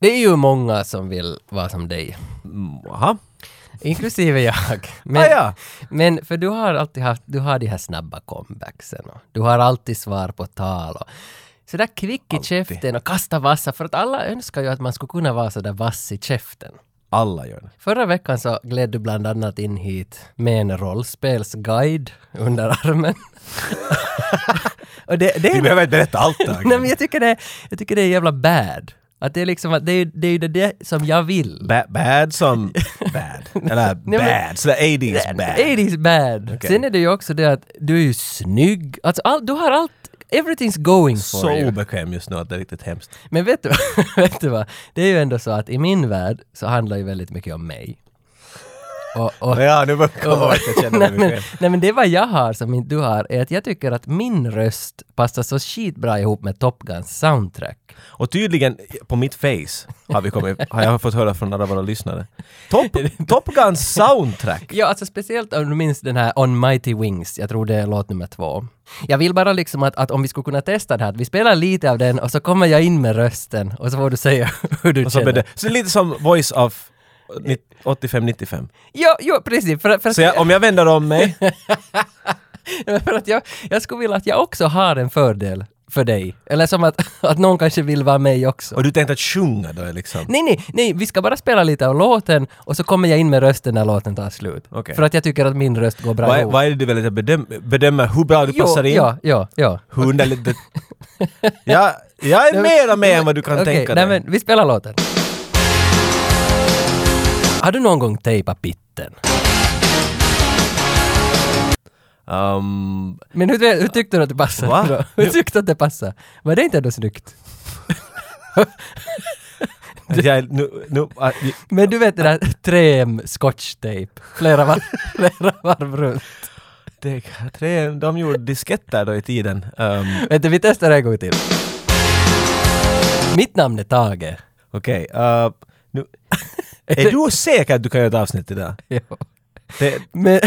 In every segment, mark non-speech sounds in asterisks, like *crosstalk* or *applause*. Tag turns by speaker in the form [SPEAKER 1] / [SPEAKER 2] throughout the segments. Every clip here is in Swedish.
[SPEAKER 1] Det är ju många som vill vara som dig.
[SPEAKER 2] Mm, Aha.
[SPEAKER 1] Inklusive jag. Men,
[SPEAKER 2] Ah, ja.
[SPEAKER 1] men för du har alltid haft, du har de här snabba comebacksen och du har alltid svar på tal och sådär kvick i käften och kasta vassa för att alla önskar ju att man skulle kunna vara sådär vass i käften.
[SPEAKER 2] Alla gör det.
[SPEAKER 1] Förra veckan så gled du bland annat in hit med en rollspelsguide under
[SPEAKER 2] *laughs*
[SPEAKER 1] armen. och det, det
[SPEAKER 2] Vi
[SPEAKER 1] är
[SPEAKER 2] behöver inte berätta allt det *laughs* här.
[SPEAKER 1] Nej men jag tycker det, jag tycker det är jävla bad. Att det är liksom, att det är det, är ju det, det som jag vill.
[SPEAKER 2] Ba- bad som *laughs* bad. Eller
[SPEAKER 1] men-
[SPEAKER 2] bad. Sådär 80s bad.
[SPEAKER 1] 80s bad.
[SPEAKER 2] Okej.
[SPEAKER 1] Sen är det ju också det att du är ju snygg. Alltså all, du har allt, everything's going for
[SPEAKER 2] Så
[SPEAKER 1] you.
[SPEAKER 2] obekväm just nu att det är riktigt hemskt. *laughs*
[SPEAKER 1] Men vet du, *laughs* vet du vad? Det är ju ändå så att i min värld så handlar ju väldigt mycket om mig. Och, och,
[SPEAKER 2] Ja, nu börjar jag komma ihåg att jag känner mig
[SPEAKER 1] nej, men,
[SPEAKER 2] bekväm.
[SPEAKER 1] nej men det vad jag har som inte du har är att jag tycker att min röst passar så skitbra ihop med Top Guns soundtrack.
[SPEAKER 2] Och tydligen, på mitt face har, vi kommit, har jag fått höra från alla våra lyssnare. Top, Top Guns soundtrack!
[SPEAKER 1] Ja, alltså speciellt om du minns den här On Mighty Wings, jag tror det är låt nummer två. Jag vill bara liksom att, att om vi skulle kunna testa det här, att vi spelar lite av den och så kommer jag in med rösten och så får du säga *laughs* hur du
[SPEAKER 2] Och så,
[SPEAKER 1] känner.
[SPEAKER 2] blev det, så det är lite som Voice of 85-95.
[SPEAKER 1] Ja, ja, precis. För, för, *laughs*
[SPEAKER 2] Så jag, om jag vänder om mig,
[SPEAKER 1] för att jag, jag skulle vilja att jag också har en fördel för dig. Eller som att, *laughs* att någon kanske vill vara mig också.
[SPEAKER 2] och du tänkte att sjunga då liksom.
[SPEAKER 1] Nej, nej, nej, vi ska bara spela lite av låten och så kommer jag in med rösten när låten tar slut.
[SPEAKER 2] Okej.
[SPEAKER 1] För att jag tycker att min röst går bra
[SPEAKER 2] Vad är,
[SPEAKER 1] ihop.
[SPEAKER 2] vad är det du vill att jag bedöm- bedömer? Hur bra du passar in?
[SPEAKER 1] Ja, ja, ja.
[SPEAKER 2] Hur underligt *laughs* det... Jag, jag är mera med än vad du kan
[SPEAKER 1] Okej,
[SPEAKER 2] tänka
[SPEAKER 1] nej,
[SPEAKER 2] dig.
[SPEAKER 1] men vi spelar låten. Har du någon gång tejpat pitten?
[SPEAKER 2] Ehm,
[SPEAKER 1] Men hur, hur tyckte du att det passade?
[SPEAKER 2] Va?
[SPEAKER 1] då? Hur tyckte du att det passade? Var det inte ändå snyggt?
[SPEAKER 2] att jag, är- nu, nu, ah, j-
[SPEAKER 1] Men du vet det där träm scotchtejp, flera *laughs* varv, flera varv runt.
[SPEAKER 2] det, tre, de gjorde disketter då i tiden. Ehm,
[SPEAKER 1] Vänta, vi testar en gång till. Mitt namn är Tage.
[SPEAKER 2] Okej, eh,
[SPEAKER 1] *laughs*
[SPEAKER 2] nu... Är du säker att du kan göra ett avsnitt idag?
[SPEAKER 1] Ja.
[SPEAKER 2] Det,
[SPEAKER 1] Men...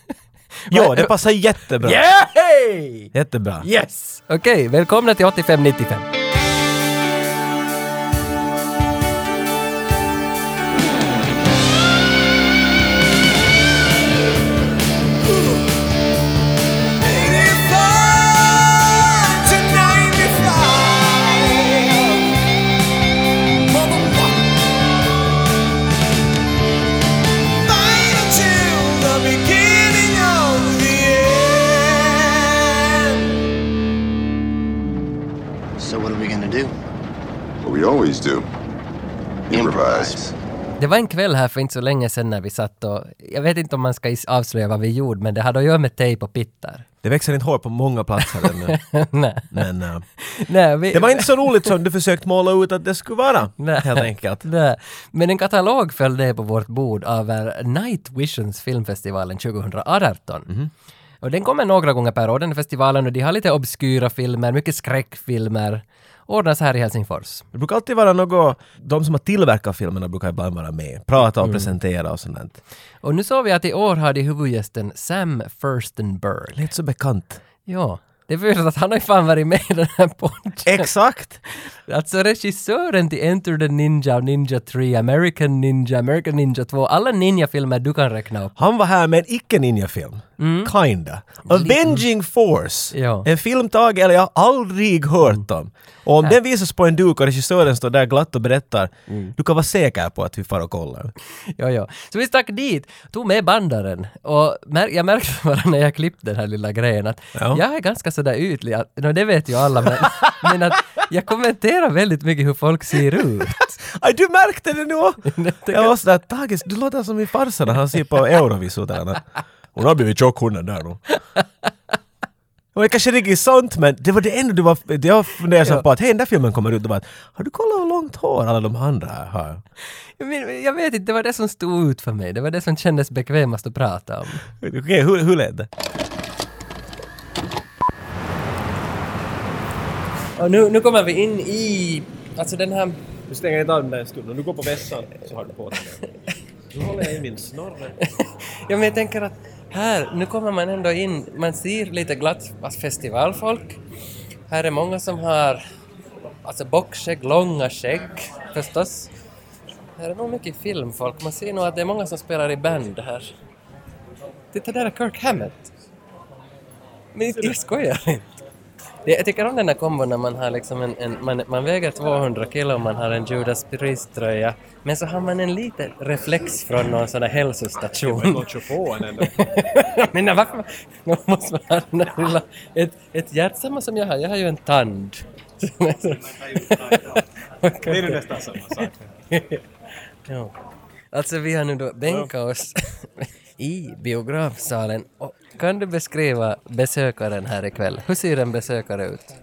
[SPEAKER 1] *laughs*
[SPEAKER 2] ja, det passar jättebra.
[SPEAKER 1] Yay!
[SPEAKER 2] Jättebra.
[SPEAKER 1] Yes! Okej, välkomna till 8595.
[SPEAKER 3] Beginning of the end.
[SPEAKER 4] So what are we gonna do?
[SPEAKER 5] What we always do. Improvise.
[SPEAKER 1] Det var en kväll här för inte så länge sedan när vi satt och... Jag vet inte om man ska is- avslöja vad vi gjorde, men det hade att göra med tejp och pittar.
[SPEAKER 2] Det växer inte hår på många platser ännu.
[SPEAKER 1] *laughs* Nej.
[SPEAKER 2] Men eh,
[SPEAKER 1] Nej, vi...
[SPEAKER 2] det var inte så roligt som du försökt måla ut att det skulle vara.
[SPEAKER 1] Nej.
[SPEAKER 2] Helt enkelt.
[SPEAKER 1] Nej. Men en katalog föll ner på vårt bord över Night Visions filmfestivalen 2018.
[SPEAKER 2] Mhm.
[SPEAKER 1] Och den kommer några gånger per år, den här festivalen, och de har lite obskyra filmer, mycket skräckfilmer. Ordnas här i Helsingfors.
[SPEAKER 2] Det brukar alltid vara något... De som har tillverkat filmerna brukar ibland vara med. Prata och presentera och sånt. där.
[SPEAKER 1] Och nu såg vi att i år har de huvudgästen Sam Furstenberg.
[SPEAKER 2] Lät så bekant.
[SPEAKER 1] Ja, det är för att han har ju fan varit med i den här podden.
[SPEAKER 2] Exakt!
[SPEAKER 1] Alltså regissören till Enter the Ninja och Ninja 3, American Ninja, American Ninja 2, alla ninja-filmer du kan räkna upp.
[SPEAKER 2] Han var här med en icke-ninja-film. Kinda. Avenging Force.
[SPEAKER 1] Ja.
[SPEAKER 2] En film Tage, eller jag har aldrig hört om. Och om den visas på en duk och regissören står där glatt och berättar, du kan vara säker på att vi far och kollar.
[SPEAKER 1] Ja, ja. Så vi stack dit, tog med bandaren och mär- jag märkte *laughs* bara när jag klippte den här lilla grejen att
[SPEAKER 2] Ja.
[SPEAKER 1] jag är ganska sådär ytlig, att, no, det vet ju alla, men, men att jag kommenterar väldigt mycket hur folk ser ut.
[SPEAKER 2] Aj, du märkte det nu!
[SPEAKER 1] tycker-
[SPEAKER 2] jag var sådär, Tage, du låter som min farsa när han ser på Eurovision där. Han- Hon har blivit tjock hon den där nu. Och det kanske är riktigt sant men det var det enda du var... Jag funderade så på att hej den där filmen kommer ut och bara har du kollat hur långt hår alla de andra har?
[SPEAKER 1] Jag, men, jag vet inte, det var det som stod ut för mig, det var det som kändes bekvämast att prata om.
[SPEAKER 2] Okej, hur, hur lät det?
[SPEAKER 1] Och nu, nu kommer vi in i, alltså den här
[SPEAKER 2] Du stänger inte av den där en stund. Om du går på vässan så har du på den. Nu håller jag i min snorre.
[SPEAKER 1] *laughs* Ja, men jag tänker att här, nu kommer man ändå in, man ser lite glatt vad festivalfolk. Här är många som har alltså bockskägg, långa skägg. förstås. Här är nog mycket filmfolk. Man ser nog att det är många som spelar i band här. Titta, där är Kirk Hammett. Men jag- jag skojar inte. Det- Jag tycker om den här kombon när man har liksom en, en man, man väger 200 kilo och man har en Judas Priest-tröja. Men så har man en liten reflex från någon sån här hälsostation.
[SPEAKER 3] Låt köra på en ändå.
[SPEAKER 1] *laughs* Men nej, varför man måste man ha den där lilla... Ett, ett hjärta samma som jag har, jag har ju en
[SPEAKER 3] *laughs*
[SPEAKER 1] tand.
[SPEAKER 3] Det är ju nästan samma sak.
[SPEAKER 1] *laughs* ja. Alltså vi har nu då bänkat oss *laughs* i biografsalen. Och kan du beskriva besökaren här ikväll? Hur ser en besökare ut?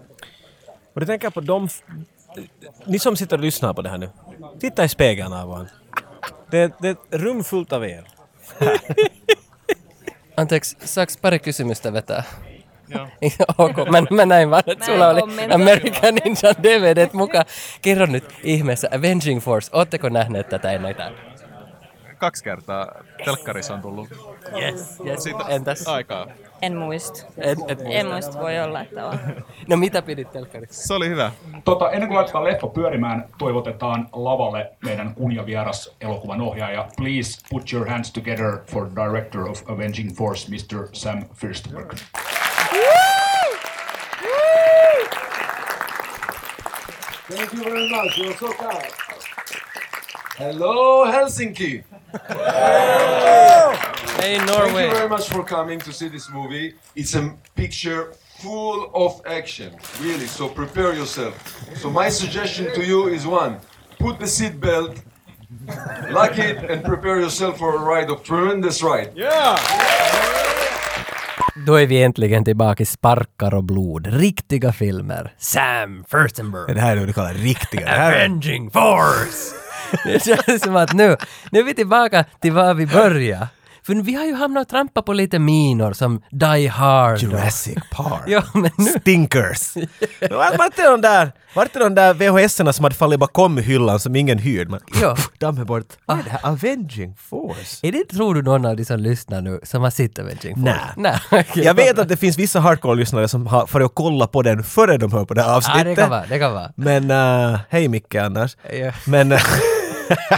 [SPEAKER 2] Och då tänker jag på de... f- Ni som sitter och lyssnar på det här nu. Titta i spegeln här bara. Det, det är ett rum fullt av er.
[SPEAKER 1] Anteeksi, saaks pari kysymystä vetää? *laughs*
[SPEAKER 3] Joo.
[SPEAKER 1] ok, mä, mä näin vaan, että
[SPEAKER 6] Mä
[SPEAKER 1] sulla
[SPEAKER 6] en
[SPEAKER 1] oli
[SPEAKER 6] kommentoi.
[SPEAKER 1] American Ninja DVDt mukaan. Kerro nyt ihmeessä, Avenging Force, ootteko nähneet tätä ennen täällä?
[SPEAKER 3] Kaksi kertaa telkkarissa on tullut
[SPEAKER 1] Yes, yes. Entäs?
[SPEAKER 3] aikaa.
[SPEAKER 6] En muista.
[SPEAKER 1] En, et
[SPEAKER 6] En
[SPEAKER 1] muista.
[SPEAKER 6] muista, voi olla, että on.
[SPEAKER 1] No mitä pidit telkkarissa?
[SPEAKER 3] Se oli hyvä.
[SPEAKER 7] Tota, ennen kuin laitetaan leffa pyörimään, toivotetaan lavalle meidän kunniavieras elokuvan ohjaaja. Please put your hands together for director of Avenging Force, Mr. Sam Firstenberg.
[SPEAKER 8] Thank you very much. You're so kind. Hello, Helsinki.
[SPEAKER 1] Hey
[SPEAKER 8] Thank you
[SPEAKER 1] Norway!
[SPEAKER 8] very much for coming to see this movie. It's a picture full of action, really. So prepare yourself. So my suggestion to you is one: put the seat belt, lock it, and prepare yourself for a ride of tremendous ride.
[SPEAKER 1] Då är vi äntligen tillbaka i Sparkar och blod. Riktiga filmer. Sam Furstenberg.
[SPEAKER 2] Det här är det du kallar riktiga. Det här är...
[SPEAKER 1] Avenging Force! *laughs* Det känns som att nu, nu är vi tillbaka till var vi började. För vi har ju hamnat och trampat på lite minor som Die Hard. och-
[SPEAKER 2] Jurassic Park.
[SPEAKER 1] Ja, men nu...
[SPEAKER 2] *laughs* Stinkers. Var- Vart är de där, vart är de där VHS-erna som hade fallit bakom hyllan som ingen hyrde? Man *laughs*
[SPEAKER 1] Ja.
[SPEAKER 2] dammar bort. Vad är det här? Avenging Force?
[SPEAKER 1] Är det, tror du, någon av de som lyssnar nu som har sett Avenging Force?
[SPEAKER 2] Nä.
[SPEAKER 1] Nej.
[SPEAKER 2] Jag vet att det finns vissa hardcore-lyssnare som har för att kolla på den före de hör på det här
[SPEAKER 1] Ja,
[SPEAKER 2] avsnittet.
[SPEAKER 1] det kan vara, det kan vara.
[SPEAKER 2] Men eh, hej Micke annars.
[SPEAKER 1] Ja.
[SPEAKER 2] Men, eh, *laughs*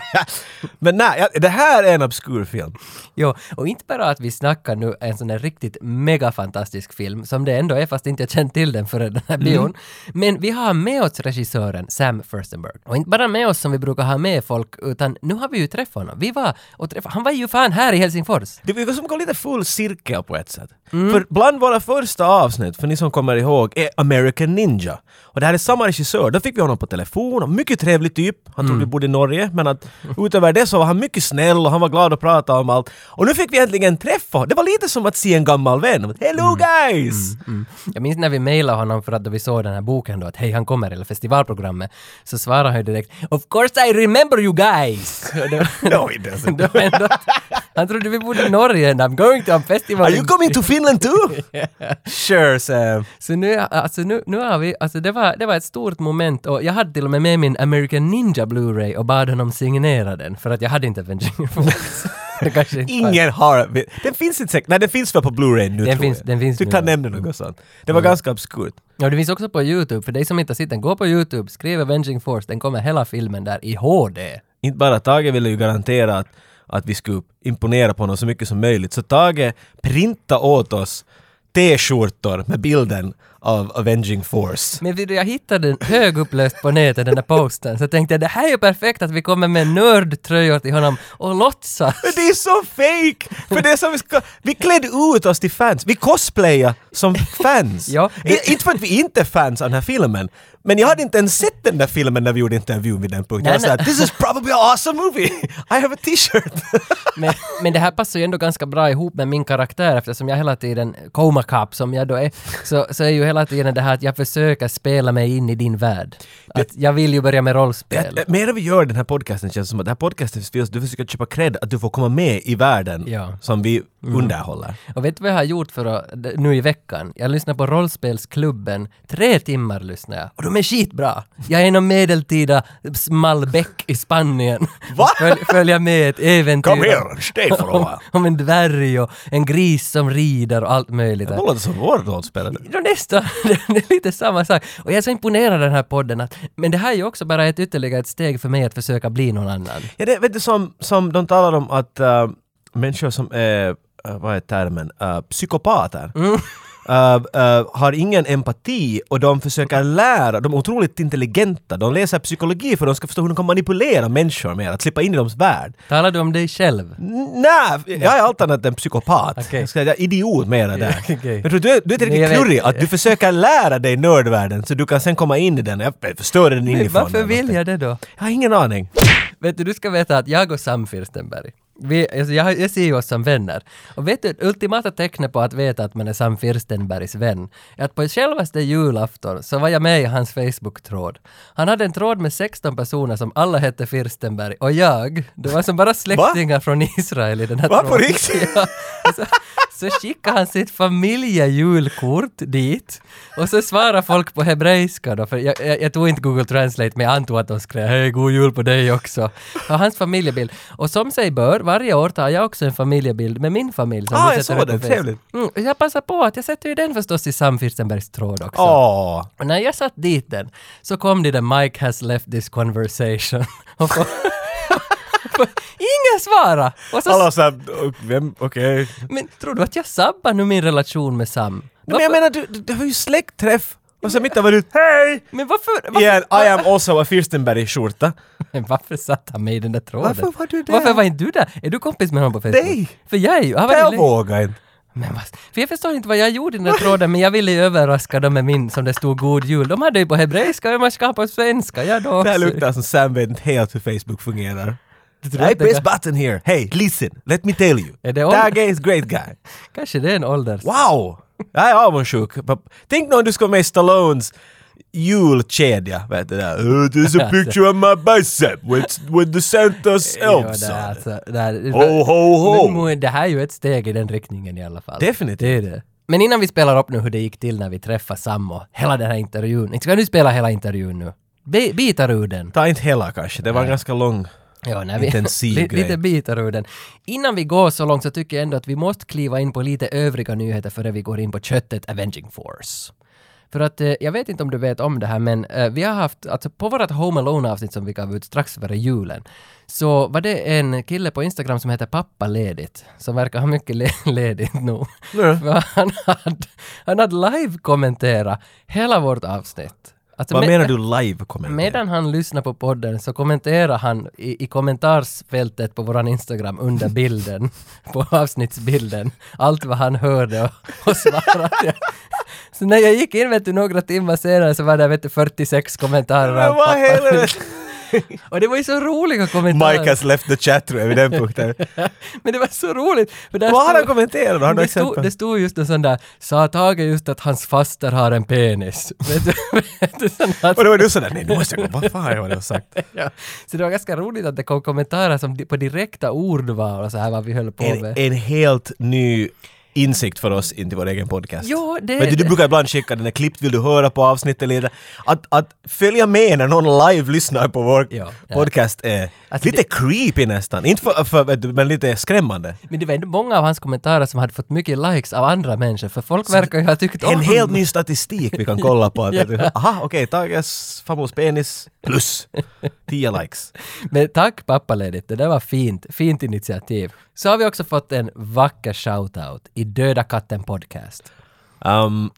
[SPEAKER 2] men nej, ja, det här är en obskur film.
[SPEAKER 1] Jo, och inte bara att vi snackar nu en sån där riktigt megafantastisk film, som det ändå är fast inte jag känt till den före den här
[SPEAKER 2] Mm.
[SPEAKER 1] bion. Men vi har med oss regissören Sam Furstenberg. Och inte bara med oss som vi brukar ha med folk, utan nu har vi ju träffat honom. Vi var och träffade, han var ju fan här i Helsingfors.
[SPEAKER 2] Det brukar som gå lite full cirkel på ett sätt.
[SPEAKER 1] Mm.
[SPEAKER 2] För bland våra första avsnitt, för ni som kommer ihåg, är American Ninja. Och det här är samma regissör, då fick vi honom på telefon och mycket trevlig typ. Han trodde
[SPEAKER 1] Mm.
[SPEAKER 2] vi bodde i Norge, men att utöver det så var han mycket snäll och han var glad att prata om allt. Och nu fick vi äntligen träffa Det var lite som att se en gammal vän.
[SPEAKER 1] Mm.
[SPEAKER 2] Hello guys!
[SPEAKER 1] Jag minns när vi mejlade honom för att då vi såg den här boken då, att hej han kommer, eller festivalprogrammet, så svarade han ju direkt “Of course I remember you guys!” *laughs*
[SPEAKER 2] *laughs*
[SPEAKER 1] Och det var-
[SPEAKER 2] No, he doesn't.
[SPEAKER 1] Mm. det var ändå, Han trodde vi bodde i Norge, and I'm going to a festival
[SPEAKER 2] Are
[SPEAKER 1] in
[SPEAKER 2] you coming to
[SPEAKER 1] *laughs*
[SPEAKER 2] Finland too? Sure Sam.
[SPEAKER 1] Så nu, alltså nu, nu har vi, alltså det var, det var ett stort moment och jag hade till och med med min American Ninja Blu-ray och bad honom signera den för att jag hade inte Avenging Force. det kanske inte var-
[SPEAKER 2] Ingen har... Den finns inte säkert. Nej, den finns väl på Blu-ray nu tror
[SPEAKER 1] finns-
[SPEAKER 2] jag.
[SPEAKER 1] den finns
[SPEAKER 2] Tyckte
[SPEAKER 1] nu,
[SPEAKER 2] han
[SPEAKER 1] ja. Mm.
[SPEAKER 2] nämnde något sånt. Det var ganska absurt.
[SPEAKER 1] Ja, det finns också på YouTube, för dig som inte har sett den, gå på YouTube, skriv Avenging Force, den kommer hela filmen där i HD.
[SPEAKER 2] Inte bara Tage ville ju garantera att, att vi skulle imponera på honom så mycket som möjligt. Så Tage printa åt oss t-skjortor med bilden av Avenging Force.
[SPEAKER 1] Men vid- jag hittade den högupplöst på nätet, den där posten, så tänkte jag det här är ju perfekt att vi kommer med nördtröjor till honom och låtsas.
[SPEAKER 2] Men det är så fake! För det är som vi ska... Vi klädde ut oss till fans. Vi cosplayade som fans.
[SPEAKER 1] Ja, det-
[SPEAKER 2] I, inte för att vi inte är fans av den här filmen. Men jag hade inte ens sett den där filmen när vi gjorde intervjun vid den punkten.
[SPEAKER 1] Nej,
[SPEAKER 2] jag var såhär,
[SPEAKER 1] nej.
[SPEAKER 2] this is probably an awesome movie! I have a t-shirt!
[SPEAKER 1] Men, men det här passar ju ändå ganska bra ihop med min karaktär eftersom jag hela tiden, coma cop som jag då är, så, så är ju hela tiden det här att jag försöker spela mig in i din värld. Att jag vill ju börja med rollspel.
[SPEAKER 2] Att, mer vi gör den här podcasten känns det som att den här podcasten finns, du försöker köpa cred att du får komma med i världen
[SPEAKER 1] Ja.
[SPEAKER 2] som vi underhåller.
[SPEAKER 1] Och vet du vad jag har gjort för att, d- nu i veckan? Jag lyssnar på Rollspelsklubben, tre timmar lyssnar jag. Och de är skitbra! Jag är någon medeltida Malbec i Spanien. Va? Följ, följa med ett äventyr.
[SPEAKER 2] Kom här, stay for a
[SPEAKER 1] om, *laughs*
[SPEAKER 2] while.
[SPEAKER 1] om en dvärg och en gris som rider och allt möjligt.
[SPEAKER 2] Det låter som vår rollspel.
[SPEAKER 1] Ja, nästan. *laughs* Det är lite samma sak. Och jag är så imponerad av den här podden att, men det här är ju också bara ett ytterligare ett steg för mig att försöka bli någon annan.
[SPEAKER 2] Ja, det vet du som, som de talar om att äh, människor som är, äh, vad är termen, äh, psykopater. äh, äh, har ingen empati och de försöker lära, de är otroligt intelligenta, de läser psykologi för att de ska förstå hur de kan manipulera människor mer, att slippa in i deras värld.
[SPEAKER 1] Talar du om dig själv?
[SPEAKER 2] N- Nej, jag är alternativt en psykopat.
[SPEAKER 1] Okej.
[SPEAKER 2] Jag ska säga idiot mera där.
[SPEAKER 1] *laughs* Okej.
[SPEAKER 2] Jag tror du är, du
[SPEAKER 1] Nej, jag
[SPEAKER 2] är tillräckligt
[SPEAKER 1] vet-
[SPEAKER 2] klurig att du försöker lära dig nördvärlden så du kan sen komma in i den. Jag förstör den inifrån.
[SPEAKER 1] Varför
[SPEAKER 2] eller
[SPEAKER 1] vill
[SPEAKER 2] någonting.
[SPEAKER 1] jag det då?
[SPEAKER 2] Jag har ingen aning.
[SPEAKER 1] Vet du, du ska veta att jag och Sam Firstenberg, vi, alltså jag, jag ser ju oss som vänner. Och vet du, ultimata tecknet på att veta att man är Sam Firstenbergs vän är att på självaste julafton så var jag med i hans Facebook-tråd. Han hade en tråd med 16 personer som alla hette Firstenberg och jag, det var som bara släktingar från Israel i den här
[SPEAKER 2] Va, på
[SPEAKER 1] tråden.
[SPEAKER 2] riktigt?
[SPEAKER 1] *laughs* Ja. Så, så skickade han sitt familjejulkort dit och så svarade folk på hebreiska då, för jag, jag, jag tog inte Google Translate men jag antog att de skrev ”Hej, god jul på dig också”. Och hans familjebild. Och som sig bör, varje år tar jag också en familjebild med min familj som
[SPEAKER 2] Ah,
[SPEAKER 1] vi
[SPEAKER 2] jag
[SPEAKER 1] sätter
[SPEAKER 2] såg
[SPEAKER 1] upp på Facebook.
[SPEAKER 2] det. Trevligt.
[SPEAKER 1] Mm, och jag passar på att jag sätter ju den förstås i Sam Firstenbergs tråd också.
[SPEAKER 2] Åh.
[SPEAKER 1] Och när jag satt dit den så kom det där Mike has left this conversation. *laughs* Och få- Ingen svara! Och så,
[SPEAKER 2] Alla såhär, vem, okej.
[SPEAKER 1] men tror du att jag sabbar nu min relation med Sam?
[SPEAKER 2] Men jag menar, du, du, du har ju släktträff! Och sen mitt var du hej!
[SPEAKER 1] Men varför, varför,
[SPEAKER 2] I en I am also a Fürstenberg-skjorta.
[SPEAKER 1] Men *laughs* varför satt han mig i den där tråden?
[SPEAKER 2] Varför var du där?
[SPEAKER 1] Varför var inte du där? Är du kompis med honom på Facebook?
[SPEAKER 2] Nej.
[SPEAKER 1] För jag är ju... han var ju
[SPEAKER 2] Jag
[SPEAKER 1] le-
[SPEAKER 2] vågar inte.
[SPEAKER 1] Men vad, för jag förstår inte vad jag gjorde i den där tråden, men jag ville ju överraska dem med min som det stod God Jul. De hade ju på hebreiska och man ska ha på svenska. Jag då
[SPEAKER 2] Det här
[SPEAKER 1] också.
[SPEAKER 2] luktar som Sam vet inte helt hur Facebook fungerar. I
[SPEAKER 1] att det
[SPEAKER 2] press
[SPEAKER 1] kan-
[SPEAKER 2] button here. Hey, listen, let me tell you.
[SPEAKER 1] Är det om-
[SPEAKER 2] That guy is great guy.
[SPEAKER 1] Kanske det är en ålders...
[SPEAKER 2] Wow! Jag är avundsjuk. Pap- Tänk när du ska vara med i Stallones julkedja. Vet du där. Uh, *laughs* there's a picture of my bicep with, with the Santa's
[SPEAKER 1] Ja,
[SPEAKER 2] elves
[SPEAKER 1] det, är
[SPEAKER 2] on it.
[SPEAKER 1] alltså, det, här,
[SPEAKER 2] Ho, ho, ho.
[SPEAKER 1] Men, Moe, det här är ju ett steg i den riktningen i alla fall.
[SPEAKER 2] Definitivt.
[SPEAKER 1] Det är det. Men innan vi spelar upp nu hur det gick till när vi träffade Sam och hela den här intervjun. Inte ska jag nu spela hela intervjun nu. Bi- bitar ur den.
[SPEAKER 2] Ta inte hela kanske, det var en ganska lång...
[SPEAKER 1] Ja, när vi, *laughs*
[SPEAKER 2] Intensiv
[SPEAKER 1] li,
[SPEAKER 2] grej.
[SPEAKER 1] lite bitar ur den. Innan vi går så långt så tycker jag ändå att vi måste kliva in på lite övriga nyheter före vi går in på köttet Avenging Force. För att eh, jag vet inte om du vet om det här men eh, vi har haft, alltså på vårt Home Alone-avsnitt som vi gav ut strax före julen så var det en kille på Instagram som heter Pappa Ledigt som verkar ha mycket le- *laughs* ledigt nu. För han hade, han hade live-kommenterat hela vårt avsnitt. Alltså,
[SPEAKER 2] Vad
[SPEAKER 1] men-
[SPEAKER 2] menar du live kommentar?
[SPEAKER 1] Medan han lyssnar på podden så kommenterar han i, i kommentarsfältet på våran Instagram under bilden, *laughs* på avsnittsbilden, allt vad han hörde och, och svarade. *laughs* Så när jag gick in vet du, några timmar senare så var det vet du, 46 kommentarer.
[SPEAKER 2] Men
[SPEAKER 1] av
[SPEAKER 2] vad
[SPEAKER 1] pappa.
[SPEAKER 2] helvete?
[SPEAKER 1] *laughs* Och det var ju så roliga kommentarer.
[SPEAKER 2] Mike has left the chat room vid den punkten.
[SPEAKER 1] *laughs* Men det var så roligt. För där
[SPEAKER 2] *laughs* Vad har han
[SPEAKER 1] stod-
[SPEAKER 2] kommenterat? Har du
[SPEAKER 1] det, stod,
[SPEAKER 2] exempel?
[SPEAKER 1] det stod just en sån där, sa Tage just att hans faster har en penis. *laughs* Vet du, vet du, sån här-
[SPEAKER 2] Och då var du sådär, nej nu måste jag gå, vad fan har jag sagt?
[SPEAKER 1] *laughs* ja. Så det var ganska roligt att det kom kommentarer som di- på direkta ordval och så här vad vi höll på
[SPEAKER 2] En,
[SPEAKER 1] med.
[SPEAKER 2] en helt ny insikt för oss in till vår egen podcast.
[SPEAKER 1] Jo, det-
[SPEAKER 2] Men du, du brukar ibland skicka den här klippt, vill du höra på avsnittet eller att, att följa med när någon live lyssnar på vår
[SPEAKER 1] Ja, ja.
[SPEAKER 2] podcast är
[SPEAKER 1] Alltså,
[SPEAKER 2] lite
[SPEAKER 1] det-
[SPEAKER 2] creepy nästan. Inte för, för, vet du, men lite skrämmande.
[SPEAKER 1] Men det var ändå många av hans kommentarer som hade fått mycket likes av andra människor, för folk verkar ju ha tyckt om
[SPEAKER 2] En helt ny statistik vi kan
[SPEAKER 1] *laughs*
[SPEAKER 2] kolla på. Att, Aha, okej, Tages famos penis plus 10 likes.
[SPEAKER 1] Men tack pappaledigt, det där var fint. Fint initiativ. Så har vi också fått en vacker shoutout i Döda katten podcast.
[SPEAKER 2] Um,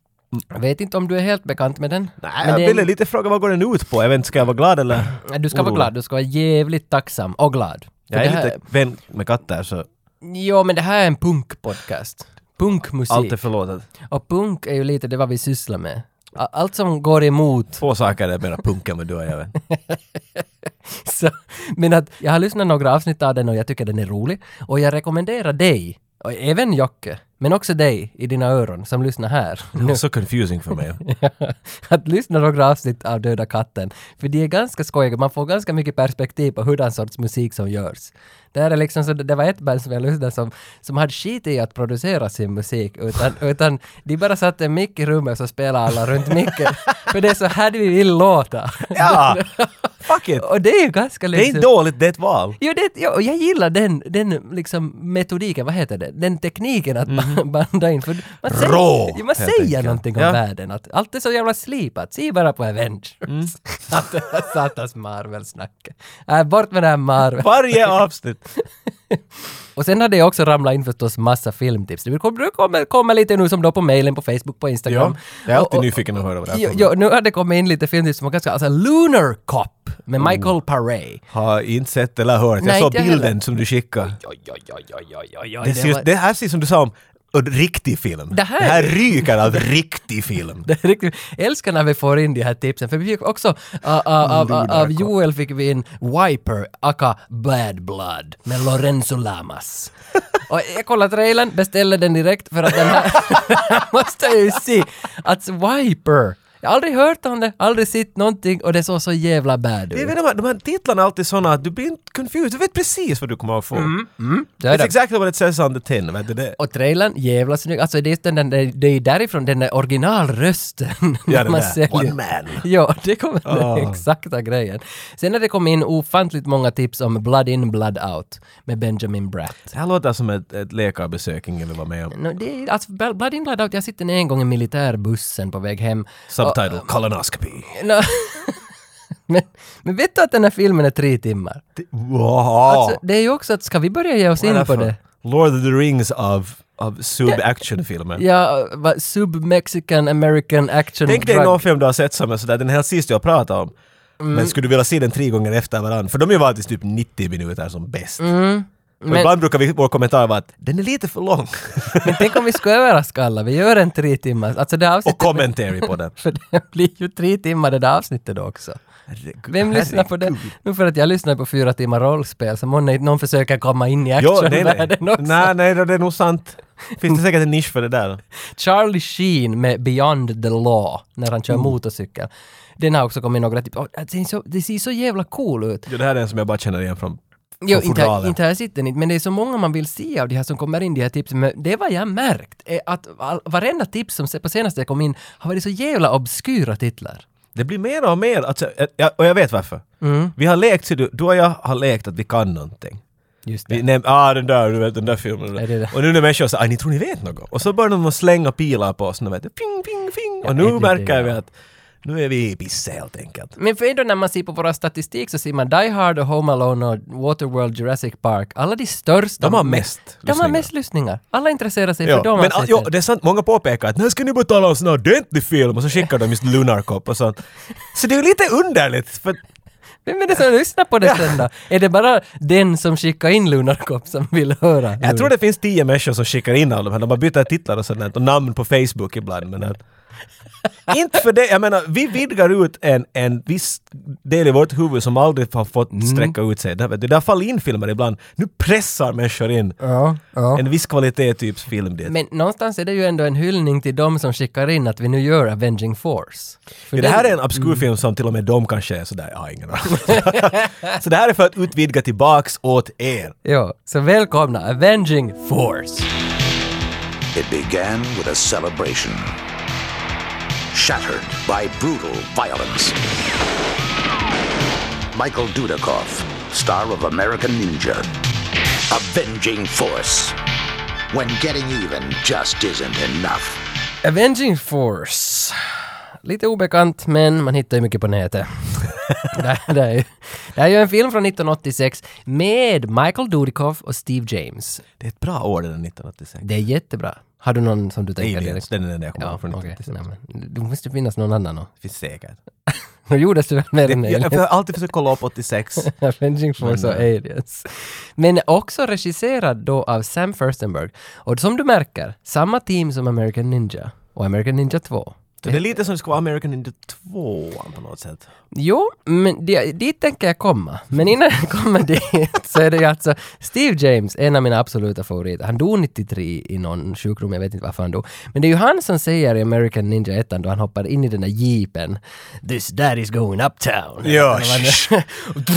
[SPEAKER 1] Jag vet inte om du är helt bekant med den?
[SPEAKER 2] nej,
[SPEAKER 1] men
[SPEAKER 2] jag
[SPEAKER 1] det är en-
[SPEAKER 2] ville lite fråga vad går den ut på? Jag vet inte, ska jag vara glad eller?
[SPEAKER 1] Du ska vara
[SPEAKER 2] orolig?
[SPEAKER 1] glad, du ska vara jävligt tacksam och glad. För
[SPEAKER 2] Jag
[SPEAKER 1] det
[SPEAKER 2] är
[SPEAKER 1] här-
[SPEAKER 2] lite vän med katter så
[SPEAKER 1] Jo, men det här är en punkpodcast. Punkmusik.
[SPEAKER 2] allt är förlåtet.
[SPEAKER 1] Och punk är ju lite det vad vi sysslar med. A- Allt som går emot. *laughs*
[SPEAKER 2] Två saker är mera punka med du och jag *laughs* vet.
[SPEAKER 1] Så, men att jag har lyssnat några avsnitt av den och jag tycker den är rolig. Och jag rekommenderar dig, och även Jocke, Men också dig i dina öron som lyssnar här. *laughs*
[SPEAKER 2] Det är så confusing för mig.
[SPEAKER 1] att lyssna några avsnitt av Döda katten. För de är ganska skojiga, man får ganska mycket perspektiv på hurdan sorts musik som görs. Det, här är liksom så, det var ett band som jag lyssnade som, som hade skit i att producera sin musik,
[SPEAKER 2] *laughs*
[SPEAKER 1] utan, utan de bara satte en mick i rummet och så spelade alla runt micken. För det är så här vi vill låta.
[SPEAKER 2] *laughs* ja! Fuck it!
[SPEAKER 1] *laughs* och det är ju ganska
[SPEAKER 2] Det är
[SPEAKER 1] liksom...
[SPEAKER 2] inte dåligt, det är ett val.
[SPEAKER 1] Jo, det, jo, och jag gillar den, den liksom metodiken, vad heter det, den tekniken att ba- banda in. För man säger,
[SPEAKER 2] Mm. Rå,
[SPEAKER 1] jo, man
[SPEAKER 2] helt
[SPEAKER 1] säger
[SPEAKER 2] enkelt.
[SPEAKER 1] någonting om
[SPEAKER 2] Ja.
[SPEAKER 1] världen, att allt är så jävla slipat, se bara på Avengers.
[SPEAKER 2] Mm.
[SPEAKER 1] *laughs* att det här satans Marvel-snacket. Äh, bort med det här Marvel.
[SPEAKER 2] *laughs* Varje avsnitt.
[SPEAKER 1] Och sen hade jag också ramlat in förstås massa filmtips. Det kommer, kommer, kommer lite nu som då på mailen, på Facebook, på Instagram.
[SPEAKER 2] Ja, jag är
[SPEAKER 1] Och-
[SPEAKER 2] alltid
[SPEAKER 1] och-
[SPEAKER 2] nyfiken att höra vad det
[SPEAKER 1] Jo,
[SPEAKER 2] här kommer.
[SPEAKER 1] jo, nu har det kommit in lite filmtips som var ganska, alltså Lunar Cop med
[SPEAKER 2] Oh.
[SPEAKER 1] Michael Paré.
[SPEAKER 2] Har inte sett eller hört. Jag
[SPEAKER 1] Nej,
[SPEAKER 2] såg
[SPEAKER 1] inte jag heller.
[SPEAKER 2] bilden som du skickade.
[SPEAKER 1] Oj, oj, oj, oj, oj, oj, oj.
[SPEAKER 2] Det, ser,
[SPEAKER 1] var-
[SPEAKER 2] det här ser som du sa om en riktig film.
[SPEAKER 1] Det här-
[SPEAKER 2] ryker av riktig film.
[SPEAKER 1] Det är riktigt. Jag älskar när vi får in de här tipsen, för vi fick också ah, ah, av, av, av Joel fick vi in Wiper, aka Bad Blood, med Lorenzo Lamas. *laughs* Och jag kollade trailern, beställde den direkt för att den här *laughs* måste jag ju se. Att Wiper, jag har aldrig hört om det, aldrig sett någonting och det såg så jävla bad
[SPEAKER 2] Jag
[SPEAKER 1] ut.
[SPEAKER 2] vet, de, här, de här titlarna är alltid såna att du blir inte confused. Du vet precis vad du kommer att få.
[SPEAKER 1] Mm. Det är
[SPEAKER 2] It's
[SPEAKER 1] det.
[SPEAKER 2] exactly what it says on the tin. Vet du det?
[SPEAKER 1] Och trailern, jävla snygg. Alltså det är, just den, den, det är därifrån den där originalrösten.
[SPEAKER 2] Ja, den
[SPEAKER 1] man
[SPEAKER 2] där.
[SPEAKER 1] säljer.
[SPEAKER 2] One man.
[SPEAKER 1] *laughs* Ja, det kommer
[SPEAKER 2] Ah.
[SPEAKER 1] den exakta grejen. Sen när det kom in ofantligt många tips om Blood In Blood Out med Benjamin Bratt.
[SPEAKER 2] Det här låter som ett, ett läkarbesök ingen vill vara med om.
[SPEAKER 1] No, det är, alltså, Bl- Blood In Blood Out, jag sitter en gång i militärbussen på väg hem.
[SPEAKER 2] Subtitle, colonoscopy.
[SPEAKER 1] No, *laughs* men, men vet du att den här filmen är tre timmar?
[SPEAKER 2] Wow!
[SPEAKER 1] Alltså, det är ju också att, ska vi börja ge oss
[SPEAKER 2] Vad är
[SPEAKER 1] in
[SPEAKER 2] här
[SPEAKER 1] på
[SPEAKER 2] för
[SPEAKER 1] det?
[SPEAKER 2] Lord of the Rings av, av sub-actionfilmer.
[SPEAKER 1] Ja, va, sub-Mexican American action
[SPEAKER 2] Tänk dig
[SPEAKER 1] drug- Mm.
[SPEAKER 2] någon film du har sett som är sådär, den här sista jag pratade om. Men skulle du vilja se den tre gånger efter varandra? För de är ju vanligtvis typ 90 minuter som bäst. Och
[SPEAKER 1] Mm. men-
[SPEAKER 2] ibland brukar vi, vår kommentar vara att den är lite
[SPEAKER 1] *laughs*
[SPEAKER 2] för lång.
[SPEAKER 1] Men tänk om vi skulle överraska alla, vi gör en tre timmar. Alltså det här
[SPEAKER 2] och
[SPEAKER 1] avsnittet...
[SPEAKER 2] commentary på den.
[SPEAKER 1] *laughs* För det blir ju tre timmar det där avsnittet då också. Vem lyssnar på det? Nu för att jag lyssnar på fyra timmar rollspel så månne inte någon försöker komma in i
[SPEAKER 2] Jo, nej, nej.
[SPEAKER 1] actionvärlden också.
[SPEAKER 2] nej, nej, det är nog sant. Finns det säkert en nisch för det där?
[SPEAKER 1] Charlie Sheen med Beyond the Law när han
[SPEAKER 2] Mm.
[SPEAKER 1] kör motorcykel. Den har också kommit några typ, oh, det, ser så, det ser så jävla cool ut.
[SPEAKER 2] Jo, det här är en som jag bara känner igen från
[SPEAKER 1] Jo,
[SPEAKER 2] Från
[SPEAKER 1] inte, här-
[SPEAKER 2] fodralen.
[SPEAKER 1] inte här sitter ni, men det är så många man vill se av de här som kommer in, de här tipsen. Men det är vad jag märkt, är att all, varenda tips som se- på senaste kom in har varit så jävla obskyra titlar.
[SPEAKER 2] Det blir mer och mer, alltså, ä- ja, och jag vet varför.
[SPEAKER 1] Mm.
[SPEAKER 2] Vi har lekt, ser du, du och jag har lekt att vi kan någonting.
[SPEAKER 1] Just
[SPEAKER 2] Vi näm- ah den där, du vet den där filmen.
[SPEAKER 1] Är det det?
[SPEAKER 2] Och nu när människor säger, "Aj, ni tror ni vet något. Och så börjar de att slänga pilar på oss, och vet, du, ping, ping, ping. Och
[SPEAKER 1] det Mm,
[SPEAKER 2] nu
[SPEAKER 1] är
[SPEAKER 2] märker
[SPEAKER 1] det,
[SPEAKER 2] vi
[SPEAKER 1] ja.
[SPEAKER 2] att nu är vi i pisse helt enkelt.
[SPEAKER 1] Men för ändå när man ser på våra statistik så ser man Die Hard och Home Alone och Waterworld Jurassic Park. Alla de största.
[SPEAKER 2] De har mest
[SPEAKER 1] De har
[SPEAKER 2] lyssningar.
[SPEAKER 1] mest lyssningar. Alla intresserar sig för
[SPEAKER 2] Ja,
[SPEAKER 1] dem. alltså.
[SPEAKER 2] men ah, jo, det är sant, många påpekar att när ska ni betala oss en ordentlig film? Och så skickar de just Lunar Cop och sånt. Så det är ju lite underligt, för
[SPEAKER 1] Vem är det som lyssnar på det sen då? Är det bara den som skickar in Lunarkop som vill höra?
[SPEAKER 2] jag tror det finns tio människor som skickar in alla de här. De har bytt titlar och sådant och namn på Facebook ibland.
[SPEAKER 1] *laughs*
[SPEAKER 2] Men att, inte för det, jag menar, vi vidgar ut en, en viss del i vårt huvud som aldrig har fått
[SPEAKER 1] Mm.
[SPEAKER 2] sträcka ut sig. Där, vet du, där faller in filmer ibland. Nu pressar människor in
[SPEAKER 1] Ja, ja.
[SPEAKER 2] en viss kvalitet typs film dit.
[SPEAKER 1] Men någonstans är det ju ändå en hyllning till dem som skickar in att vi nu gör Avenging Force. För
[SPEAKER 2] Ja, det här är en obskur
[SPEAKER 1] Mm.
[SPEAKER 2] film som till och med de kanske är sådär, jag har ingen aning. *laughs* Så det här är för att utvidga tillbaks åt er.
[SPEAKER 1] Ja, så välkomna Avenging Force!
[SPEAKER 9] It began with a celebration, shattered by brutal violence. Michael Dudikoff, star of American Ninja, avenging force. When getting even just isn't enough.
[SPEAKER 1] Avenging Force. Lite obekant, men man hittar ju mycket på
[SPEAKER 2] *laughs*
[SPEAKER 1] nätet. det, det, är ju, det här är ju en film från 1986 med Michael Dudikoff och Steve James.
[SPEAKER 2] Det är ett bra år det där 1986.
[SPEAKER 1] Det är jättebra. Har du någon som du tänker
[SPEAKER 2] Aliens, den är den där jag kommer
[SPEAKER 1] Ja,
[SPEAKER 2] ihåg från
[SPEAKER 1] okej.
[SPEAKER 2] 1986.
[SPEAKER 1] Nej, men Det måste ju finnas någon annan. då. *laughs*
[SPEAKER 2] Det finns säkert.
[SPEAKER 1] Nu gjordes det väl mer än
[SPEAKER 2] Det, jag, jag
[SPEAKER 1] Aliens?
[SPEAKER 2] har alltid försökt kolla upp *laughs* 86.
[SPEAKER 1] Avenging Force och
[SPEAKER 2] eh,
[SPEAKER 1] Aliens. Men också regisserad då av Sam Furstenberg. Och som du märker, samma team som American Ninja och American Ninja 2.
[SPEAKER 2] Det är lite som det ska vara American Ninja 2 på något sätt.
[SPEAKER 1] Jo, men di- dit tänker jag komma. Men innan jag kommer *laughs* dit så är det ju alltså Steve James, en av mina absoluta favoriter. Han dog 93 i någon sjukdom, jag vet inte varför han dog. Men det är ju han som säger i American Ninja 1 då han hoppar in i den där jeepen. This dad is going uptown.
[SPEAKER 2] Ja,
[SPEAKER 1] Eller vad det-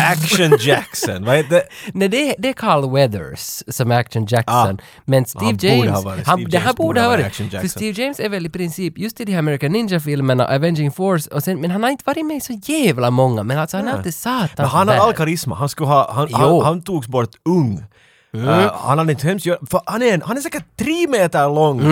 [SPEAKER 2] Action Jackson, vad heter
[SPEAKER 1] Nej, det, det är Carl Weathers som är Action Jackson. Men Steve
[SPEAKER 2] Ah. han borde
[SPEAKER 1] James...
[SPEAKER 2] ha varit-
[SPEAKER 1] han,
[SPEAKER 2] Steve
[SPEAKER 1] det här
[SPEAKER 2] James
[SPEAKER 1] borde ha varit.
[SPEAKER 2] Action
[SPEAKER 1] För
[SPEAKER 2] Jackson.
[SPEAKER 1] Steve James är väl i princip, just i de här American Ninja-filmerna, Avenging Force, och sen, men han har inte varit med i så jävla många, men alltså han är alltid satans
[SPEAKER 2] Men han har
[SPEAKER 1] bad.
[SPEAKER 2] all karisma, han skulle ha, han, han,
[SPEAKER 1] Jo.
[SPEAKER 2] han togs bort ung. Eh, han hade inte hemskt gör- för han är, en, han är säkert tre meter lång,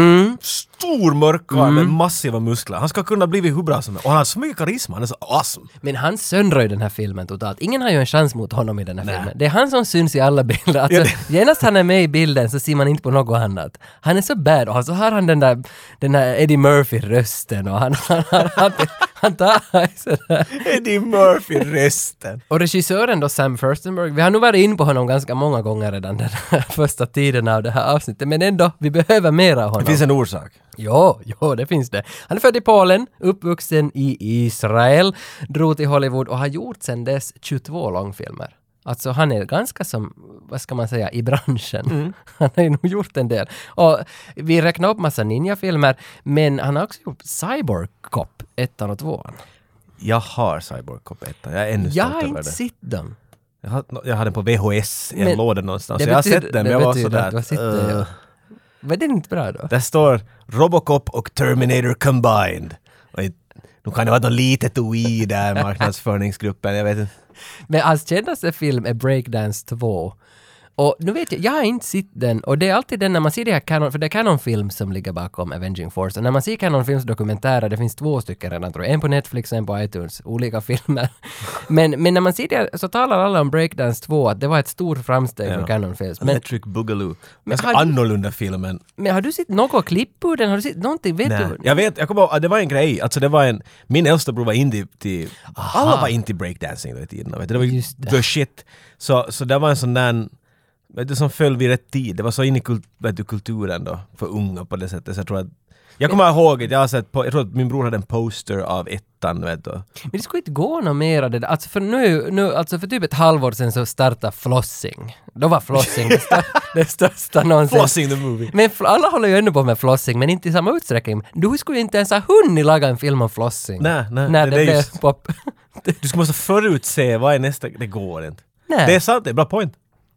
[SPEAKER 2] stor mörk karl med massiva muskler. Han ska kunna bli hur bra som helst. Och han har så mycket karisma, han är så awesome.
[SPEAKER 1] Men han söndrar ju den här filmen totalt. Ingen har ju en chans mot honom i den här filmen. Det är han som syns i alla bilder. Alltså,
[SPEAKER 2] Ja,
[SPEAKER 1] *laughs* Genast han är med i bilden så ser man inte på något annat. Han är så bad och så har han den där, den där Eddie Murphy-rösten och han, *laughs* han, han, han, han tar sådär.
[SPEAKER 2] Eddie Murphy resten.
[SPEAKER 1] Och regissören då, Sam Furstenberg, vi har nu varit in på honom ganska många gånger redan den här *laughs* första tiden av det här avsnittet, men ändå, vi behöver mer av
[SPEAKER 2] Det
[SPEAKER 1] honom.
[SPEAKER 2] finns en orsak.
[SPEAKER 1] *laughs* Jo, jo, det finns det. Han är född i Polen, uppvuxen i Israel, drog till Hollywood och har gjort sedan dess 22 långfilmer. Alltså han är ganska som, vad ska man säga, i branschen.
[SPEAKER 2] Mm.
[SPEAKER 1] *laughs* Han har ju nog gjort en del. Och vi räknar upp massa ninjafilmer, men han har också gjort Cyborg Cop 1 och 2.
[SPEAKER 2] Jag har Cyborg Cop 1, jag är ännu
[SPEAKER 1] Jag
[SPEAKER 2] stolt
[SPEAKER 1] har
[SPEAKER 2] över
[SPEAKER 1] inte
[SPEAKER 2] det.
[SPEAKER 1] sett dem.
[SPEAKER 2] Jag har, jag har den på VHS i en
[SPEAKER 1] Men
[SPEAKER 2] låda någonstans.
[SPEAKER 1] det
[SPEAKER 2] Så jag har
[SPEAKER 1] betyder-
[SPEAKER 2] sett den,
[SPEAKER 1] det
[SPEAKER 2] men jag var
[SPEAKER 1] betyder att du har sett
[SPEAKER 2] sådär...
[SPEAKER 1] det, ja.
[SPEAKER 2] eh,
[SPEAKER 1] Var det inte bra då?
[SPEAKER 2] Där står Robocop och Terminator combined. Och i- nu kan det vara något litet OI där,
[SPEAKER 1] *laughs*
[SPEAKER 2] marknadsföringsgruppen, jag vet inte.
[SPEAKER 1] Men hans kändaste film är Breakdance 2. Och nu vet jag, jag har inte sett den och det är alltid den när man ser det här Canon, för det är Canon-film som ligger bakom Avenging Force. Och när man ser Canon-films dokumentärer, det finns två stycken redan tror jag, en på Netflix och en på iTunes, olika *laughs* filmer. men, men när man ser det så talar alla om Breakdance 2, att det var ett stort framsteg för Canon-films. Men,
[SPEAKER 2] Electric Boogaloo. Ganska
[SPEAKER 1] har du-
[SPEAKER 2] annorlunda filmen.
[SPEAKER 1] men har du sett något klipp ur den? Har du sett någonting? Vet
[SPEAKER 2] Nej.
[SPEAKER 1] du?
[SPEAKER 2] Jag vet, jag kommer ihåg, att det var en grej, alltså det var en, min äldsta bror var inte till, alla var inte till breakdancing då i tiden, vet du. det var ju
[SPEAKER 1] Just det.
[SPEAKER 2] the shit. Så, så det var en sån där, vet du, som föll vid rätt tid, det var så in i kult, vet du, kulturen då, för unga på det sättet, så jag tror att jag kommer ihåg att jag har sett, på, jag tror att min bror hade en poster av ettan, vet du.
[SPEAKER 1] Men det skulle inte gå något mer av det där. Alltså för nu, nu, alltså för typ ett halvår sedan så startade Flossing. Då var Flossing det, stör, *laughs* det största någonsin.
[SPEAKER 2] Flossing the movie.
[SPEAKER 1] Men fl- alla håller ju ännu på med flossing, men inte i samma utsträckning. Du skulle ju inte ens ha hunnit laga en film om flossing.
[SPEAKER 2] Nej, nej,
[SPEAKER 1] När
[SPEAKER 2] det-
[SPEAKER 1] det,
[SPEAKER 2] det är
[SPEAKER 1] blev
[SPEAKER 2] just-
[SPEAKER 1] pop.
[SPEAKER 2] *laughs*
[SPEAKER 1] *laughs*
[SPEAKER 2] Du ska måste förutse vad är nästa... Det går inte.
[SPEAKER 1] Nej.
[SPEAKER 2] Det är sant, det är bra point.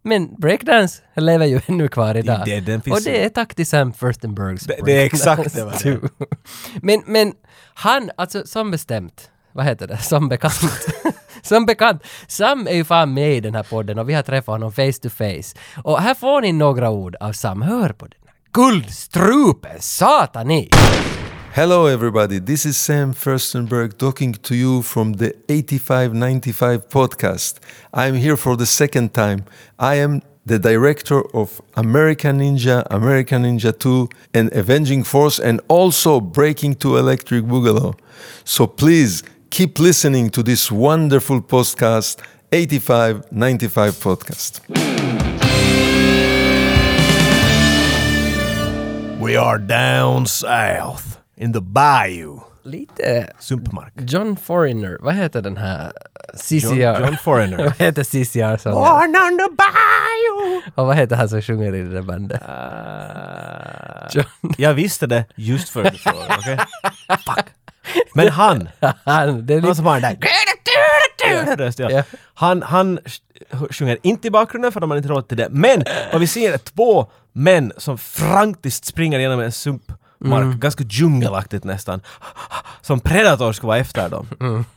[SPEAKER 1] Men breakdance lever ju ännu kvar idag.
[SPEAKER 2] Det- den finns
[SPEAKER 1] och det är tack till Sam Furstenbergs
[SPEAKER 2] Det, det är exakt
[SPEAKER 1] breakdance
[SPEAKER 2] det. vad det
[SPEAKER 1] *laughs*
[SPEAKER 2] är.
[SPEAKER 1] Men, men han, alltså som bestämt, vad heter det, *laughs* som bekant. som bekant, Sam är ju fan med i den här podden och vi har träffat honom face to face. Och här får ni några ord av Sam, hör på den här guldstrupen, satan i!
[SPEAKER 10] Hello, everybody. This is Sam Furstenberg talking to you from the 8595 podcast. I'm here for the second time. I am the director of American Ninja, American Ninja 2, and Avenging Force, and also Breaking to Electric Boogaloo. So please keep listening to this wonderful podcast, 8595 podcast.
[SPEAKER 2] We are down south in the bayou.
[SPEAKER 1] Lite
[SPEAKER 2] Sumpmark.
[SPEAKER 1] John Foreigner, vad heter den här CCR?
[SPEAKER 2] John, John
[SPEAKER 1] *laughs*
[SPEAKER 2] Foreigner.
[SPEAKER 1] vad heter CCR som
[SPEAKER 2] Born on the bayou!
[SPEAKER 1] Och vad heter han som sjunger i det där bandet? *laughs* John...
[SPEAKER 2] Jag visste det just för du frågade, okej? Fuck. Men han,
[SPEAKER 1] Han, det är
[SPEAKER 2] han
[SPEAKER 1] lite...
[SPEAKER 2] som har den *laughs* där röst,
[SPEAKER 1] Ja.
[SPEAKER 2] ja. Han, han sj- sjunger inte i bakgrunden för de har inte råd till det. Men vad vi ser är två män som franktiskt springer genom en sumpmark, ganska djungelaktigt nästan. Som Predator ska vara efter dem.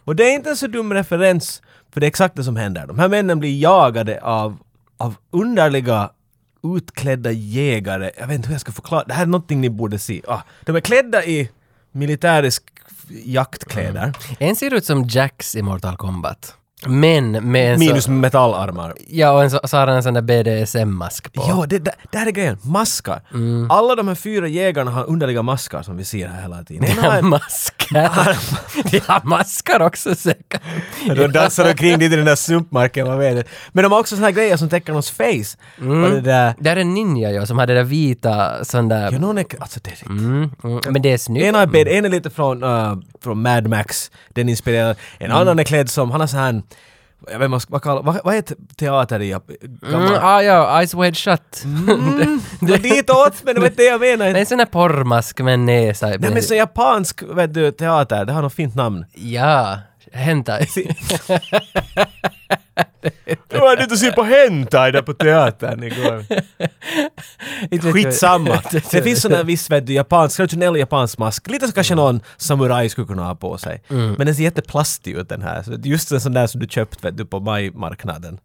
[SPEAKER 2] Och det är inte en så dum referens, för det är exakt det som händer. De här männen blir jagade av, av underliga utklädda jägare. Jag vet inte hur jag ska förklara. Det här är någonting ni borde se. Ah, de är klädda i militärisk jaktkläder.
[SPEAKER 1] Mm. En ser ut som Jax i Mortal Kombat. Men med en
[SPEAKER 2] Minus
[SPEAKER 1] Så,
[SPEAKER 2] metallarmar.
[SPEAKER 1] ja, och en så, så har han en sån där BDSM-mask på. *laughs* Mm.
[SPEAKER 2] Ja, det, det, det här är grejen. Maskar. Alla de här fyra jägarna har underliga maskar som vi ser här hela tiden. En
[SPEAKER 1] De har
[SPEAKER 2] *laughs*
[SPEAKER 1] *laughs*
[SPEAKER 2] har
[SPEAKER 1] maskar. De har maskar också säkert.
[SPEAKER 2] en- de dansar omkring dit i den där sumpmarken, man vet det. Men de har också såna här grejer som täcker någons face.
[SPEAKER 1] Mm.
[SPEAKER 2] Och det där...
[SPEAKER 1] Där är en ninja ju, som har det där vita sån där...
[SPEAKER 2] Ja, någon är... Alltså det är riktigt.
[SPEAKER 1] Mm, mm, men det är snyggt.
[SPEAKER 2] Ena är, bed, en är lite från, eh, från Mad Max, den inspirerade. En
[SPEAKER 1] Mm.
[SPEAKER 2] annan är klädd som, han har så här, jag vet inte vad, kallar- vad, vad heter teater i Jap-
[SPEAKER 1] Mm,
[SPEAKER 2] gammal-
[SPEAKER 1] ah, ja, Eyes Wide Shut.
[SPEAKER 2] Det var ditåt, men det var inte det jag
[SPEAKER 1] Det är en *laughs*
[SPEAKER 2] menade.
[SPEAKER 1] sån där porrmask med näsa.
[SPEAKER 2] Nej men så japansk, vet du, teater, det har något fint namn.
[SPEAKER 1] Ja, hentai.
[SPEAKER 2] Jag var dit och se på Hentai där på teatern igår. Skitsamma. Det finns sån där viss, vet du, japansk, traditionell japansk mask. Lite som kanske någon samuraj skulle kunna ha på sig. Men den ser jätteplastig ut den här. Så det är Just en sån där som du köpt vet du, på majmarknaden.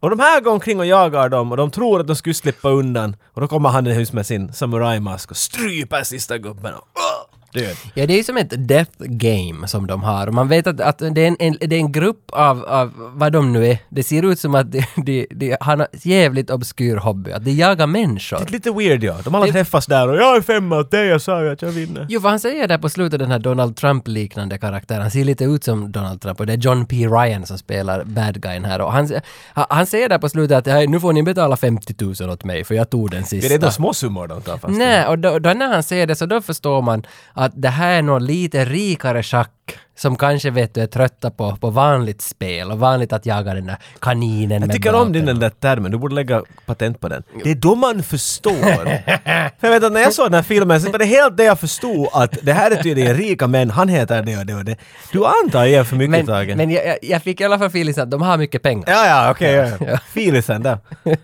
[SPEAKER 2] Och de här går omkring och jagar dem och de tror att de skulle slippa undan. Och då kommer han i hus med sin samurajmask och stryper sista gubben. Och, Åh! död.
[SPEAKER 1] Ja, det är ju som ett death game som de har. Och Man vet att, att det, är en, en, det är en grupp av, av vad de nu är. Det ser ut som att de, de, de har en jävligt obskyr hobby, att de jagar människor.
[SPEAKER 2] Det är lite weird ja. De alla träffas där och jag är femma åt dig, jag sa ju att jag vinner.
[SPEAKER 1] Jo, vad han säger där på slutet, den här Donald Trump-liknande karaktären, han ser lite ut som Donald Trump och det är John P. Ryan som spelar bad guyn här och han, sä- ha- han säger där på slutet att "Hej, nu får ni betala 50 000 åt mig för jag tog den
[SPEAKER 2] Det
[SPEAKER 1] sista.
[SPEAKER 2] är inte småsummor de tar fast.
[SPEAKER 1] Nej, och då, då när han säger det så då förstår man att det här är någon lite rikare schack som kanske vet du är trötta på, på vanligt spel och vanligt att jaga den där kaninen
[SPEAKER 2] Jag
[SPEAKER 1] med
[SPEAKER 2] tycker om
[SPEAKER 1] blaten.
[SPEAKER 2] din den där termen, du borde lägga patent på den. Det är då man *laughs* förstår. För jag vet att när jag såg den här filmen så var det helt det jag förstod att det här är tydligen rika män, han heter det och det och det. Du antar igen för mycket
[SPEAKER 1] Men,
[SPEAKER 2] Tage.
[SPEAKER 1] men jag, jag- jag fick i alla fall feelingen att de har mycket pengar.
[SPEAKER 2] Ja, ja, okej. ja, *laughs* ja. Filisen där.
[SPEAKER 1] *laughs*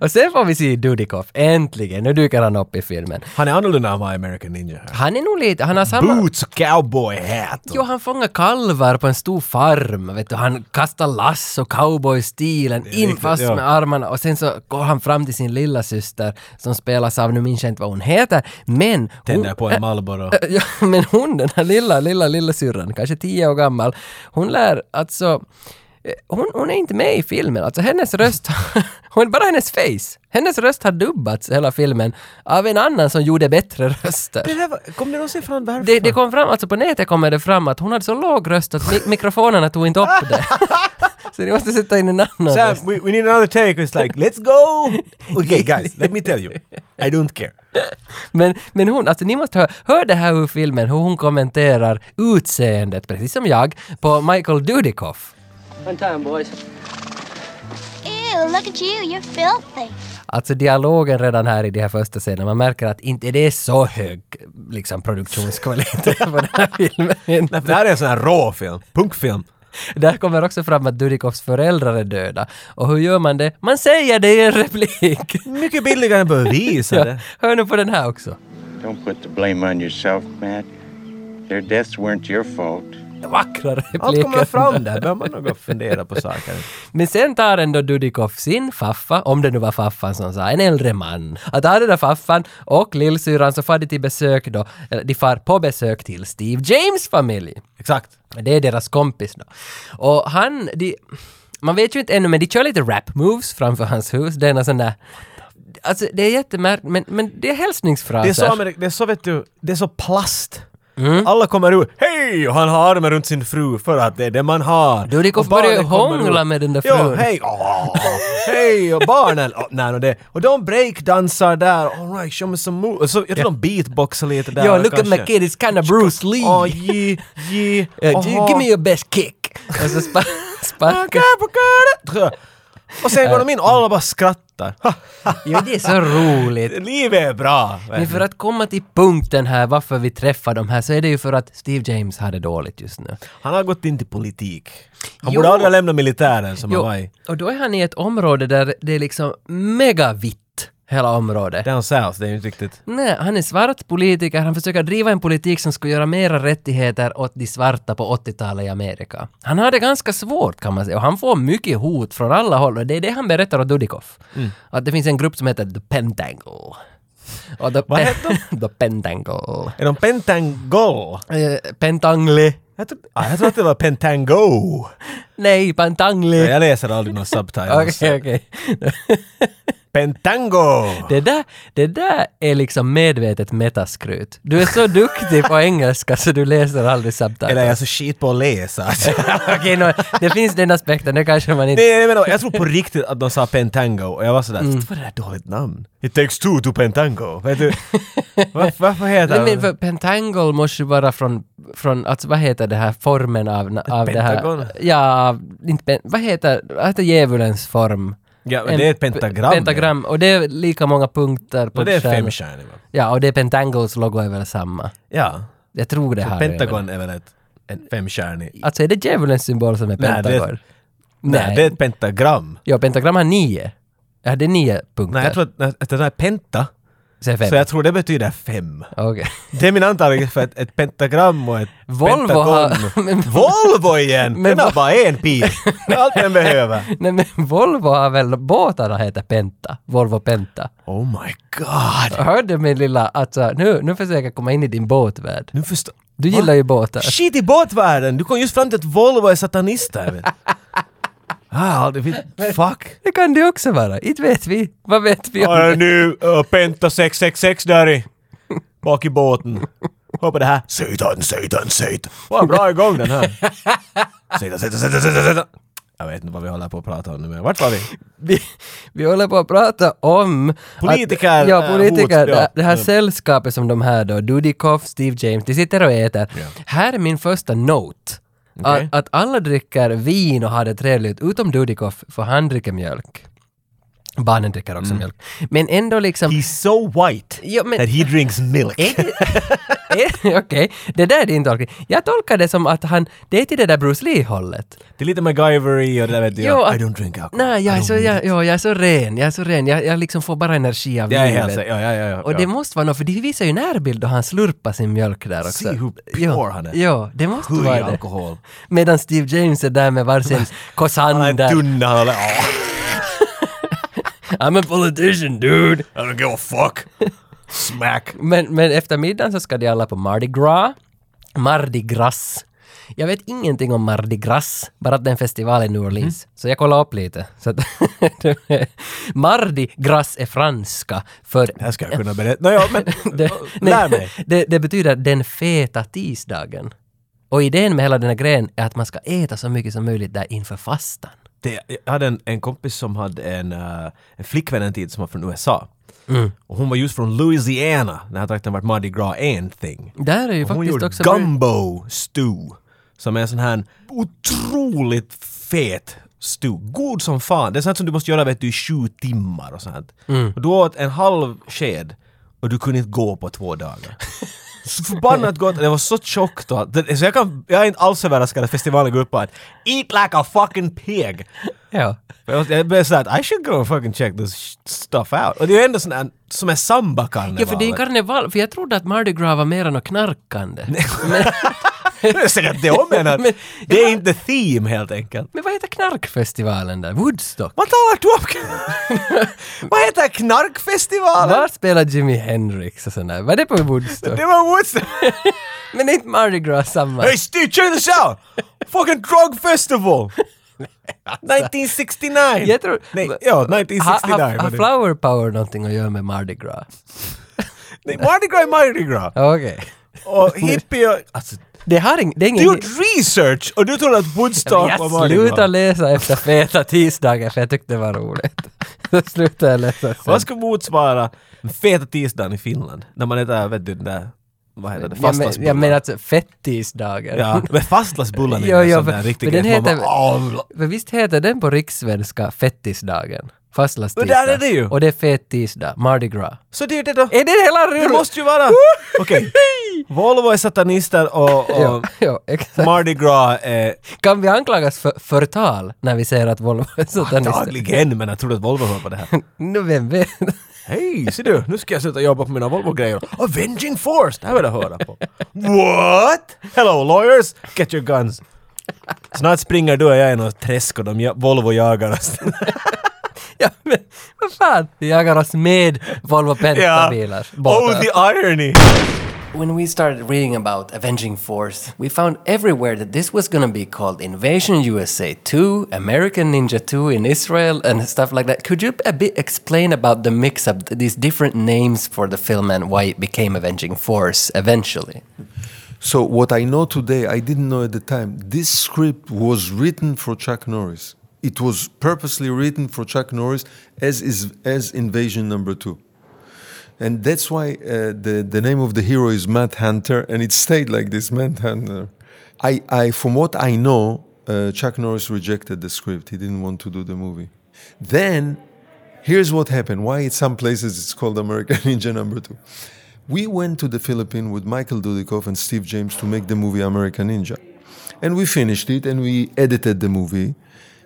[SPEAKER 1] och sen får vi se Dudikoff, äntligen, nu dyker han upp i filmen.
[SPEAKER 2] Han är annorlunda än vad American Ninja är.
[SPEAKER 1] Han är nog lite, han har samma...
[SPEAKER 2] Boots och cowboy hat.
[SPEAKER 1] Jo, han fångar kalvar på en stor farm, vet du. Han kastar lass och cowboystilen
[SPEAKER 2] Det är
[SPEAKER 1] in
[SPEAKER 2] riktigt,
[SPEAKER 1] fast
[SPEAKER 2] ja.
[SPEAKER 1] med armarna och sen så går han fram till sin lilla syster som spelas av, nu minns jag inte vad hon heter, men hon,
[SPEAKER 2] Tänder *laughs* på en Marlboro.
[SPEAKER 1] ja, men hon, *laughs* den här lilla, lilla, lilla syrran, kanske tio år gammal, hon lär alltså eh, hon, hon är inte med i filmen, alltså hennes röst, *laughs* hon, bara hennes face. Hennes röst har dubbats hela filmen av en annan som gjorde bättre röster.
[SPEAKER 2] Det där var, kom det någonsin fram varför?
[SPEAKER 1] Det,
[SPEAKER 2] *laughs*
[SPEAKER 1] det kom fram, alltså på nätet kommer det fram att hon hade så låg röst att mi- mikrofonerna tog inte upp det. så ni måste sätta in en annan
[SPEAKER 2] Sam,
[SPEAKER 1] röst.
[SPEAKER 2] we, we need another take. It's like, let's *laughs* go! Okay guys, let me tell you. I don't care.
[SPEAKER 1] Men, men hon, alltså ni måste höra, hör det här ur filmen hur hon kommenterar utseendet, precis som jag, på Michael Dudikoff.
[SPEAKER 4] Fun time, boys.
[SPEAKER 11] Ew, look at you, you're filthy.
[SPEAKER 1] Alltså dialogen redan här i de här första scenerna, man märker att inte det är så hög liksom, produktionskvalitet på den här filmen.
[SPEAKER 2] Nej, för Det här är en sån här rå film. Punkfilm.
[SPEAKER 1] Där kommer också fram att Dudikovs föräldrar är döda. Och hur gör man det? Man säger det i en replik!
[SPEAKER 2] Mycket billigare än bara
[SPEAKER 1] *laughs*
[SPEAKER 2] visa det.
[SPEAKER 1] Hör nu på den här också.
[SPEAKER 9] Don't put the blame on yourself, Matt. Their deaths weren't your fault.
[SPEAKER 1] vackra
[SPEAKER 2] Allt kommer
[SPEAKER 1] repliker.
[SPEAKER 2] fram där, bör man nog fundera på saker.
[SPEAKER 1] Men sen tar ändå Dudikoff sin faffa, om det nu var faffan som sa, en äldre man. Att ha den där faffan och lillsyrran så far de till besök då, eller de far på besök till Steve James familj.
[SPEAKER 2] Exakt.
[SPEAKER 1] Det är deras kompis då. Och han, de, man vet ju inte ännu men de kör lite rap moves framför hans hus, det är någon sån där Alltså det är jättemärkligt, men, men det är hälsningsfraser.
[SPEAKER 2] Det är, så, Ameri- det är så, vet du, det är så plast.
[SPEAKER 1] Mm.
[SPEAKER 2] Alla kommer ut, hej! Och han har armen runt sin fru för att det är det man har.
[SPEAKER 1] Dudikoff
[SPEAKER 2] Och barnen
[SPEAKER 1] börjar ju
[SPEAKER 2] kommer
[SPEAKER 1] hångla
[SPEAKER 2] ut.
[SPEAKER 1] med den där
[SPEAKER 2] Jo,
[SPEAKER 1] frun.
[SPEAKER 2] hej! Åh, hej! Och barnen, oh, nej, och det. Och de breakdansar där, alright, show me some moves. Så jag tror de beatboxar lite där.
[SPEAKER 1] Yo, look at my
[SPEAKER 2] kanske.
[SPEAKER 1] kid, it's kinda Bruce Lee.
[SPEAKER 2] Åh, je, je.
[SPEAKER 1] Eh, gi-
[SPEAKER 2] aha.
[SPEAKER 1] give me your best kick! Och så spa- *laughs* sparkar...
[SPEAKER 2] Och sen går de in och alla bara skrattar.
[SPEAKER 1] Ja, det är så roligt.
[SPEAKER 2] Livet är bra!
[SPEAKER 1] Men för att komma till punkten här varför vi träffar de här så är det ju för att Steve James hade dåligt just nu.
[SPEAKER 2] Han har gått in till politik. Han
[SPEAKER 1] Jo.
[SPEAKER 2] borde aldrig ha lämnat militären som han var i.
[SPEAKER 1] och då är han i ett område där det är liksom mega vitt hela området.
[SPEAKER 2] Down south, det är ju inte riktigt...
[SPEAKER 1] Nej, han är svart politiker, han försöker driva en politik som skulle göra mera rättigheter åt de svarta på 80-talet i Amerika. Han har det ganska svårt kan man säga och han får mycket hot från alla håll och det är det han berättar åt Dudikoff.
[SPEAKER 2] Mm.
[SPEAKER 1] Att det finns en grupp som heter The Pentangle. Och the pen- *laughs*
[SPEAKER 2] Vad heter
[SPEAKER 1] The Pentangle.
[SPEAKER 2] Är de pentangol?
[SPEAKER 1] Eh, Pentangle.
[SPEAKER 2] Jag tror, ah, jag tror att det var Pentango.
[SPEAKER 1] Nej, Pantangli.
[SPEAKER 2] Nej, jag läser aldrig några subtitles.
[SPEAKER 1] Okej, okej. *laughs*
[SPEAKER 2] Pentango!
[SPEAKER 1] Det där, det där är liksom medvetet metaskrut. Du är så duktig på engelska så du läser aldrig subtitles.
[SPEAKER 2] Eller jag är så shit på
[SPEAKER 1] *laughs*
[SPEAKER 2] att läsa. *laughs*
[SPEAKER 1] Okej, nå, det finns den aspekten, det kanske man inte...
[SPEAKER 2] Nej, jag, menar, jag tror på riktigt att de sa Pentango och jag var sådär, mm. vad är det där dåligt namn? It takes two to Pentango.
[SPEAKER 1] *laughs*
[SPEAKER 2] Vet du? Var, varför heter
[SPEAKER 1] Nej, men
[SPEAKER 2] det?
[SPEAKER 1] för pentangle måste ju vara från, från alltså, vad heter det här formen av, av det
[SPEAKER 2] Pentagon?
[SPEAKER 1] här... Ja, av- inte pen, vad heter, vad heter djävulens form?
[SPEAKER 2] Ja, men det är ett pentagram.
[SPEAKER 1] Pentagram, och det är lika många punkter på
[SPEAKER 2] Och det är
[SPEAKER 1] stjärnan.
[SPEAKER 2] femstjärnig va?
[SPEAKER 1] Ja, och det är pentangles logo är väl samma.
[SPEAKER 2] Ja.
[SPEAKER 1] Jag tror det
[SPEAKER 2] Så
[SPEAKER 1] här är väl-
[SPEAKER 2] Pentagon är väl ett, en femstjärnig?
[SPEAKER 1] Alltså är det djävulens symbol som är
[SPEAKER 2] Nej, det-
[SPEAKER 1] pentagon?
[SPEAKER 2] Nej. det är ett pentagram.
[SPEAKER 1] Ja, pentagram har nio. Ja, det är nio punkter.
[SPEAKER 2] Nej, jag tror att, att det där är penta.
[SPEAKER 1] Så är fem.
[SPEAKER 2] Så jag tror det betyder fem.
[SPEAKER 1] Okej.
[SPEAKER 2] Det är min antagning för ett, ett pentagram och ett
[SPEAKER 1] Volvo
[SPEAKER 2] pentagon.
[SPEAKER 1] har- men-
[SPEAKER 2] Volvo igen!
[SPEAKER 1] Men
[SPEAKER 2] den har
[SPEAKER 1] vad-
[SPEAKER 2] bara en pil. Det är allt den behöver.
[SPEAKER 1] Nej men Volvo har väl, båtarna heter Penta. Volvo Penta.
[SPEAKER 2] Oh my god!
[SPEAKER 1] Jag hörde min lilla, alltså nu, nu försöker jag komma in i din båtvärld.
[SPEAKER 2] Nu förstår...
[SPEAKER 1] Du gillar ju båtar.
[SPEAKER 2] Shit i båtvärlden! Du kom just fram till att Volvo är satanister. vet du. ah, det vet... Fuck!
[SPEAKER 1] Det kan det också vara, inte vet vi. Vad vet vi om
[SPEAKER 2] Har
[SPEAKER 1] det?
[SPEAKER 2] jag nu uh, Penta 666 där i? Bak i båten. Hör på det här. Satan, Satan, Satan. Vad bra igång den här. *laughs* Satan, Satan, Satan, Satan, Satan. Jag vet inte vad vi håller på att prata om nu men vart var vi?
[SPEAKER 1] Vi, vi håller på att prata om...
[SPEAKER 2] Politiker,
[SPEAKER 1] Att, ja,
[SPEAKER 2] eh,
[SPEAKER 1] politiker.
[SPEAKER 2] hot, ja.
[SPEAKER 1] det, det här
[SPEAKER 2] Mm.
[SPEAKER 1] sällskapet som de här då, Dudikoff, Steve James, de sitter och äter. Här är min första note.
[SPEAKER 2] Okej.
[SPEAKER 1] Att, att alla dricker vin och har det trevligt, utom Dudikoff, för han dricker mjölk. Barnen dricker
[SPEAKER 2] Mm.
[SPEAKER 1] också mjölk. Men ändå liksom...
[SPEAKER 2] He's so white
[SPEAKER 1] Ja, men-
[SPEAKER 2] that he drinks milk.
[SPEAKER 1] Eh,
[SPEAKER 2] *laughs*
[SPEAKER 1] Okej, det där är din tolkning. Jag tolkar det som att han, det är till det där Bruce Lee-hållet.
[SPEAKER 2] Det är lite MacGyvery och det där vet du.
[SPEAKER 1] Jo,
[SPEAKER 2] ja. I
[SPEAKER 1] att-
[SPEAKER 2] don't drink alcohol.
[SPEAKER 1] Nej, jag är, så, jag, ja, jag är så ren, jag är så ren, jag, jag liksom får bara energi av
[SPEAKER 2] Jag är helt
[SPEAKER 1] livet.
[SPEAKER 2] säker. Ja, ja, ja, ja.
[SPEAKER 1] Och det måste vara något, för det visar ju närbild då han slurpar sin mjölk där också.
[SPEAKER 2] Se hur pure
[SPEAKER 1] ja,
[SPEAKER 2] han är.
[SPEAKER 1] Ja, det måste
[SPEAKER 2] Hur i
[SPEAKER 1] vara det.
[SPEAKER 2] alkohol.
[SPEAKER 1] Medan Steve James är där med varsin
[SPEAKER 2] Han är
[SPEAKER 1] kossander.
[SPEAKER 2] tunn. Han är... Åh,
[SPEAKER 1] I'm a politician dude!
[SPEAKER 2] I don't give a fuck. Smack.
[SPEAKER 1] Men, men efter middagen så ska de alla på Mardi Gras. Mardi Gras. Jag vet ingenting om Mardi Gras, bara att det är en festival i New Orleans.
[SPEAKER 2] Mm.
[SPEAKER 1] Så jag kollade upp lite. Så att *laughs* Mardi Gras är franska för...
[SPEAKER 2] Det här ska jag kunna berätta. Nåja, men
[SPEAKER 1] *laughs* Det,
[SPEAKER 2] lär mig.
[SPEAKER 1] *laughs* det, det betyder den feta tisdagen. Och idén med hela den här grejen är att man ska äta så mycket som möjligt där inför fastan.
[SPEAKER 2] det, jag hade en, en kompis som hade en, eh, en flickvän en tid som var från USA.
[SPEAKER 1] Mm.
[SPEAKER 2] Och hon var just från Louisiana, den här trakten vart Mardi Gras är en thing.
[SPEAKER 1] Där Mm. är ju
[SPEAKER 2] Och hon
[SPEAKER 1] faktiskt
[SPEAKER 2] gjorde
[SPEAKER 1] också...
[SPEAKER 2] gumbo stew, som är en sån här otroligt fet stew. God som fan. Det är sånt som du måste göra vet du, i sju timmar och sånt.
[SPEAKER 1] Mm.
[SPEAKER 2] Och du åt en halv sked och du kunde inte gå på
[SPEAKER 1] *laughs*
[SPEAKER 2] två dagar. Så förbannat gott, det var så tjockt och allt. Det- så jag, kan, jag är inte alls överraskad att festivalen går upp på att “Eat like a fucking pig”.
[SPEAKER 1] Ja.
[SPEAKER 2] Jag måste- Jag blev såhär att I should go and fucking check this sh- stuff out. Och det är ju ändå sån här som är sambakarnevalen.
[SPEAKER 1] ja, för
[SPEAKER 2] *laughs*
[SPEAKER 1] det är ju karneval, för jag trodde att Mardi Gras var mer än något knarkande.
[SPEAKER 2] Det är säkert det jag
[SPEAKER 1] *laughs*
[SPEAKER 2] menar.
[SPEAKER 1] Men-
[SPEAKER 2] det är inte theme helt enkelt.
[SPEAKER 1] Men vad heter knarkfestivalen där? Woodstock?
[SPEAKER 2] Vad talar du om? *laughs* Vad heter knarkfestivalen?
[SPEAKER 1] Var spelar Jimi Hendrix och sådär? Var det på Woodstock?
[SPEAKER 2] Det var Woodstock!
[SPEAKER 1] Men är inte Mardi Gras samma?
[SPEAKER 2] *laughs* hey Steve, check this out! Fucking drug festival! *laughs* 1969!
[SPEAKER 1] Alltså. Jag tror-
[SPEAKER 2] Nej, ja, 1969.
[SPEAKER 1] Har ha, ha
[SPEAKER 2] var
[SPEAKER 1] har
[SPEAKER 2] det.
[SPEAKER 1] Flower Power någonting att göra med Mardi Gras?
[SPEAKER 2] Nej, Mardi Gras är Mardi Gras.
[SPEAKER 1] Okej.
[SPEAKER 2] Och hippie
[SPEAKER 1] *laughs*
[SPEAKER 2] och... Alltså,
[SPEAKER 1] Det har ing, det är ingen...
[SPEAKER 2] du gjorde research och du trodde att
[SPEAKER 1] Ja, men
[SPEAKER 2] Woodstock var
[SPEAKER 1] jag
[SPEAKER 2] Mardi Gras.
[SPEAKER 1] slutade läsa efter feta tisdagar för jag tyckte det var roligt. *laughs* Så slutade jag läsa sen.
[SPEAKER 2] Vad ska motsvara den feta tisdagen i Finland? När man äter, vet du, den där, vad heter det,
[SPEAKER 1] jag, men,
[SPEAKER 2] fastlagsbullar?
[SPEAKER 1] jag menar alltså fettisdagar.
[SPEAKER 2] Ja, men fastlagsbullar
[SPEAKER 1] *laughs*
[SPEAKER 2] är
[SPEAKER 1] Jo,
[SPEAKER 2] ju
[SPEAKER 1] jo,
[SPEAKER 2] en sån där
[SPEAKER 1] men-
[SPEAKER 2] riktig
[SPEAKER 1] men den
[SPEAKER 2] grej som man
[SPEAKER 1] heter-
[SPEAKER 2] bara, "Åh,
[SPEAKER 1] För visst heter den på rikssvenska fettisdagen? Fastlagstisdag.
[SPEAKER 2] Men där är det ju.
[SPEAKER 1] Och det är fettisdag, Mardi Gras.
[SPEAKER 2] Så det är ju det då!
[SPEAKER 1] Är det hela
[SPEAKER 2] Det
[SPEAKER 1] rummet?
[SPEAKER 2] måste
[SPEAKER 1] *laughs*
[SPEAKER 2] ju vara... Okej. Volvo är satanister och,
[SPEAKER 1] Ja,
[SPEAKER 2] och
[SPEAKER 1] *laughs* ja, exakt.
[SPEAKER 2] *laughs* Mardi Gras
[SPEAKER 1] *laughs*
[SPEAKER 2] är
[SPEAKER 1] Kan vi anklagas för förtal när vi säger att Volvo är satanister?
[SPEAKER 2] dagligen, men jag tror att Volvo hör på det
[SPEAKER 1] *laughs*
[SPEAKER 2] här.
[SPEAKER 1] Nu vem vet?
[SPEAKER 2] Hej, ser du! Nu ska jag sluta jobba på mina Volvo-grejer. Avenging Force! Det här vill jag
[SPEAKER 1] *laughs*
[SPEAKER 2] höra på. What? Hello lawyers! Get your guns! Snart springer du och jag i något träsk och de ja- Volvo jagar oss.
[SPEAKER 1] ja, men vad fan? Vi jagar oss med Volvo Penta-bilar.
[SPEAKER 2] Oh, the irony!
[SPEAKER 1] When we started reading about Avenging Force, we found everywhere that this was gonna be called Invasion USA 2, American Ninja 2 in Israel, and stuff like that. Could you a bit explain about the mix up, these different names for the film, and why it became Avenging Force eventually?
[SPEAKER 10] So what I know today, I didn't know at the time. This script was written for Chuck Norris. It was purposely written for Chuck Norris as is as Invasion Number Two, and that's why uh, the the name of the hero is Matt Hunter, and it stayed like this, Matt Hunter. I, I from what I know, uh, Chuck Norris rejected the script. He didn't want to do the movie. Then, here's what happened. Why in some places it's called American *laughs* Ninja Number Two. We went to the Philippines with Michael Dudikoff and Steve James to make the movie American Ninja. And we finished it and we edited the movie.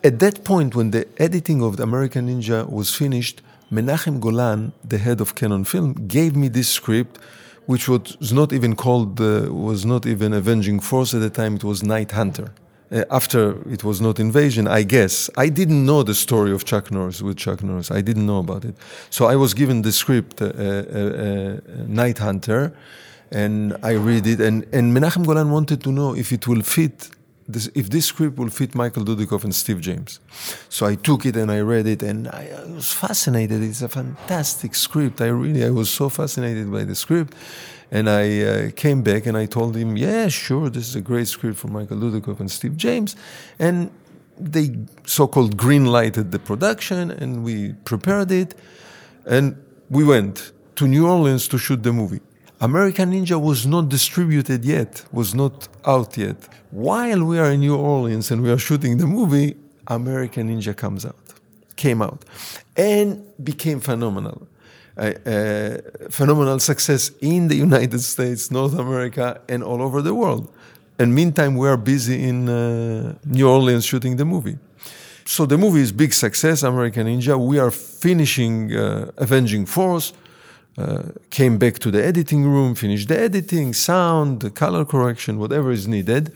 [SPEAKER 10] At that point, when the editing of the American Ninja was finished, Menachem Golan, the head of Canon Film, gave me this script, which was not even called, uh, was not even Avenging Force at the time, it was Night Hunter. Uh, after it was not invasion, I guess. I didn't know the story of Chuck Norris with Chuck Norris. I didn't know about it. So I was given the script, uh, uh, uh, Night Hunter, and I read it. And, and Menachem Golan wanted to know if it will fit, this, if this script will fit Michael Dudikoff and Steve James. So I took it and I read it, and I, I was fascinated. It's a fantastic script. I really, I was so fascinated by the script. And I uh, came back and I told him, yeah, sure, this is a great script for Michael Dudikoff and Steve James. And they so-called green-lighted the production and we prepared it. And we went to New Orleans to shoot the movie. American Ninja was not distributed yet, was not out yet. While we are in New Orleans and we are shooting the movie, American Ninja comes out, came out, and became phenomenal uh, phenomenal success in the United States, North America, and all over the world. And meantime, we are busy in uh, New Orleans shooting the movie. So the movie is big success, American Ninja. We are finishing uh, Avenging Force. Uh, came back to the editing room, finished the editing, sound, the color correction, whatever is needed.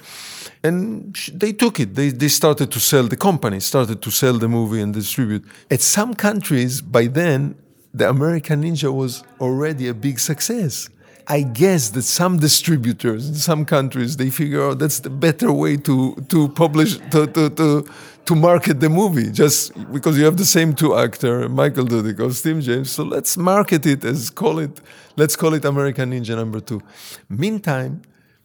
[SPEAKER 10] And sh- they took it. They, they started to sell the company, started to sell the movie and distribute. At some countries, by then, the American Ninja was already a big success. I guess that some distributors in some countries they figure out that's the better way to to publish to to to, to market the movie just because you have the same two actor Michael Dudikoff, Steve James. So let's market it as call it let's call it American Ninja number 2. Meantime,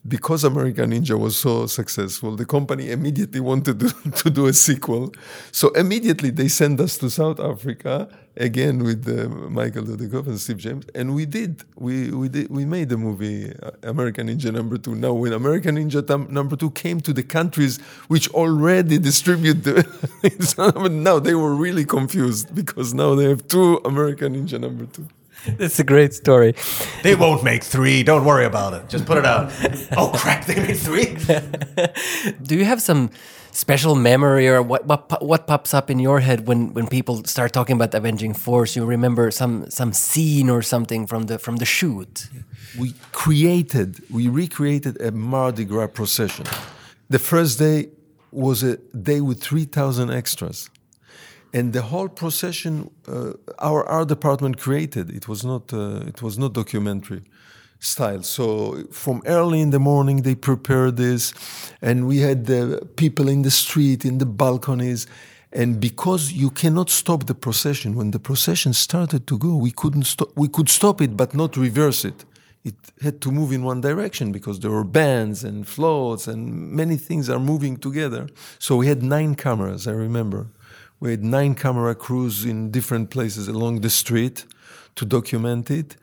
[SPEAKER 10] because American Ninja was so successful, the company immediately wanted to, *laughs* to do a sequel. So immediately they sent us to South Africa again with uh, Michael Dudikoff and Steve James, and we did. We we did. We made the movie uh, American Ninja Number Two. Now, when American Ninja Tam- Number Two came to the countries which already distribute the, *laughs* it's not- but now they were really confused because now they have two American Ninja Number Two.
[SPEAKER 1] That's a great story.
[SPEAKER 12] They won't make three. Don't worry about it. Just put it out. oh crap! They made three.
[SPEAKER 1] *laughs* Do you have some special memory or what what, po- what pops up in your head when, when people start talking about Avenging Force? You remember some some scene or something from the from the shoot?
[SPEAKER 10] we created, we recreated a Mardi Gras procession. The first day was a day with 3,000 extras. And the whole procession, uh, our art department created. It was not, uh, it was not documentary style. So from early in the morning, they prepared this, and we had the people in the street, in the balconies. And because you cannot stop the procession, when the procession started to go, we couldn't stop. We could stop it, but not reverse it. It had to move in one direction because there were bands and floats and many things are moving together. So we had nine cameras. I remember, we had nine camera crews in different places along the street to document it.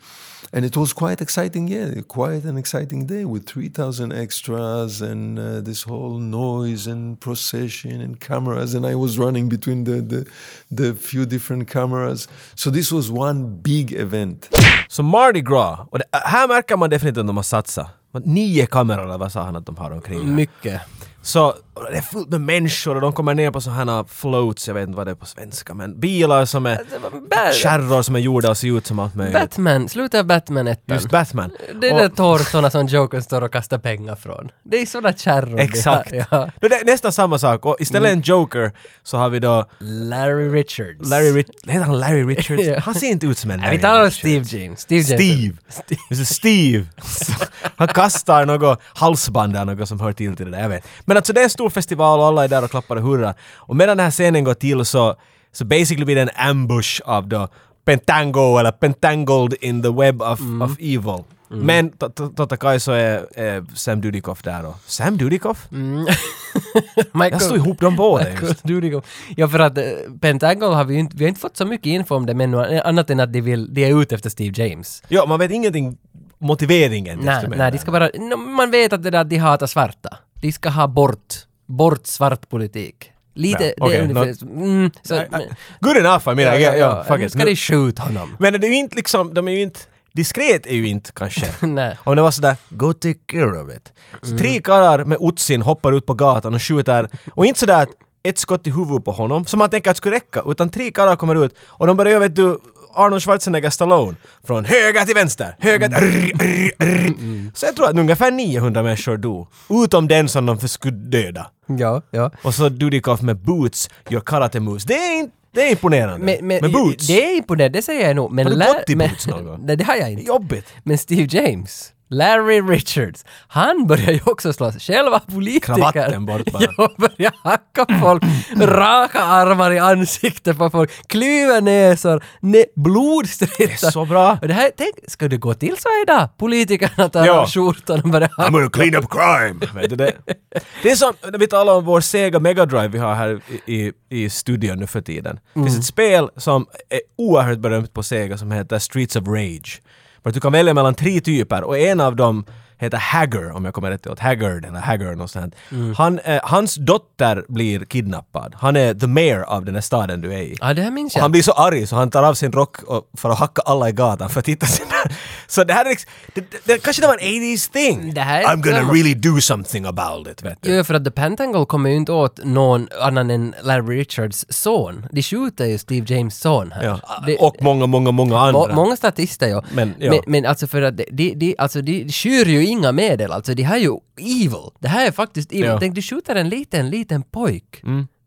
[SPEAKER 10] And it was quite exciting, yeah, quite an exciting day with 3,000 extras and uh, this whole noise and procession and cameras. And I was running between the, the, the few different cameras. So this was one big event.
[SPEAKER 2] Så Mardi Gras, och
[SPEAKER 1] Mm.
[SPEAKER 2] det, här märker man definitivt att de har satsat. Nio kameror eller vad sa han att de har omkring?
[SPEAKER 1] Mycket.
[SPEAKER 2] Så och det är fullt med människor och de kommer ner på sådana här floats, jag vet inte vad det är på svenska men bilar som är
[SPEAKER 1] Alltså, bär-
[SPEAKER 2] kärror som är gjorda och ser ut som allt möjligt.
[SPEAKER 1] Batman, slutet av Batman 1.
[SPEAKER 2] Just Batman.
[SPEAKER 1] Det är
[SPEAKER 2] Och-
[SPEAKER 1] där tårtorna som Joker står och kastar pengar från. Det är sådana kärror vi
[SPEAKER 2] Exakt.
[SPEAKER 1] har, Ja. Mm.
[SPEAKER 2] Men Det är nästan samma sak och istället en Joker så har vi då
[SPEAKER 1] Larry Richards.
[SPEAKER 2] Larry Richards. Heter han Larry Richards?
[SPEAKER 1] *laughs* Ja.
[SPEAKER 2] Han ser inte ut som en
[SPEAKER 1] Nej,
[SPEAKER 2] Larry
[SPEAKER 1] vi talar om
[SPEAKER 2] Richards.
[SPEAKER 1] Steve James. Steve James.
[SPEAKER 2] Steve! Steve! Steve. *laughs* Han kastar något halsband eller något som hör till till det där, jag vet. Men alltså det är en stor festival och alla är där och klappar och hurrar. Och medan den här scenen går till så, så basically blir det en ambush av då Pentango eller Pentangled in the web of,
[SPEAKER 1] Mm.
[SPEAKER 2] of evil. Men to- to- Totta Kai så är, är Sam Dudikoff där då. Sam Dudikoff?
[SPEAKER 1] Mm. Michael,
[SPEAKER 2] Jag slog ihop
[SPEAKER 1] *laughs*
[SPEAKER 2] dem båda
[SPEAKER 1] Michael
[SPEAKER 2] just.
[SPEAKER 1] Dudikoff. Ja, för att eh, Pentagon har vi ju inte, vi har inte fått så mycket info om det men eh, annat än att de, vill, de är ute efter Steve James.
[SPEAKER 2] Ja, man vet ingenting motiveringen.
[SPEAKER 1] Nej,
[SPEAKER 2] desto mer.
[SPEAKER 1] nej, de ska bara... no, Man vet att det där, de hatar svarta. De ska ha bort, bort svart politik. Lite...
[SPEAKER 2] Ja,
[SPEAKER 1] det
[SPEAKER 2] okej,
[SPEAKER 1] är ungefär... Mm, så,
[SPEAKER 2] Good enough, I mean,
[SPEAKER 1] Ja,
[SPEAKER 2] I
[SPEAKER 1] ja,
[SPEAKER 2] get-
[SPEAKER 1] ja.
[SPEAKER 2] ja, fuck
[SPEAKER 1] Nu
[SPEAKER 2] it.
[SPEAKER 1] ska de skjuta honom.
[SPEAKER 2] Men det är ju inte liksom, de är ju inte, diskret är ju inte kanske.
[SPEAKER 1] *laughs* Nej. Mm.
[SPEAKER 2] Om det var sådär, go take care of it. Så tre karlar med otsin hoppar ut på gatan och skjuter, och inte sådär att ett skott i huvudet på honom, som man tänker att skulle räcka, utan tre karlar kommer ut och de börjar göra, vet du, Arnold Schwarzenegger Stallone. Från höger till vänster, höger
[SPEAKER 1] Mm.
[SPEAKER 2] till... Rr, rr, rr. Så jag tror att ungefär 900 människor dog. Utom den som de för- skulle döda.
[SPEAKER 1] Ja, ja.
[SPEAKER 2] Och så Dudikoff med boots gör karate moves. Det är, inte- det är imponerande. med boots!
[SPEAKER 1] Det är imponerande, det säger jag nog. Men
[SPEAKER 2] Har du
[SPEAKER 1] Lar-
[SPEAKER 2] gått i
[SPEAKER 1] men-
[SPEAKER 2] boots någon gång?
[SPEAKER 1] *laughs* Nej, det har jag inte.
[SPEAKER 2] Jobbigt!
[SPEAKER 1] Men Steve James, Larry Richards, han börjar ju också slåss. Själva politiker.
[SPEAKER 2] Kravatten bort bara.
[SPEAKER 1] *laughs* Ja, börjar hacka folk. Raka armar i ansiktet på folk. Klyva näsor. Ne- blodstritar. Det är
[SPEAKER 2] så bra.
[SPEAKER 1] Och det här, tänk, ska det gå till så här idag? Politikerna tar
[SPEAKER 2] Ja.
[SPEAKER 1] av skjortan och börjar hacka.
[SPEAKER 2] I'm gonna clean up crime! Vet du det? det är som, när vi talar om vår Sega Mega Drive vi har här i, i, i studion nu för tiden. Det finns ett spel som är oerhört berömt på Sega som heter Streets of Rage. För att du kan välja mellan tre typer och en av dem heter Hagger, om jag kommer rätt ihåg. Haggard eller Hagger något sånt. Han, eh, hans dotter blir kidnappad. Han är the mayor av den här staden du är i.
[SPEAKER 1] Ja, det här minns
[SPEAKER 2] Och
[SPEAKER 1] jag.
[SPEAKER 2] han blir så arg så han tar av sin rock och, för att hacka alla i gatan för att hitta sin... *laughs* så det här är liksom... Det, det, det, kanske det var en 80s thing.
[SPEAKER 1] Det här är
[SPEAKER 2] I'm gonna
[SPEAKER 1] samma.
[SPEAKER 2] really do something about it, vet du.
[SPEAKER 1] Jo, för att The Pentangle kommer ju inte åt någon annan än Larry Richards son. De skjuter ju Steve James son här.
[SPEAKER 2] Ja.
[SPEAKER 1] Det-
[SPEAKER 2] Och många, många, många
[SPEAKER 1] Må,
[SPEAKER 2] andra.
[SPEAKER 1] många statister ja.
[SPEAKER 2] Men, ja.
[SPEAKER 1] men, men alltså för att de, de, de, alltså de skyr ju inga medel, alltså de här är ju evil. Det här är faktiskt evil.
[SPEAKER 2] Ja. Mm.
[SPEAKER 1] Tänk, du skjuter en liten, liten pojk.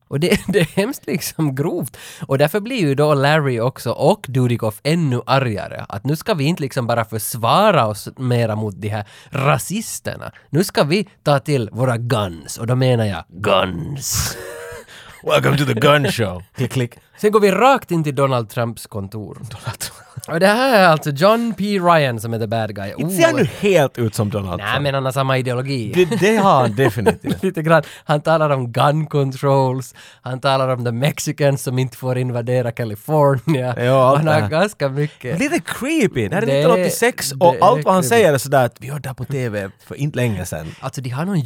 [SPEAKER 1] Och det, *laughs* det är hemskt liksom grovt. Och därför blir ju då Larry också och Dudikoff ännu argare. Att nu ska vi inte liksom bara försvara oss mera mot de här rasisterna. Nu ska vi ta till våra guns. Och då menar jag guns.
[SPEAKER 2] Welcome to the
[SPEAKER 1] *laughs*
[SPEAKER 2] gun show. klick, klick.
[SPEAKER 1] Sen går vi rakt in till Donald Trumps
[SPEAKER 2] *laughs*
[SPEAKER 1] kontor. Och det här är alltså John P. Ryan som är the bad guy.
[SPEAKER 2] Inte
[SPEAKER 1] Oh,
[SPEAKER 2] ser han nu helt ut som Donald
[SPEAKER 1] Nej,
[SPEAKER 2] Trump.
[SPEAKER 1] men han har samma ideologi.
[SPEAKER 2] Det, det har han
[SPEAKER 1] *laughs*
[SPEAKER 2] definitivt.
[SPEAKER 1] Lite grann. Han talar om gun controls, han talar om the mexicans som inte får invadera Kalifornien.
[SPEAKER 2] Ja, allt
[SPEAKER 1] han
[SPEAKER 2] det
[SPEAKER 1] har
[SPEAKER 2] här.
[SPEAKER 1] ganska mycket.
[SPEAKER 2] Lite creepy. Det här är
[SPEAKER 1] Det-
[SPEAKER 2] 1986 och
[SPEAKER 1] det är
[SPEAKER 2] allt vad han
[SPEAKER 1] creepy.
[SPEAKER 2] säger är sådär att vi hörde det här på TV för inte länge sedan.
[SPEAKER 1] Alltså de har någon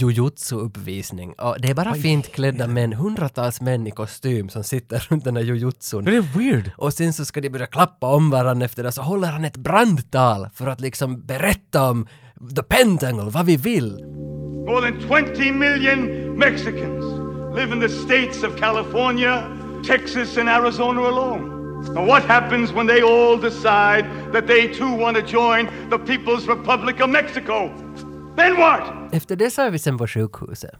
[SPEAKER 1] jujutsu-uppvisning och det är bara fint klädda män, hundratals män i kostym som sitter runt den där jujutsun.
[SPEAKER 2] Det är weird.
[SPEAKER 1] Och sen så ska de börja klappa om varandra efter det, så håller han ett brandtal för att liksom berätta om The Pentagon, vad vi vill.
[SPEAKER 13] More than 20 million Mexicans live in the states of California, Texas, and Arizona alone. Now, what happens when they all decide that they too want to join the People's Republic of Mexico? Then what?
[SPEAKER 1] Efter det så är vi sen på sjukhuset.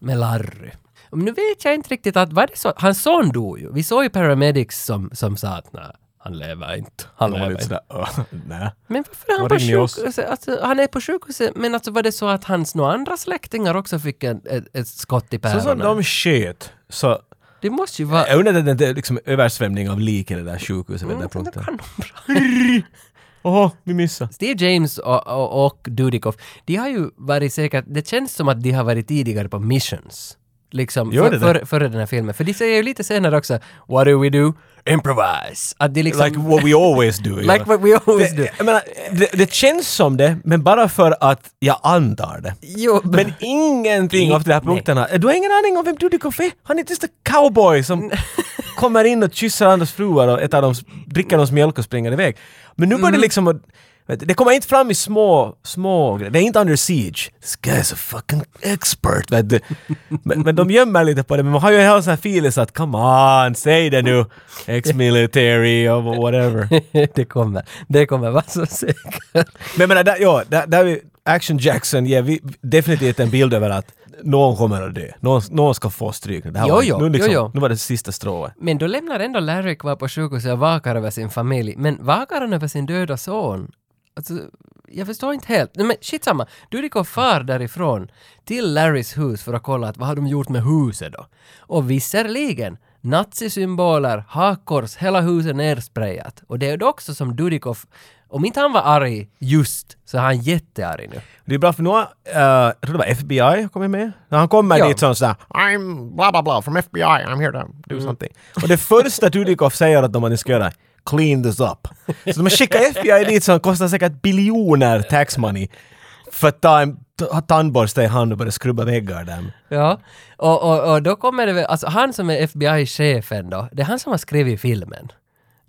[SPEAKER 1] Med Larry. Men nu vet jag inte riktigt att, vad är det så? Hans son dog ju. Vi såg ju paramedics som, som sa att nej, han lever inte. Han
[SPEAKER 2] Man var
[SPEAKER 1] lever
[SPEAKER 2] lite
[SPEAKER 1] inte.
[SPEAKER 2] sådär, *laughs* "Åh, nej.
[SPEAKER 1] Men varför är han
[SPEAKER 2] Vad
[SPEAKER 1] på
[SPEAKER 2] ringer oss?
[SPEAKER 1] sjukhuset? Alltså, han är på sjukhuset, men alltså var det så att hans några andra släktingar också fick en, ett, ett skott i
[SPEAKER 2] Så som
[SPEAKER 1] päronen?
[SPEAKER 2] de sköt, så
[SPEAKER 1] Det måste ju vara...
[SPEAKER 2] Jag undrar att det inte är liksom översvämning av lik i det där sjukhuset vid den där
[SPEAKER 1] Mm, det
[SPEAKER 2] punkten.
[SPEAKER 1] kan nog bra. *laughs*
[SPEAKER 2] Åh, vi missade.
[SPEAKER 1] Steve James och, och, och Dudikoff, de har ju varit säkert, det känns som att de har varit tidigare på missions. Liksom,
[SPEAKER 2] Gör
[SPEAKER 1] för,
[SPEAKER 2] det det?
[SPEAKER 1] Före, före den här filmen. För de säger ju lite senare också, “What do we do? Improvise!” Att de liksom...
[SPEAKER 2] Like what we always *laughs* do. ja.
[SPEAKER 1] Like what we always do.
[SPEAKER 2] det, jag menar, det, det känns som det, men bara för att jag antar det.
[SPEAKER 1] Jo, *laughs*
[SPEAKER 2] *laughs* Men ingenting av de här
[SPEAKER 1] Nej.
[SPEAKER 2] punkterna. Du har ingen aning om vem Dudikoff är? Han är inte ens en
[SPEAKER 1] *laughs*
[SPEAKER 2] cowboy som
[SPEAKER 1] Mm.
[SPEAKER 2] kommer in och kysser andras fruar och äter dem, dricker deras mjölk och springer iväg. Men nu börjar det liksom att... Vet du, Det kommer inte fram i små, små grejer. Det är inte under siege. This guy's a fucking expert. Vet du. Men, men de gömmer lite på det. Men man har ju en hel sån här feeling så att come on, säg det nu. Ex-military och whatever.
[SPEAKER 1] det kommer. Det kommer vara så säkert.
[SPEAKER 2] Men jag menar, där, ja, där, där vi, Action Jackson ger vi definitivt en bild över att någon kommer att dö. Någon, någon ska få stryk. Det här
[SPEAKER 1] Jo,
[SPEAKER 2] var,
[SPEAKER 1] jo,
[SPEAKER 2] nu, liksom,
[SPEAKER 1] jo, jo.
[SPEAKER 2] nu var det sista strået.
[SPEAKER 1] Men då lämnar ändå Larry kvar på sjukhuset och vakar över sin familj. Men vakar han över sin döda son? Alltså, jag förstår inte helt. Nej, men skitsamma. Dudikoff far därifrån till Larrys hus för att kolla att vad har de gjort med huset då? Och visserligen, nazisymboler, hakkors, hela huset nersprayat. Och det är ju också som Dudikoff, om inte han var arg just, så är han jättearg nu.
[SPEAKER 2] Det är bra för nu har, eh, jag tror det var FBI kommer med. När han kommer
[SPEAKER 1] Ja.
[SPEAKER 2] dit så är han sådär I'm blah blah blah from FBI, I'm here to do
[SPEAKER 1] Mm.
[SPEAKER 2] something. Och det första Dudikoff säger att de att ni ska göra clean this up. Så de skickar FBI dit som kostar säkert biljoner tax money för att ta en ta- ha tandborste i hand och börja skrubba väggar där.
[SPEAKER 1] Ja, och, och, och då kommer det väl, alltså han som är FBI-chefen då, det är han som har skrivit filmen.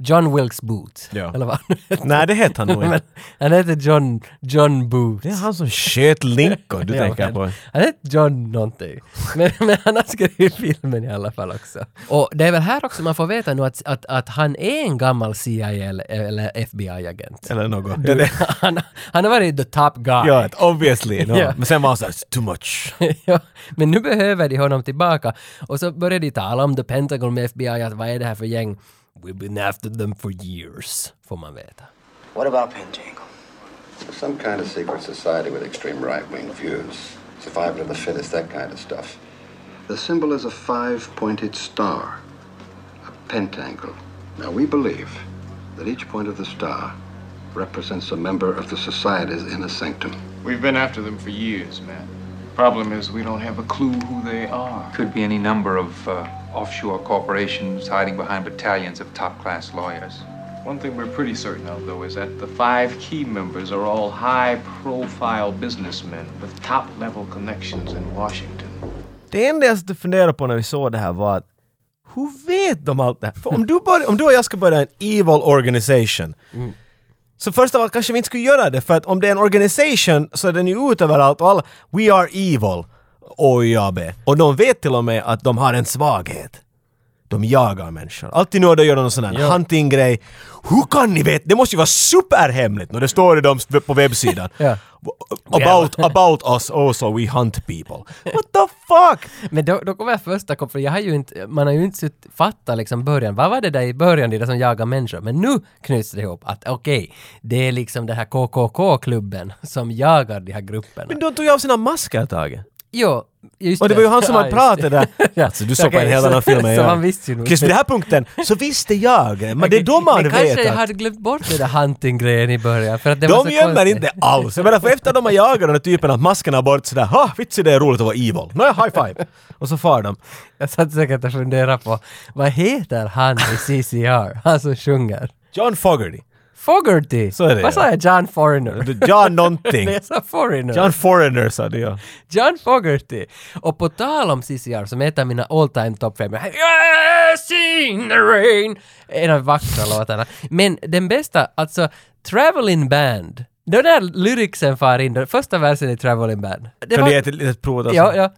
[SPEAKER 1] John Wilkes Booth.
[SPEAKER 2] Ja.
[SPEAKER 1] Eller vad
[SPEAKER 2] *laughs*
[SPEAKER 1] han heter.
[SPEAKER 2] Nej, det heter
[SPEAKER 1] *laughs*
[SPEAKER 2] han nog inte.
[SPEAKER 1] Men Han heter John, John Booth.
[SPEAKER 2] Det är han som sköt Lincoln *laughs* du
[SPEAKER 1] Ja,
[SPEAKER 2] tänker
[SPEAKER 1] men
[SPEAKER 2] på.
[SPEAKER 1] Han heter John någonting. Men, men han har skrivit filmen i alla fall också. Och det är väl här också man får veta nu att, att, att han är en gammal CIA eller- eller
[SPEAKER 2] *laughs*
[SPEAKER 1] FBI-agent.
[SPEAKER 2] Eller något. Ja,
[SPEAKER 1] Du,
[SPEAKER 2] det-
[SPEAKER 1] han, han har varit the top guy.
[SPEAKER 2] Ja, obviously. No.
[SPEAKER 1] Ja.
[SPEAKER 2] Men sen var han såhär, it's too much.
[SPEAKER 1] *laughs* ja, men nu behöver de honom tillbaka. Och så börjar de tala om The Pentagon med FBI, att vad är det här för gäng? We've been after them for years, får man veta.
[SPEAKER 4] What about Penjangle?
[SPEAKER 5] Some kind of secret society with extreme right wing views. Survival of the fittest, that kind of stuff.
[SPEAKER 4] The symbol is a five pointed star, a pentangle. Now, we believe that each point of the star represents a member of the society's inner sanctum.
[SPEAKER 14] We've been after them for years, Matt. Problem is, we don't have a clue who they are.
[SPEAKER 15] Could be any number of uh, offshore corporations hiding behind battalions of top class lawyers.
[SPEAKER 14] One thing we're pretty certain of, though, is that the five key members are all high profile businessmen with top level connections in Washington.
[SPEAKER 2] Det enda jag satt och funderade på när vi såg det här var att hur vet de allt det här? För om du, börj- om du och jag ska börja en evil organization så först av allt kanske vi inte skulle göra det för att om det är en organisation så är den ju ut överallt och alla We are evil OIAB och de vet till och med att de har en svaghet. De jagar människor. Alltid nu och då gör de någon sån här hunting-grej. Hur kan ni veta? Det måste ju vara superhemligt när det står i dem på webbsidan.
[SPEAKER 1] Ja.
[SPEAKER 2] About, about us also, we hunt people. What the fuck?
[SPEAKER 1] Men då, då kommer jag första kom, för jag har ju inte, man har ju inte sutt, fattat liksom början. Vad var det där i början, det där som jagar människor? Men nu knyts det ihop att okej, det är liksom den här KKK-klubben som jagar de här grupperna.
[SPEAKER 2] Men de tog ju av sina masker Tage.
[SPEAKER 1] Jo, just
[SPEAKER 2] Och det var ju
[SPEAKER 1] *laughs*
[SPEAKER 2] han *laughs* som
[SPEAKER 1] Ja,
[SPEAKER 2] hade
[SPEAKER 1] just
[SPEAKER 2] pratat
[SPEAKER 1] det.
[SPEAKER 2] där. Alltså du såg på
[SPEAKER 1] Okej,
[SPEAKER 2] en helt
[SPEAKER 1] så-
[SPEAKER 2] annan *laughs* film än
[SPEAKER 1] *laughs* Så
[SPEAKER 2] jag.
[SPEAKER 1] han visste ju nog.
[SPEAKER 2] Just vid den här punkten så visste jag. Men det är de hade
[SPEAKER 1] Men kanske jag
[SPEAKER 2] vetat.
[SPEAKER 1] hade glömt bort den där hunting-grejen i början för att det var så
[SPEAKER 2] De gömmer
[SPEAKER 1] konstigt.
[SPEAKER 2] inte alls. Jag menar för efter de har jagat den här typen att maskerna har bort sådär ha vitsi det är roligt att vara evil. Nåja,
[SPEAKER 1] *laughs*
[SPEAKER 2] high five. Och så far de.
[SPEAKER 1] Jag satt säkert och funderade på vad heter han i CCR, *laughs* han som sjunger?
[SPEAKER 2] John Fogerty.
[SPEAKER 1] Fogerty!
[SPEAKER 2] Så är det
[SPEAKER 1] Vad sa
[SPEAKER 2] ja.
[SPEAKER 1] jag? John Foreigner?
[SPEAKER 2] John
[SPEAKER 1] *laughs*
[SPEAKER 2] någonting.
[SPEAKER 1] jag sa Foreigner.
[SPEAKER 2] John Foreigner sa du ja.
[SPEAKER 1] John Fogerty! Och på tal om CCR som är ett av mina all time top fem. Seen the rain! En av de vackra låtarna. Men den bästa, alltså Traveling Band. Den där lyricsen far in, den första versen i Traveling Band. Det
[SPEAKER 2] Kan
[SPEAKER 1] var-
[SPEAKER 2] du ge ett litet prov? då?
[SPEAKER 1] Ja, ja.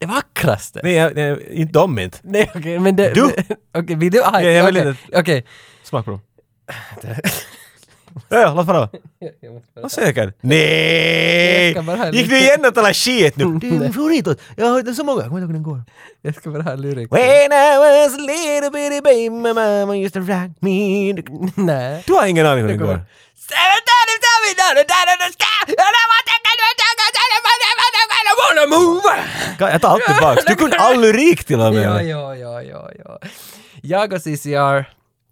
[SPEAKER 1] Det vackraste.
[SPEAKER 2] Nej, jag- nej, inte de inte.
[SPEAKER 1] Nej, okej, men det...
[SPEAKER 2] Du!
[SPEAKER 1] *laughs* Okej, vi du... ah,
[SPEAKER 2] Ja, jag vill
[SPEAKER 1] okej,
[SPEAKER 2] inte-
[SPEAKER 1] Okej.
[SPEAKER 2] Smakprov. *laughs* Ja, ja, Öh, låt fara. Vad säker? Nej!
[SPEAKER 1] ska bara ha
[SPEAKER 2] Gick
[SPEAKER 1] lite-
[SPEAKER 2] du igenom alla shit nu? Det
[SPEAKER 1] *laughs*
[SPEAKER 2] är
[SPEAKER 1] Nej.
[SPEAKER 2] min favoritlåt. Jag har hört den så många. Jag kommer inte ihåg hur den går.
[SPEAKER 1] Jag ska bara ha lyrics.
[SPEAKER 2] When I was a little bitty baby my mama used to rock me.
[SPEAKER 1] Nej.
[SPEAKER 2] Du har ingen aning hur den går. Ga- Jag tar allt tillbaks. Du
[SPEAKER 1] *laughs*
[SPEAKER 2] kunde all lyrik till och
[SPEAKER 1] Ja,
[SPEAKER 2] med.
[SPEAKER 1] ja, ja, ja, ja. Jag och CCR,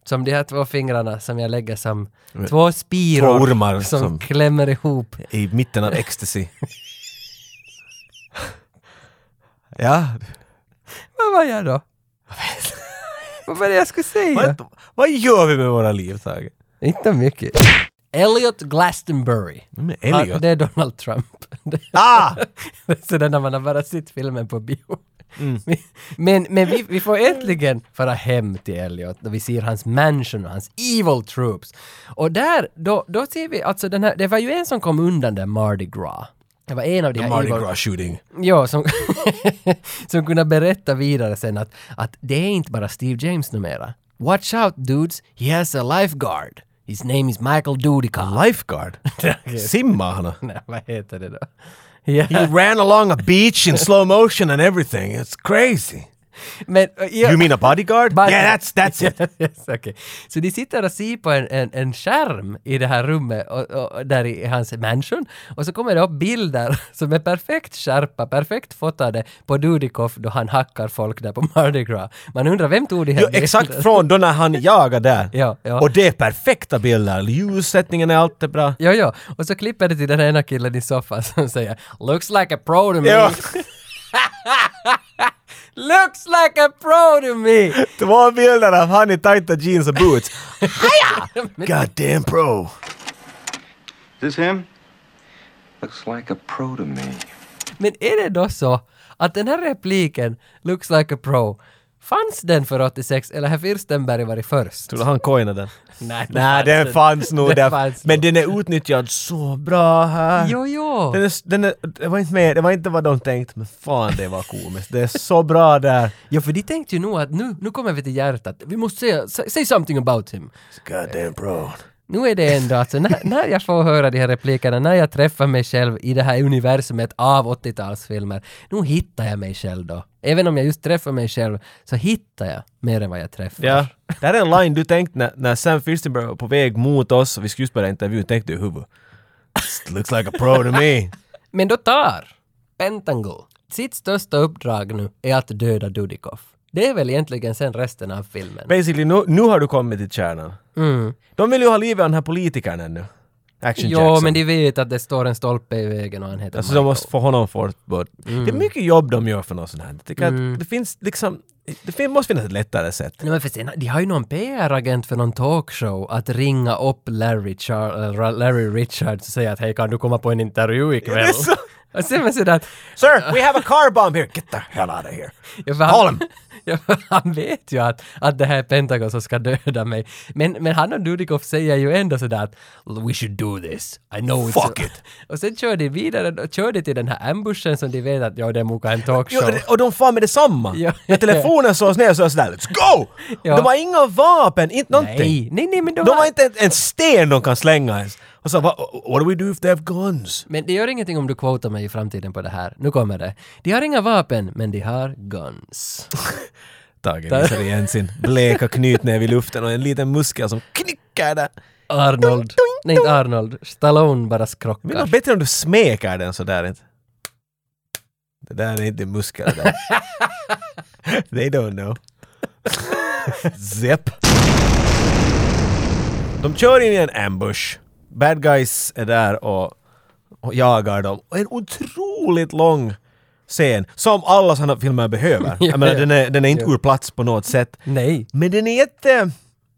[SPEAKER 1] som de här två fingrarna som jag lägger som två spiror
[SPEAKER 2] Två ormar
[SPEAKER 1] som,
[SPEAKER 2] som-
[SPEAKER 1] klämmer ihop.
[SPEAKER 2] I mitten av ecstasy. Ja.
[SPEAKER 1] Vad var jag
[SPEAKER 2] *laughs*
[SPEAKER 1] då? Vad var det jag skulle säga?
[SPEAKER 2] Vad, vad gör vi med våra liv, Tage?
[SPEAKER 1] Inte mycket. Elliot Glastonbury.
[SPEAKER 2] Vem är Elliot?
[SPEAKER 1] Han- det är Donald Trump. *laughs*
[SPEAKER 2] Ah!
[SPEAKER 1] så det är när man har bara sett filmen på bio.
[SPEAKER 2] Mm.
[SPEAKER 1] *laughs* Men, men vi, vi får äntligen fara hem till Elliot då vi ser hans mansion och hans evil troops. Och där, då, då ser vi alltså den här, det var ju en som kom undan den Mardi Gras. Det var en av de
[SPEAKER 2] The
[SPEAKER 1] här
[SPEAKER 2] Mardi
[SPEAKER 1] evil-
[SPEAKER 2] Gras shooting.
[SPEAKER 1] Ja, som, *laughs* som kunde berätta vidare sen att, att det är inte bara Steve James numera. Watch out dudes, he has a lifeguard. His name is Michael Dudikoff.
[SPEAKER 2] Lifeguard? Simmar han?
[SPEAKER 1] *laughs* Nej, vad heter det då? *laughs*
[SPEAKER 2] He ran along a beach in slow motion and everything. It's crazy.
[SPEAKER 1] Men, ja-
[SPEAKER 2] You mean a bodyguard?
[SPEAKER 1] But-
[SPEAKER 2] yeah, that's that's it.
[SPEAKER 1] *laughs* yes, okay. Så de sitter och ser på en, en, en skärm i det här rummet, och, och, och där i hans mansion, och så kommer det upp bilder *laughs* som är perfekt skärpa, perfekt fotade på Dudikoff då han hackar folk där på Mardi Gras. Man undrar, vem tog de här
[SPEAKER 2] Jo, exakt från då när han jagar där.
[SPEAKER 1] Ja, ja.
[SPEAKER 2] Och det är perfekta bilder. Ljussättningen är alltid bra.
[SPEAKER 1] Ja, ja. Och så klipper det till den ena killen i soffan som säger “Looks like a pro to me”.
[SPEAKER 2] Ja.
[SPEAKER 1] *laughs* Looks like a pro to me!
[SPEAKER 2] Två bilder av han i tajta jeans
[SPEAKER 1] *laughs*
[SPEAKER 2] och boots. *laughs* Goddamn pro!
[SPEAKER 15] Is this him? Looks like a pro to me.
[SPEAKER 1] Men är det då så att den här repliken “Looks like a pro” fanns den för 86 eller har Firstenberg varit först?
[SPEAKER 2] Tror du han coinade den?
[SPEAKER 1] Nej,
[SPEAKER 2] Nej, den fanns
[SPEAKER 1] *laughs*
[SPEAKER 2] nog
[SPEAKER 1] Den
[SPEAKER 2] där.
[SPEAKER 1] fanns
[SPEAKER 2] Men den är utnyttjad så bra här.
[SPEAKER 1] Jo, jo.
[SPEAKER 2] Den är, den är, det var inte med, det var inte vad de tänkt, men fan det var komiskt. Det är så bra där.
[SPEAKER 1] Ja, för de tänkte ju nog att nu, nu kommer vi till hjärtat. Vi måste säga, sa- say something about him.
[SPEAKER 2] Goddamn pro.
[SPEAKER 1] Nu är det ändå alltså,
[SPEAKER 2] *laughs*
[SPEAKER 1] när, när jag får höra de här replikerna, när jag träffar mig själv i det här universumet av 80-talsfilmer, nu hittar jag mig själv då. Även om jag just träffar mig själv, så hittar jag mer än vad jag träffar.
[SPEAKER 2] Ja. Det här är en line du tänkte när, när Sam Firstenberg var på väg mot oss och vi skulle just börja intervjun, tänkte du i huvudet. Looks like a pro to *laughs* me.
[SPEAKER 1] Men då tar Pentangle sitt största uppdrag nu är att döda Dudikoff. Det är väl egentligen sen resten av filmen.
[SPEAKER 2] Basically, nu, nu har du kommit till kärnan.
[SPEAKER 1] Mm.
[SPEAKER 2] De vill ju ha livet av den här politikern ännu. Action
[SPEAKER 1] Jo,
[SPEAKER 2] Jackson.
[SPEAKER 1] men de vet att det står en stolpe i vägen och han heter
[SPEAKER 2] Alltså
[SPEAKER 1] Michael.
[SPEAKER 2] de måste få honom fort bort.
[SPEAKER 1] Mm.
[SPEAKER 2] Det är mycket jobb de gör för något sånt här. Jag tycker
[SPEAKER 1] Mm.
[SPEAKER 2] att det finns liksom, det fin- måste finnas ett lättare sätt.
[SPEAKER 1] Nej, men för sen, de har ju någon PR-agent för någon talkshow att ringa upp Larry, Char- eller Larry Richards och säga att hej, kan du komma på en intervju
[SPEAKER 2] Ja,
[SPEAKER 1] ikväll?
[SPEAKER 2] det är så.
[SPEAKER 1] *laughs* och sen var det sådär att...
[SPEAKER 2] Sir, we have a car bomb here! Get the hell out of here!
[SPEAKER 1] *laughs* Ja, för
[SPEAKER 2] Call him.
[SPEAKER 1] ja, för han vet ju att, att det här är Pentagon som ska döda mig. Men, men han och Dudikoff säger ju ändå sådär att “We should do this. I know it's...”
[SPEAKER 2] Fuck it.
[SPEAKER 1] *laughs* Och sen kör de vidare, och kör de till den här ambushen som de vet att ja, det är Moka en
[SPEAKER 2] Jo,
[SPEAKER 1] talkshow.
[SPEAKER 2] och det- och de far med detsamma!
[SPEAKER 1] Ja.
[SPEAKER 2] När telefonen sås ner så är jag sådär “Let's go!”
[SPEAKER 1] Ja.
[SPEAKER 2] De har inga vapen, inte någonting.
[SPEAKER 1] nej, nej, nej, men de,
[SPEAKER 2] De har inte en, en sten de kan slänga ens. Och så “What what do we do if they have guns?”
[SPEAKER 1] Men det gör ingenting om du quotar mig i framtiden på det här. Nu kommer det. De har inga vapen, men de har guns.
[SPEAKER 2] Tage visar igen sin bleka knytnäve i luften och en liten muskel som knickar där.
[SPEAKER 1] Arnold. Nej, inte Arnold. Stallone bara
[SPEAKER 2] Men det är
[SPEAKER 1] skrockar.
[SPEAKER 2] bättre om du smeker den sådär inte. Det där är inte muskel det
[SPEAKER 1] *laughs*
[SPEAKER 2] där. They don't know. Zip. De kör in i en ambush. Bad guys är där och, och jagar dem. Och en otroligt lång scen som alla sådana filmer behöver.
[SPEAKER 1] *laughs* Ja,
[SPEAKER 2] Jag menar,
[SPEAKER 1] ja.
[SPEAKER 2] den är, den är inte
[SPEAKER 1] Ja.
[SPEAKER 2] ur plats på något sätt.
[SPEAKER 1] Nej.
[SPEAKER 2] Men den är jätte...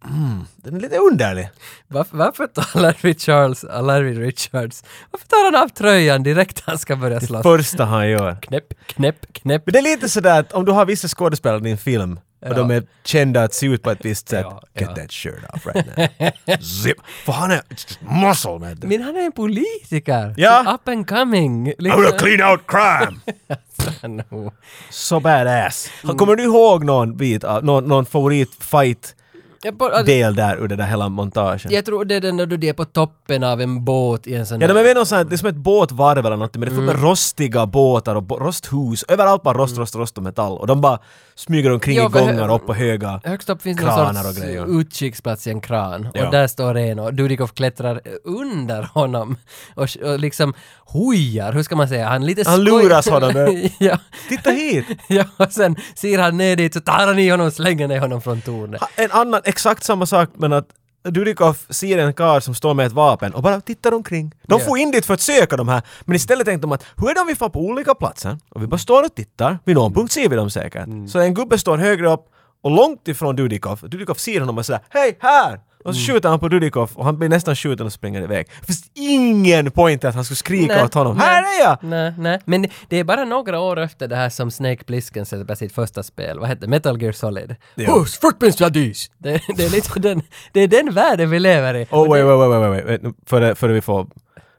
[SPEAKER 2] Mm, den är lite underlig.
[SPEAKER 1] Varför, varför tar Larry Charles, Larry Richards, varför tar han av tröjan direkt han ska börja slåss?
[SPEAKER 2] Första han gör.
[SPEAKER 1] Knäpp, knäpp, knäpp.
[SPEAKER 2] Men det är lite sådär att om du har vissa skådespelare i din film och
[SPEAKER 1] Ja.
[SPEAKER 2] de är kända att se ut på ett visst sätt,
[SPEAKER 1] Ja,
[SPEAKER 2] get
[SPEAKER 1] ja.
[SPEAKER 2] that shirt off right now. Zip! För han är it's just muscle man.
[SPEAKER 1] Men han är en politiker!
[SPEAKER 2] Ja.
[SPEAKER 1] Så Up and coming! liksom.
[SPEAKER 2] I'm
[SPEAKER 1] *laughs*
[SPEAKER 2] gonna clean out crime!
[SPEAKER 1] no.
[SPEAKER 2] Så badass! Han, kommer du ihåg någon bit av, någon, någon favoritfight-del
[SPEAKER 1] jag, bara,
[SPEAKER 2] där ur den där hela montagen?
[SPEAKER 1] jag tror det är den där du är på toppen av en båt i en sån
[SPEAKER 2] Ja, de
[SPEAKER 1] där-
[SPEAKER 2] är med någon sån här, det är som ett båtvarv eller något, men det är fullt
[SPEAKER 1] Mm.
[SPEAKER 2] med rostiga båtar och bo- rosthus. Överallt bara rost, rost, rost och metall. Och de bara smyger omkring
[SPEAKER 1] Ja,
[SPEAKER 2] i
[SPEAKER 1] för hö-
[SPEAKER 2] gångar upp på höga
[SPEAKER 1] Högst upp finns någon
[SPEAKER 2] kranar och
[SPEAKER 1] sorts
[SPEAKER 2] grejer.
[SPEAKER 1] utkiksplats i en kran
[SPEAKER 2] Ja.
[SPEAKER 1] och där står en och Dudikov klättrar under honom och, och liksom hojar, hur ska man säga, han lite
[SPEAKER 2] Han
[SPEAKER 1] skoj-
[SPEAKER 2] luras honom där.
[SPEAKER 1] *laughs* ja.
[SPEAKER 2] Titta hit!
[SPEAKER 1] *laughs* ja, och sen ser han ner dit så tar han i honom och slänger ner honom från tornet.
[SPEAKER 2] En annan, exakt samma sak men att Dudikov ser en karl som står med ett vapen och bara tittar omkring. De
[SPEAKER 1] Ja.
[SPEAKER 2] får in dit för att söka de här, men istället tänkte de att hur är det om vi får
[SPEAKER 1] Mm.
[SPEAKER 2] på olika platser? Och vi bara står och tittar, vid någon punkt ser vi dem säkert. Så en gubbe står högre upp Och långt ifrån Dudikoff, Dudikoff ser honom och säger ”Hej, här!” Och
[SPEAKER 1] Mm.
[SPEAKER 2] så skjuter han på Dudikoff och han blir nästan skjuten och springer iväg. Det finns ingen point att han skulle skrika åt honom ”Här är jag!”
[SPEAKER 1] Nej, nej. Men det är bara några år efter det här som Snake Plissken sätter på sitt första spel. Vad hette det? Metal Gear Solid.
[SPEAKER 2] Ja.
[SPEAKER 1] Whose footprints are these? Det, det är liksom den, det är den världen vi lever i.
[SPEAKER 2] Oh, wait, wait, wait, wait, wait, wait. Nu, Före, före vi får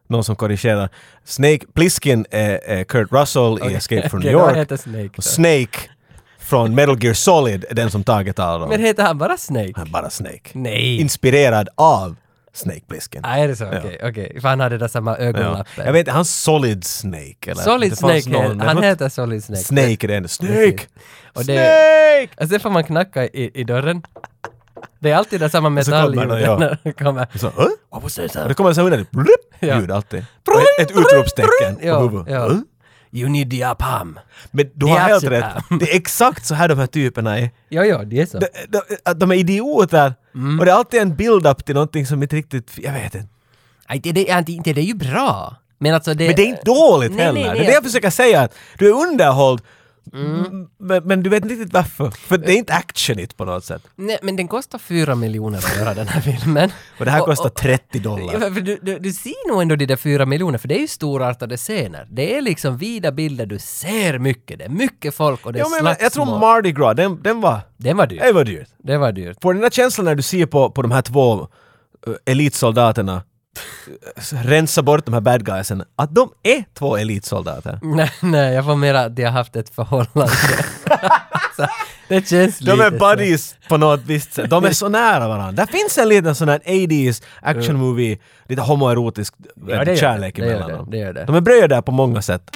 [SPEAKER 2] någon som korrigerar. Snake Plissken är, är Kurt Russell i
[SPEAKER 1] Okej. *laughs*
[SPEAKER 2] Escape from
[SPEAKER 1] Okej,
[SPEAKER 2] New
[SPEAKER 1] då
[SPEAKER 2] York.
[SPEAKER 1] heter Snake då.
[SPEAKER 2] och Snake från Metal Gear Solid är den som taget talar om.
[SPEAKER 1] Men heter han bara Snake?
[SPEAKER 2] Han är bara Snake.
[SPEAKER 1] Nej.
[SPEAKER 2] Inspirerad av Snake Plissken.
[SPEAKER 1] Ah, är det så?
[SPEAKER 2] Ja.
[SPEAKER 1] Okej, okej. För han hade det där samma
[SPEAKER 2] Ja.
[SPEAKER 1] ögonlappen.
[SPEAKER 2] Jag vet inte, han Solid Snake eller?
[SPEAKER 1] Solid
[SPEAKER 2] det fanns
[SPEAKER 1] Snake, heter-
[SPEAKER 2] det
[SPEAKER 1] han
[SPEAKER 2] fanns-
[SPEAKER 1] heter Solid Snake.
[SPEAKER 2] Snake är det enda. Snake!
[SPEAKER 1] Precis. Och det, Snake! Och sen får man knacka i, i dörren. Det är alltid det samma
[SPEAKER 2] Och så
[SPEAKER 1] metall
[SPEAKER 2] kommer han,
[SPEAKER 1] i- *laughs*
[SPEAKER 2] ja.
[SPEAKER 1] när det kommer.
[SPEAKER 2] Och så, "Huh?"
[SPEAKER 1] What was that?
[SPEAKER 2] Och det kommer så underligt
[SPEAKER 1] Ja.
[SPEAKER 2] ljud alltid. Och ett- Ett utropstecken på
[SPEAKER 1] Ja,
[SPEAKER 2] huvudet. Mm.
[SPEAKER 1] ja.
[SPEAKER 2] Huh?
[SPEAKER 1] You need the apam.
[SPEAKER 2] Men du
[SPEAKER 1] Det
[SPEAKER 2] har
[SPEAKER 1] är
[SPEAKER 2] helt
[SPEAKER 1] absolut-
[SPEAKER 2] rätt. Det är exakt så här de här typerna är.
[SPEAKER 1] Ja, ja, det är så.
[SPEAKER 2] De, de, att de är idioter.
[SPEAKER 1] Mm.
[SPEAKER 2] Och det är alltid en build-up till någonting som inte riktigt... Jag vet inte.
[SPEAKER 1] Nej, det, det, är inte- det är ju bra. Men alltså det...
[SPEAKER 2] Men det är inte dåligt
[SPEAKER 1] Nej,
[SPEAKER 2] heller.
[SPEAKER 1] nej, Mm.
[SPEAKER 2] Det är
[SPEAKER 1] nej.
[SPEAKER 2] det jag försöker säga. att Du är underhålld. Men, men du vet inte riktigt varför. För det är inte actionigt på något sätt.
[SPEAKER 1] Nej, men den kostar fyra miljoner att göra den här filmen.
[SPEAKER 2] *laughs* Och det här kostar 30 dollar.
[SPEAKER 1] Ja, för du, du, du ser nog ändå de där fyra miljoner, för det är ju storartade scener. Det är liksom vida bilder, du ser mycket, det är mycket folk och det är
[SPEAKER 2] Jag, menar, jag tror
[SPEAKER 1] slagsmål.
[SPEAKER 2] Mardi Gras, den, den var...
[SPEAKER 1] Den var dyr.
[SPEAKER 2] Det var dyrt.
[SPEAKER 1] Det var dyrt. *laughs*
[SPEAKER 2] Får den här känslan när du ser på, på de här två eh, elitsoldaterna eh, rensa bort de här bad guysen, att de är två elitsoldater.
[SPEAKER 1] Nej, nej, jag får mera att de har haft ett förhållande. *laughs* så, det känns lite
[SPEAKER 2] De är
[SPEAKER 1] så.
[SPEAKER 2] buddies på något visst sätt. De är så nära varandra. Där finns en liten sån här 80s action movie, lite homoerotisk eh,
[SPEAKER 1] Ja, det gör det.
[SPEAKER 2] kärlek
[SPEAKER 1] Det gör
[SPEAKER 2] emellan
[SPEAKER 1] det.
[SPEAKER 2] dem.
[SPEAKER 1] Det gör det.
[SPEAKER 2] De är bröder där på många sätt.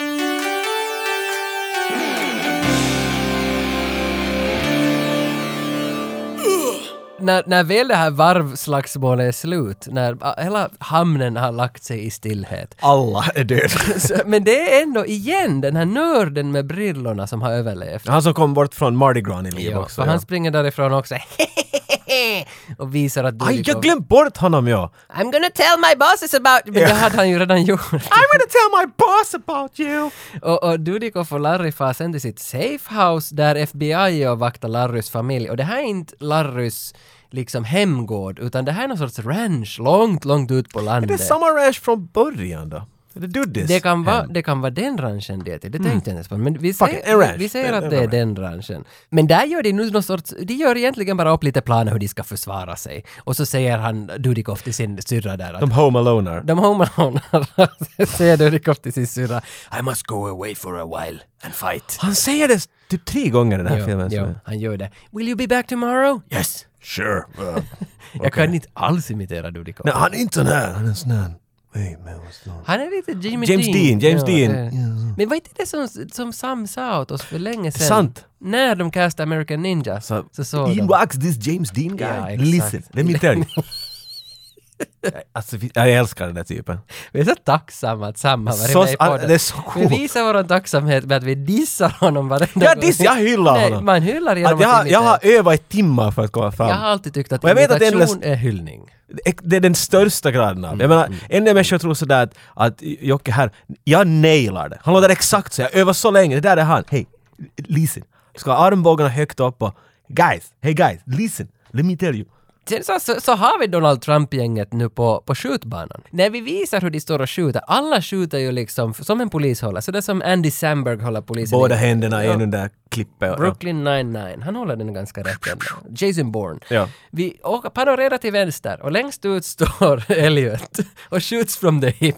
[SPEAKER 1] När, när väl det här varvslagsmålet är slut, när ah, hela hamnen har lagt sig i stillhet.
[SPEAKER 2] Alla är döda.
[SPEAKER 1] Så, men det är ändå igen den här nörden med brillorna som har överlevt.
[SPEAKER 2] *laughs* Han som kom bort från Mardi Gras i liv
[SPEAKER 1] Ja,
[SPEAKER 2] också.
[SPEAKER 1] för
[SPEAKER 2] Ja.
[SPEAKER 1] han springer därifrån också *laughs* och visar att du
[SPEAKER 2] Aj, jag glömde bort honom ja!
[SPEAKER 1] I'm gonna tell my bosses about... Men det hade han ju redan
[SPEAKER 2] *laughs*
[SPEAKER 1] gjort.
[SPEAKER 2] I'm gonna tell my boss about you!
[SPEAKER 1] Och, och Dudikoff och Larry far sen till sitt safehouse där FBI är och vaktar Larrys familj. Och det här är inte Larrys liksom hemgård, utan det här är någon sorts ranch långt, långt ut på
[SPEAKER 2] Är det
[SPEAKER 1] landet.
[SPEAKER 2] samma ranch från början då? Är det Dudis?
[SPEAKER 1] Det kan, vara,
[SPEAKER 2] hem?
[SPEAKER 1] det kan vara den ranchen det är till, det
[SPEAKER 2] Mm.
[SPEAKER 1] tänkte jag inte ens på. Men vi
[SPEAKER 2] Fuck it, en
[SPEAKER 1] säger,
[SPEAKER 2] ranch.
[SPEAKER 1] vi säger
[SPEAKER 2] En-
[SPEAKER 1] att
[SPEAKER 2] en
[SPEAKER 1] det är
[SPEAKER 2] ranch.
[SPEAKER 1] den ranchen. Men där gör de nu någon sorts, de gör egentligen bara upp lite planer hur de ska försvara sig. Och så säger han Dudikoff till sin syrra där att
[SPEAKER 2] De home aloner.
[SPEAKER 1] de home alone *laughs* säger Dudikoff till sin syrra I must go away for a while and fight.
[SPEAKER 2] Han säger det typ tre gånger i den här filmen.
[SPEAKER 1] Jo,
[SPEAKER 2] tror jag.
[SPEAKER 1] han gör det. Will you be back tomorrow? Yes!
[SPEAKER 2] Sure. Uh,
[SPEAKER 1] Jag kan inte alls imitera Dudikoff.
[SPEAKER 2] Nej, han är inte sån här. Han är sån här. Hey, man, what's wrong?
[SPEAKER 1] Han är lite Jimmy
[SPEAKER 2] James Dean, James Dean.
[SPEAKER 1] det- Men var inte det som, som Sam sa åt oss för länge sedan?
[SPEAKER 2] Sant.
[SPEAKER 1] När de castade American Ninja så, så såg
[SPEAKER 2] Ian
[SPEAKER 1] de...
[SPEAKER 2] Wax, this James Dean guy.
[SPEAKER 1] Ja, exakt.
[SPEAKER 2] Listen, let me tell you. alltså, vi- jag älskar den där typen.
[SPEAKER 1] Vi är så tacksamma att Sam har varit
[SPEAKER 2] Så-
[SPEAKER 1] med i podden.
[SPEAKER 2] det är så coolt.
[SPEAKER 1] Vi visar vår tacksamhet med att vi dissar honom varenda
[SPEAKER 2] Jag, diss, jag hyllar
[SPEAKER 1] Nej,
[SPEAKER 2] honom.
[SPEAKER 1] man hyllar genom
[SPEAKER 2] att jag,
[SPEAKER 1] att
[SPEAKER 2] har, jag har
[SPEAKER 1] imitera.
[SPEAKER 2] övat i timmar för att komma fram.
[SPEAKER 1] Jag har alltid tyckt att
[SPEAKER 2] Och jag vet att det är
[SPEAKER 1] imitation
[SPEAKER 2] endast-
[SPEAKER 1] är hyllning. Mm,
[SPEAKER 2] Det är den största graden av. Jag menar, en del människor tror sådär att, att Jocke här, jag nailar det. Han låter exakt så, jag övar så länge, det där är han. Hej, listen. Ska ha armbågarna högt upp och guys, hey guys, listen, let me tell you.
[SPEAKER 1] Sen så, så, så har vi Donald Trump-gänget nu på, på skjutbanan. När vi visar hur de står och skjuter, alla skjuter ju liksom som en polishållare, så det är som Andy Samberg håller polisen
[SPEAKER 2] Båda
[SPEAKER 1] i-
[SPEAKER 2] händerna är
[SPEAKER 1] Ja.
[SPEAKER 2] under klippet. och-
[SPEAKER 1] Brooklyn 99, han håller den ganska rätt ändå. Jason Bourne.
[SPEAKER 2] Ja.
[SPEAKER 1] Vi åker, panorerar till vänster och längst ut står *laughs* Elliot och shoots from the hip.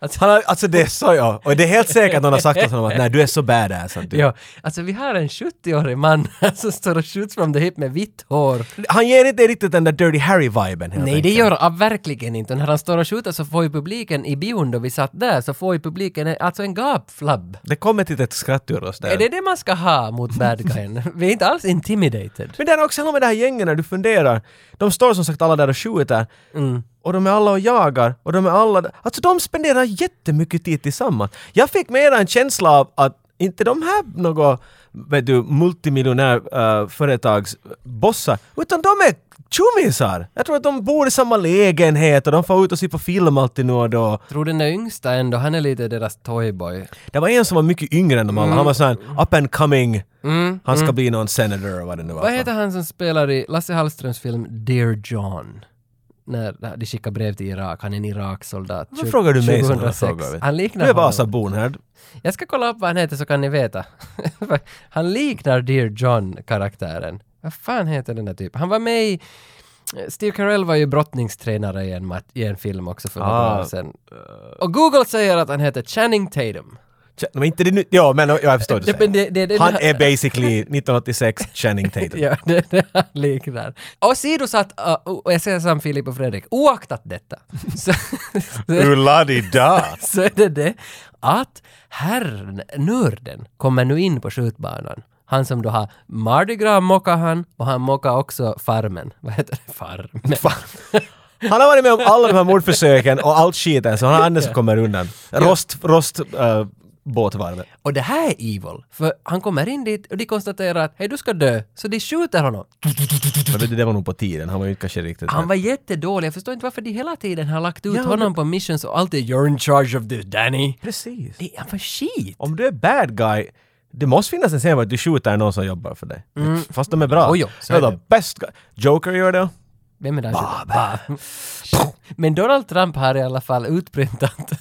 [SPEAKER 1] Alltså,
[SPEAKER 2] Han har, alltså det är så ja. Och det är helt säkert någon har sagt åt honom att nej du är så badass. att du-
[SPEAKER 1] ja, alltså vi har en 70-årig man som står och shoots from the hip med vitt hår.
[SPEAKER 2] Han ger inte riktigt den där Dirty Harry-viben helt
[SPEAKER 1] Nej,
[SPEAKER 2] enkelt.
[SPEAKER 1] det gör han verkligen inte. När han står och skjuter så får ju publiken i bion då vi satt där, så får ju publiken en- alltså en gapflabb.
[SPEAKER 2] Det kommer till ett skratt ur oss där.
[SPEAKER 1] Är det det man ska ha mot bad guyen? *laughs* Vi är inte alls intimidated.
[SPEAKER 2] Men det är också hela med det här gängen när du funderar. De står som sagt alla där och skjuter.
[SPEAKER 1] Mm.
[SPEAKER 2] Och de är alla och jagar. Och de är alla... Alltså de spenderar jättemycket tid tillsammans. Jag fick mera en känsla av att inte de här något, vet du, multimiljonär eh, företagsbossar. äh, Utan de är tjommisar! Jag tror att de bor i samma lägenhet och de får ut och se på film alltid nu och då.
[SPEAKER 1] Tror den där yngsta ändå, han är lite deras toyboy.
[SPEAKER 2] Det var en som var mycket yngre än de alla.
[SPEAKER 1] Mm.
[SPEAKER 2] Han var sån här up and coming.
[SPEAKER 1] Mm,
[SPEAKER 2] Han ska
[SPEAKER 1] mm.
[SPEAKER 2] bli någon senator eller vad det nu var.
[SPEAKER 1] Vad heter han som spelar i Lasse Hallströms film Dear John? När de skickar brev till Irak, han är en Irak-soldat.
[SPEAKER 2] Varför frågar du mig sådana här
[SPEAKER 1] 2006.
[SPEAKER 2] frågor? vet du?
[SPEAKER 1] Han liknar
[SPEAKER 2] Du är
[SPEAKER 1] honom.
[SPEAKER 2] Vasabon här.
[SPEAKER 1] Jag ska kolla upp vad han heter så kan ni veta. *laughs* han liknar Dear John-karaktären. Vad fan heter den där typen? Han var med i... Steve Carell var ju brottningstränare i en, mat, i en film också för några
[SPEAKER 2] Ah.
[SPEAKER 1] år sedan. Och Google säger att han heter Channing Tatum.
[SPEAKER 2] Tja, Men inte det nu... Ja, men ja, jag förstår vad du
[SPEAKER 1] Ja, men det- det- det-
[SPEAKER 2] säger. Han är basically 1986 Channing Tatum.
[SPEAKER 1] *laughs* Ja, det, det han liknar. Och sidosatt, uh, och jag säger som Filip och Fredrik, oaktat detta. *laughs* Så,
[SPEAKER 2] Uladida!
[SPEAKER 1] så är det det att herrn, nörden, kommer nu in på skjutbanan. Han som då har Mardi Gras mockar han och han mockar också Farmen. Vad heter det? Farmen.
[SPEAKER 2] Han har varit med om alla de här mordförsöken och allt skiten, så han är andra som kommer undan. Rost... rost äh, båtvarvet.
[SPEAKER 1] *laughs* Och det här är evil, för han kommer in dit och de konstaterar att hej du ska dö, så de skjuter honom.
[SPEAKER 2] Men vet du, det var nog på tiden, han var ju kanske riktigt...
[SPEAKER 1] Han var jättedålig, jag förstår inte varför de hela tiden har lagt ut honom på missions och alltid “You're in charge of this Danny”.
[SPEAKER 2] Precis.
[SPEAKER 1] Det är för skit!
[SPEAKER 2] Om du är bad guy, det måste finnas en scen var du skjuter någon som jobbar för dig.
[SPEAKER 1] Mm.
[SPEAKER 2] Fast de är bra.
[SPEAKER 1] Oj, jo, så
[SPEAKER 2] är
[SPEAKER 1] är
[SPEAKER 2] de bäst guy. Joker gör det.
[SPEAKER 1] Vem är det han skjuter? *laughs* Men Donald Trump har i alla fall utprintat...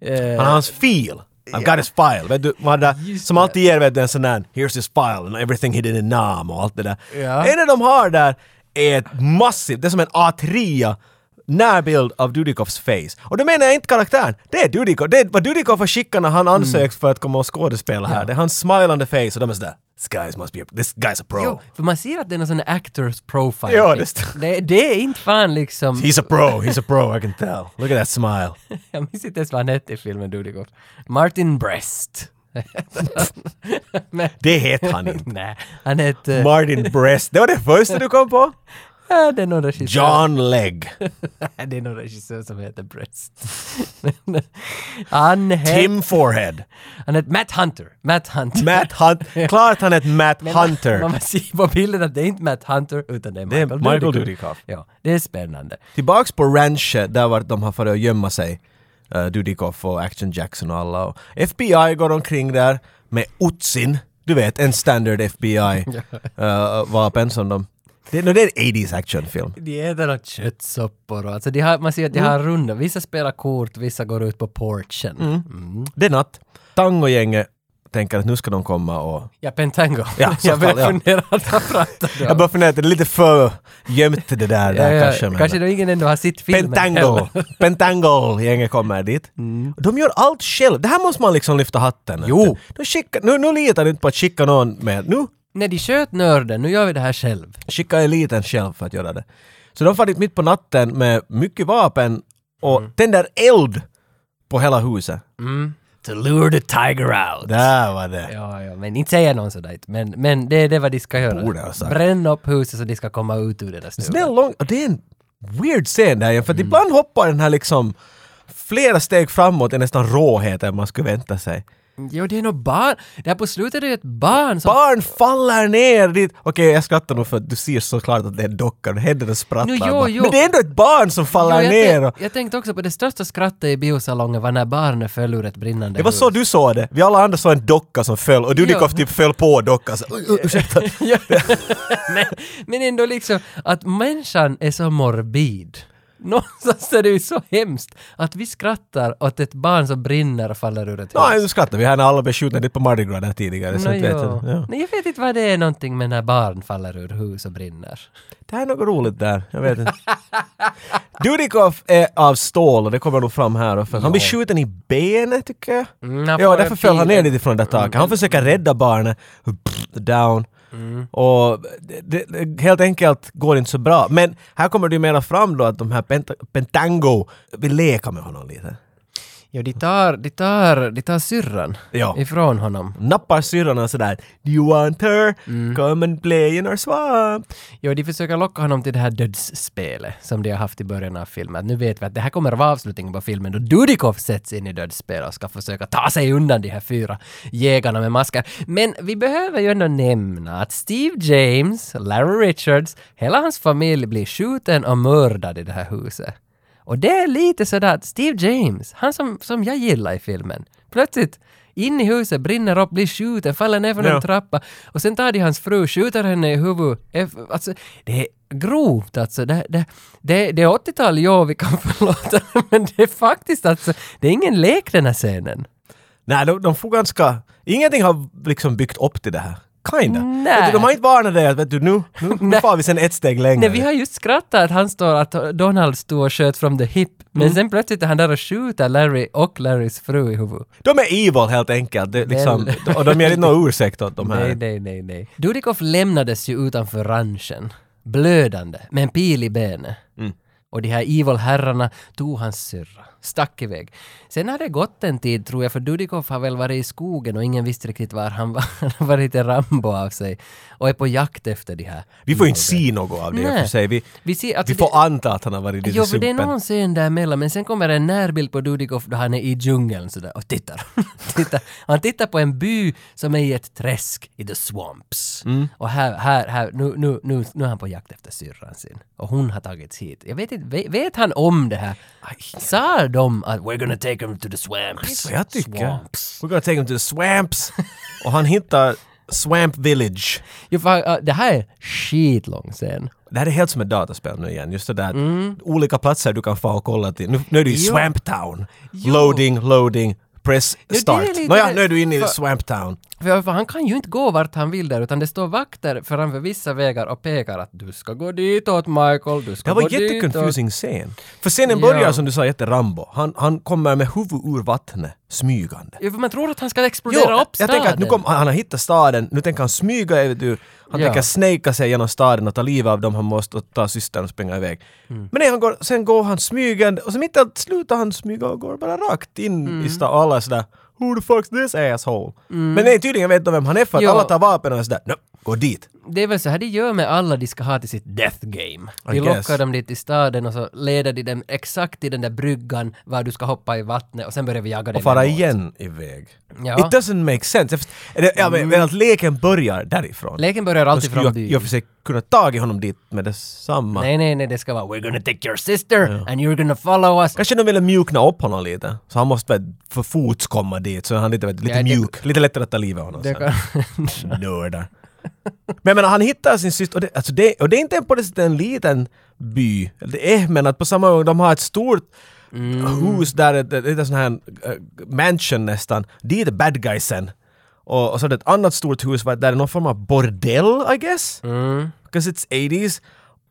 [SPEAKER 1] eh,
[SPEAKER 2] Han har hans fil. I've got his file. Vet du, vad det, som alltid ger vet du, en sån där “Here's his file” and “Everything he did in Nam” och allt det där.
[SPEAKER 1] Ja.
[SPEAKER 2] Det enda de har där är ett massivt, det är som en A3 närbild av Dudikovs face. Och då menar jag inte karaktären, det är Dudikov. Det är vad Dudikov har skickat när
[SPEAKER 1] Mm.
[SPEAKER 2] han ansöks för att komma och skådespela här. Det är hans smilande face och de är sådär “This guy must be a, this guy's a pro”.
[SPEAKER 1] Jo, för man ser att det är någon sån här actors profile.
[SPEAKER 2] Ja, det står-
[SPEAKER 1] det, det är inte fan liksom...
[SPEAKER 2] He's a pro, he's a pro, I can tell. Look at that smile.
[SPEAKER 1] Jag minns inte ens vad han hette i filmen Dudikoff. Martin Brest. *laughs* Men-
[SPEAKER 2] Det heter
[SPEAKER 1] *laughs*
[SPEAKER 2] han inte.
[SPEAKER 1] Nej, han hette...
[SPEAKER 2] Martin Brest, det var det första du kom på?
[SPEAKER 1] Ja, det är någon regissör.
[SPEAKER 2] John Legg.
[SPEAKER 1] Nej, *laughs* det är någon regissör som heter Brest. *laughs* han hette...
[SPEAKER 2] Tim Forehead.
[SPEAKER 1] Han hette Matt Hunter. Matt Hunter. *laughs*
[SPEAKER 2] *laughs* Matt Hunter. Klart han hette Matt
[SPEAKER 1] Men
[SPEAKER 2] Hunter.
[SPEAKER 1] Man, man ser på bilden att det är inte Matt Hunter utan det är
[SPEAKER 2] Det är
[SPEAKER 1] Michael,
[SPEAKER 2] Michael
[SPEAKER 1] Dudikoff.
[SPEAKER 2] Dudikoff.
[SPEAKER 1] Ja, det är spännande.
[SPEAKER 2] Tillbaks på ranchet där var de har farit att gömma sig. eh, Dudikoff och Action Jackson och alla. Och FBI går omkring där med Utsin. Du vet, en
[SPEAKER 1] *laughs*
[SPEAKER 2] standard FBI-vapen eh, som de... Det, no, det är en 80s actionfilm.
[SPEAKER 1] De äter något köttsoppor och alltså de har, man ser att de har runda. Vissa spelar kort, vissa går ut på porchen.
[SPEAKER 2] Mm. Det är natt. Tangogänget tänker att nu ska de komma och...
[SPEAKER 1] Ja, Pentango.
[SPEAKER 2] Ja,
[SPEAKER 1] *laughs*
[SPEAKER 2] så
[SPEAKER 1] jag börjar
[SPEAKER 2] fall, ja.
[SPEAKER 1] fundera att han pratade
[SPEAKER 2] Jag bara funderar, det är lite för gömt det där, där kanske. men-
[SPEAKER 1] kanske då ingen ändå har sett filmen
[SPEAKER 2] Pentango!
[SPEAKER 1] heller.
[SPEAKER 2] *laughs* Pentango-gänget kommer dit. De gör allt själv. Det här måste man liksom lyfta hatten Jo! De skickar, nu, nu litar du inte på att skicka någon med. Nu
[SPEAKER 1] Nej, de sköt nörden. Nu gör vi det här själv.
[SPEAKER 2] skicka eliten själv för att göra det. Så de far dit mitt på natten med mycket vapen och den där eld på hela huset.
[SPEAKER 1] Mm. To lure the tiger out.
[SPEAKER 2] Där var det.
[SPEAKER 1] Ja, ja, men inte säga någon sådär. Men, men det, det är vad de ska
[SPEAKER 2] Borde ha
[SPEAKER 1] göra.
[SPEAKER 2] sagt.
[SPEAKER 1] Bränna upp huset så de ska komma ut ur det där stugan.
[SPEAKER 2] Snäll lång... och Det är en weird scen där igen, för att ibland hoppar den här liksom flera steg framåt i nästan råheten man skulle vänta sig.
[SPEAKER 1] Jo, det är nog barn. Där på slutet är det ju ett barn som...
[SPEAKER 2] Barn faller ner dit! Okej, jag skrattar nog för att du ser såklart att det är en docka, händerna sprattlar
[SPEAKER 1] Jo, jo,
[SPEAKER 2] bara.
[SPEAKER 1] jo.
[SPEAKER 2] Men det är ändå ett barn som faller
[SPEAKER 1] Jo, jag
[SPEAKER 2] ner!
[SPEAKER 1] tänk-
[SPEAKER 2] Och...
[SPEAKER 1] Jag tänkte också på det största skrattet i biosalongen var när barnet föll ur ett brinnande
[SPEAKER 2] Det var
[SPEAKER 1] hus. *laughs*
[SPEAKER 2] så du såg det. Vi alla andra såg en docka som föll och Dudikoff typ föll på dockan så "Oj, oj,
[SPEAKER 1] *laughs*
[SPEAKER 2] ursäkta.
[SPEAKER 1] men, men ändå liksom att människan är så morbid. Någonstans är det ju så hemskt att vi skrattar åt ett barn som brinner och faller ur ett hus.
[SPEAKER 2] Nej, nu skrattar vi här när alla blev skjutna dit på Mardi Gras där tidigare. Så
[SPEAKER 1] Nå,
[SPEAKER 2] inte vet
[SPEAKER 1] jo.
[SPEAKER 2] jag. Ja.
[SPEAKER 1] Nej, jag vet inte vad det är någonting med när barn faller ur hus och brinner.
[SPEAKER 2] Det här är något roligt där, jag vet inte. *laughs* Dudikoff är av stål och det kommer nog fram här. och för- Han blir skjuten i benet tycker jag.
[SPEAKER 1] Mm, han
[SPEAKER 2] ja,
[SPEAKER 1] får
[SPEAKER 2] därför
[SPEAKER 1] en
[SPEAKER 2] föll han
[SPEAKER 1] pil. Mm.
[SPEAKER 2] ner lite från det taket. Han försöker rädda barnet. Pff, Down. Och det, det, det, helt enkelt går det inte så bra. Men här kommer det ju mera fram då att de här pent- Pentango vill leka med honom lite.
[SPEAKER 1] Jo, de tar, de tar, de tar syrran ifrån honom.
[SPEAKER 2] Nappar syrran och sådär Do you want her?
[SPEAKER 1] Mm.
[SPEAKER 2] Come and play in our swamp.
[SPEAKER 1] Jo, de försöker locka honom till det här dödsspelet som de har haft i början av filmen. Att Nu vet vi att det här kommer vara avslutningen på filmen då Dudikoff sätts in i dödsspelet och ska försöka ta sig undan de här fyra jägarna med masker. Men vi behöver ju ändå nämna att Steve James, Larry Richards, hela hans familj blir skjuten och mördad i det här huset. Och det är lite sådär att Steve James, han som, som jag gillar i filmen, plötsligt in i huset, brinner upp, blir skjuten, faller ner från en
[SPEAKER 2] Ja.
[SPEAKER 1] trappa och sen tar de hans fru, skjuter henne i huvudet. Eff- Alltså, det är grovt alltså. Det, det, det, det är 80-tal, ja vi kan *laughs* förlåta men det är faktiskt alltså, det är ingen lek den här scenen.
[SPEAKER 2] Nej, de, de får ganska... Ingenting har liksom byggt upp till det här. Kinda.
[SPEAKER 1] Nej.
[SPEAKER 2] Vet du, De har inte varnat dig att vet du, nu,
[SPEAKER 1] *laughs*
[SPEAKER 2] nu, nu far vi sen ett steg längre.
[SPEAKER 1] Nej, vi har just skrattat att han står, att Donald stod och sköt from the hip, men
[SPEAKER 2] Mm.
[SPEAKER 1] sen plötsligt är han där och skjuter Larry och Larrys fru i huvudet.
[SPEAKER 2] De är evil helt enkelt. Det, är liksom,
[SPEAKER 1] Väl-
[SPEAKER 2] och de ger inte någon ursäkt åt de här.
[SPEAKER 1] Nej, nej, nej, nej. Dudikoff lämnades ju utanför ranchen, blödande, med en pil i benet.
[SPEAKER 2] Mm.
[SPEAKER 1] Och de här evil herrarna tog hans syrra, stack iväg. Sen har det gått en tid tror jag, för Dudikoff har väl varit i skogen och ingen visste riktigt var han var. *laughs* Han har varit lite Rambo av sig och är på jakt efter de här.
[SPEAKER 2] Vi får ju inte se något av det i och
[SPEAKER 1] Nej.
[SPEAKER 2] för sig. Vi,
[SPEAKER 1] Vi ser- alltså
[SPEAKER 2] vi
[SPEAKER 1] det-
[SPEAKER 2] får anta att han har varit lite
[SPEAKER 1] Jo, för det är
[SPEAKER 2] sumpen.
[SPEAKER 1] någon scen däremellan, men sen kommer en närbild på Dudikoff då han är i djungeln sådär och tittar. *laughs* tittar. Han tittar på en by som är i ett träsk i the swamps.
[SPEAKER 2] Mm.
[SPEAKER 1] Och här, här, här, nu, nu, nu, nu är han på jakt efter syrran sin. Och hon har tagits hit. Jag vet inte, vet, vet han om det här? Sa de att “We're gonna take him to the swamps”?
[SPEAKER 2] Så Alltså, jag tycker.
[SPEAKER 1] Swamp.
[SPEAKER 2] We're gonna take him to
[SPEAKER 1] *laughs*
[SPEAKER 2] the swamps. och han hittar Swamp Village.
[SPEAKER 1] Jo, för, uh, det här är skitlång scen.
[SPEAKER 2] Det här är helt som ett dataspel nu igen. Just det där olika platser du kan få och kolla till. Nu, nu är du i
[SPEAKER 1] Jo.
[SPEAKER 2] Swamp Town. Loading, loading, press
[SPEAKER 1] det är
[SPEAKER 2] start.
[SPEAKER 1] lite-
[SPEAKER 2] Nåja, nu är du inne i
[SPEAKER 1] för-
[SPEAKER 2] Swamp Town.
[SPEAKER 1] För, för han kan ju inte gå vart han vill där, utan det står vakter framför vissa vägar och pekar att du ska gå ditåt Michael, du ska
[SPEAKER 2] Det
[SPEAKER 1] gå
[SPEAKER 2] var
[SPEAKER 1] ditåt.
[SPEAKER 2] en jätteconfusing scen. För scenen
[SPEAKER 1] Ja.
[SPEAKER 2] börjar som du sa jätterambo. Han, han kommer med huvudet ur vattnet, smygande.
[SPEAKER 1] Jo, för man tror att han ska explodera upp
[SPEAKER 2] jag
[SPEAKER 1] staden.
[SPEAKER 2] tänker att nu kom, han har hittat staden, nu tänker han smyga, vet du, han
[SPEAKER 1] Ja.
[SPEAKER 2] tänker snejka sig genom staden och ta livet av dem han måste och ta systern och springa iväg. Men nej, han går, sen går han smygande och sen mitt i allt slutar han smyga och går bara rakt in i staden och alla är sådär Who the fuck's this asshole?
[SPEAKER 1] Mm.
[SPEAKER 2] Men nej, tydligen vet de vem han är för att
[SPEAKER 1] Ja.
[SPEAKER 2] alla tar vapen och är sådär, "Nå, gå dit.
[SPEAKER 1] Det är väl så här de gör med alla de ska ha till sitt death game.
[SPEAKER 2] I
[SPEAKER 1] De
[SPEAKER 2] guess.
[SPEAKER 1] lockar dem dit till staden och så leder de dem exakt till den där bryggan var du ska hoppa i vattnet och sen börjar vi jaga dig
[SPEAKER 2] Och fara
[SPEAKER 1] neråt.
[SPEAKER 2] igen iväg.
[SPEAKER 1] Ja. Mm.
[SPEAKER 2] It doesn't make sense. Jag först- är det- Ja, men, men att leken börjar därifrån.
[SPEAKER 1] Leken börjar alltid
[SPEAKER 2] Då skulle
[SPEAKER 1] från
[SPEAKER 2] jag,
[SPEAKER 1] byn.
[SPEAKER 2] jag försöker kunna ta i honom dit med detsamma.
[SPEAKER 1] Nej, nej, nej, det ska vara “We're gonna take your sister and you're gonna follow us”.
[SPEAKER 2] Kanske de ville mjukna upp honom lite. Så han måste väl för fots komma dit. Så han lite, vet, lite
[SPEAKER 1] Ja, det-
[SPEAKER 2] mjuk. Lite lättare att ta livet av honom
[SPEAKER 1] Det
[SPEAKER 2] sen. *laughs* Nördar. Men jag menar, han hittar sin syster. Och det, alltså det, och det är inte en- på det sättet en liten by. Det är, men att på samma gång de har ett stort
[SPEAKER 1] Mm.
[SPEAKER 2] hus där, ett- ett ett sån här eh, mansion nästan. Dit är bad guysen. Och, och så är det ett annat stort hus vad- där det är någon form av bordell, I guess.
[SPEAKER 1] Mm.
[SPEAKER 2] Because it's 80s.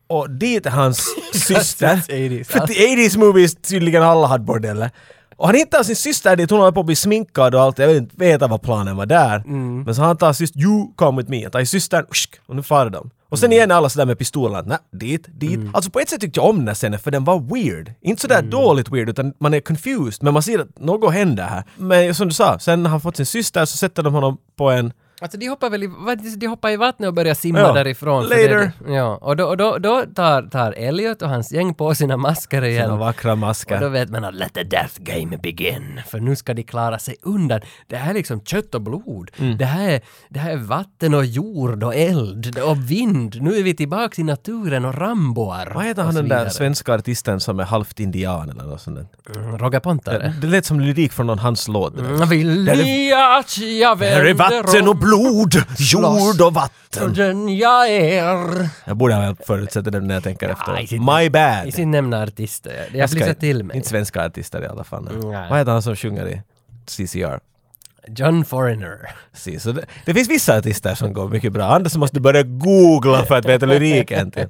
[SPEAKER 2] Och dit är
[SPEAKER 1] *laughs*
[SPEAKER 2] hans syster.
[SPEAKER 1] 80s,
[SPEAKER 2] För
[SPEAKER 1] alltså.
[SPEAKER 2] att i 80s movies tydligen alla hade bordeller. Och han hittar sin syster dit, hon håller på att bli sminkad och allt. Jag vet inte veta vad planen var där.
[SPEAKER 1] Mm.
[SPEAKER 2] Men så han tar syster, you come with me. Jag tar systern, usk, och nu far de. Och
[SPEAKER 1] Mm.
[SPEAKER 2] sen igen är alla sådär med pistolen, nä, dit, dit. Alltså på ett sätt tyckte jag om den här scenen för den var weird. Inte sådär
[SPEAKER 1] Mm.
[SPEAKER 2] dåligt weird utan man är confused men man ser att något händer här. Men som du sa, sen när han fått sin syster så sätter de honom på en
[SPEAKER 1] Alltså de hoppar väl i, vad- de hoppar i vattnet och börjar simma
[SPEAKER 2] Ja.
[SPEAKER 1] därifrån. för
[SPEAKER 2] Later.
[SPEAKER 1] Det, ja, och då, och då, då tar, tar Elliot och hans gäng på sina masker igen.
[SPEAKER 2] sina vackra
[SPEAKER 1] Och då
[SPEAKER 2] masker.
[SPEAKER 1] vet man att let the death game begin. För nu ska de klara sig undan. Det här är liksom kött och blod.
[SPEAKER 2] Mm.
[SPEAKER 1] Det, här är, det här är vatten och jord och eld och vind. Nu är vi tillbaka i naturen och ramboar.
[SPEAKER 2] Vad heter
[SPEAKER 1] och
[SPEAKER 2] han
[SPEAKER 1] så
[SPEAKER 2] den där
[SPEAKER 1] vidare.
[SPEAKER 2] svenska artisten som är halvt indian eller något sånt där?
[SPEAKER 1] Mm, Roger Pontare.
[SPEAKER 2] Det lät som lyrik från någon hans låt. det där.
[SPEAKER 1] Mm, vill att jag
[SPEAKER 2] Här är vatten
[SPEAKER 1] vänder
[SPEAKER 2] och
[SPEAKER 1] om
[SPEAKER 2] blod, jord och vatten.
[SPEAKER 1] den jag är.
[SPEAKER 2] Jag borde ha förutsätta det när jag tänker
[SPEAKER 1] Nej,
[SPEAKER 2] efter.
[SPEAKER 1] sitt-
[SPEAKER 2] My bad.
[SPEAKER 1] I sin nämna artister. Jag, jag
[SPEAKER 2] ska
[SPEAKER 1] flisar till mig.
[SPEAKER 2] Inte svenska artister i alla fall.
[SPEAKER 1] Nej.
[SPEAKER 2] Vad heter han som sjunger i CCR?
[SPEAKER 1] John Foreigner.
[SPEAKER 2] Si, så det, det finns vissa artister som går mycket bra, andra så måste du börja googla för att veta
[SPEAKER 1] *laughs*
[SPEAKER 2] lyriken till.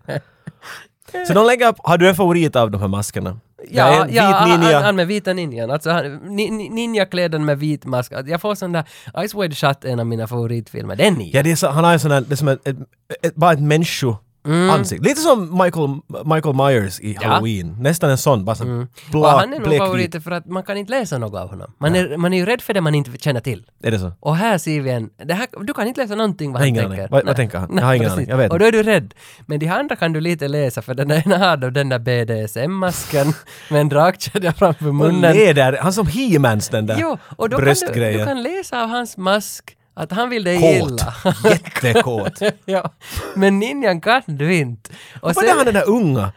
[SPEAKER 2] Så de lägger upp, har du en favorit av de här maskerna? Det är
[SPEAKER 1] Ja,
[SPEAKER 2] en
[SPEAKER 1] ja
[SPEAKER 2] vit
[SPEAKER 1] han,
[SPEAKER 2] ninja.
[SPEAKER 1] han, han med vita ninjan. Alltså han- ni- ni- ninjakläden med vit mask. Alltså, Jag får sån där Ice Wide Shut, en av mina favoritfilmer. Den är
[SPEAKER 2] Ja, det är så, han har en sån här, det är som ett, ett, ett, bara ett människo
[SPEAKER 1] Mm.
[SPEAKER 2] ansikte. Lite som Michael, Michael Myers i
[SPEAKER 1] Ja.
[SPEAKER 2] Halloween. Nästan en sån, bara så
[SPEAKER 1] Och
[SPEAKER 2] bla,
[SPEAKER 1] han är nog
[SPEAKER 2] blekvit.
[SPEAKER 1] favoriten för att man kan inte läsa något av honom. Man är, man är ju rädd för det man inte känner till.
[SPEAKER 2] Är det så?
[SPEAKER 1] Och här ser vi en... Det här, du kan inte läsa någonting vad
[SPEAKER 2] Jag har
[SPEAKER 1] han
[SPEAKER 2] ingen
[SPEAKER 1] tänker.
[SPEAKER 2] aning. Vad- vad
[SPEAKER 1] Nej.
[SPEAKER 2] tänker han?
[SPEAKER 1] Nej,
[SPEAKER 2] Jag har ingen aning.
[SPEAKER 1] precis.
[SPEAKER 2] Jag vet
[SPEAKER 1] Och då är du rädd. Men de andra kan du lite läsa för den ena har då den där BDSM-masken *laughs* med en dragkedja framför
[SPEAKER 2] Och
[SPEAKER 1] munnen.
[SPEAKER 2] leder, han som He-Mans den där
[SPEAKER 1] Jo, och då kan du,
[SPEAKER 2] bröstgrejen.
[SPEAKER 1] du kan läsa av hans mask att han vill dig *laughs*
[SPEAKER 2] Kåt.
[SPEAKER 1] illa.
[SPEAKER 2] Jättekåt.
[SPEAKER 1] ja. Men ninjan kan du inte. Och
[SPEAKER 2] Vad är han den där unga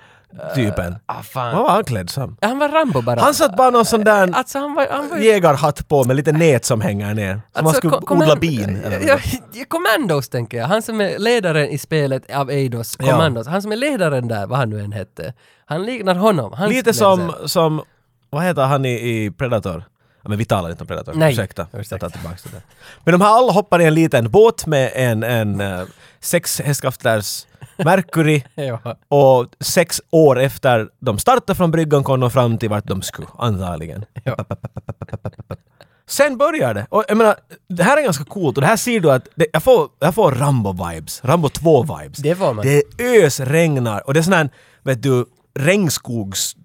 [SPEAKER 2] typen?
[SPEAKER 1] ah, fan.
[SPEAKER 2] Vad var han klädd som?
[SPEAKER 1] Han var Rambo bara.
[SPEAKER 2] Han satt bara någon sån där
[SPEAKER 1] Alltså han var... Han var
[SPEAKER 2] jägarhatt på med lite nät som hänger ner. Som
[SPEAKER 1] Alltså,
[SPEAKER 2] han skulle
[SPEAKER 1] ko-
[SPEAKER 2] odla
[SPEAKER 1] command-
[SPEAKER 2] bin. Eller
[SPEAKER 1] Ja,
[SPEAKER 2] något.
[SPEAKER 1] *laughs* ja, commandos tänker jag. Han som är ledaren i spelet av Eidos,
[SPEAKER 2] Ja.
[SPEAKER 1] Commandos. Han som är ledaren där, vad han nu än hette. Han liknar honom. Hans
[SPEAKER 2] Lite som,
[SPEAKER 1] laser.
[SPEAKER 2] som, vad heter han i, i Predator? Ja, men vi talar inte om Predator,
[SPEAKER 1] Nej.
[SPEAKER 2] ursäkta. Jag tar tillbaka det där. Men de här alla hoppar i en liten båt med en, en eh, sex hästkrafters Mercury
[SPEAKER 1] *laughs* Ja.
[SPEAKER 2] och sex år efter de startade från bryggan kom de fram till vart de skulle, antagligen. Sen börjar det. Och jag menar, det här är ganska coolt och det här ser du att det, jag, får, jag får Rambo-vibes. Rambo 2-vibes.
[SPEAKER 1] Det får man.
[SPEAKER 2] Det ösregnar och det är sån här, vet du, regnskogs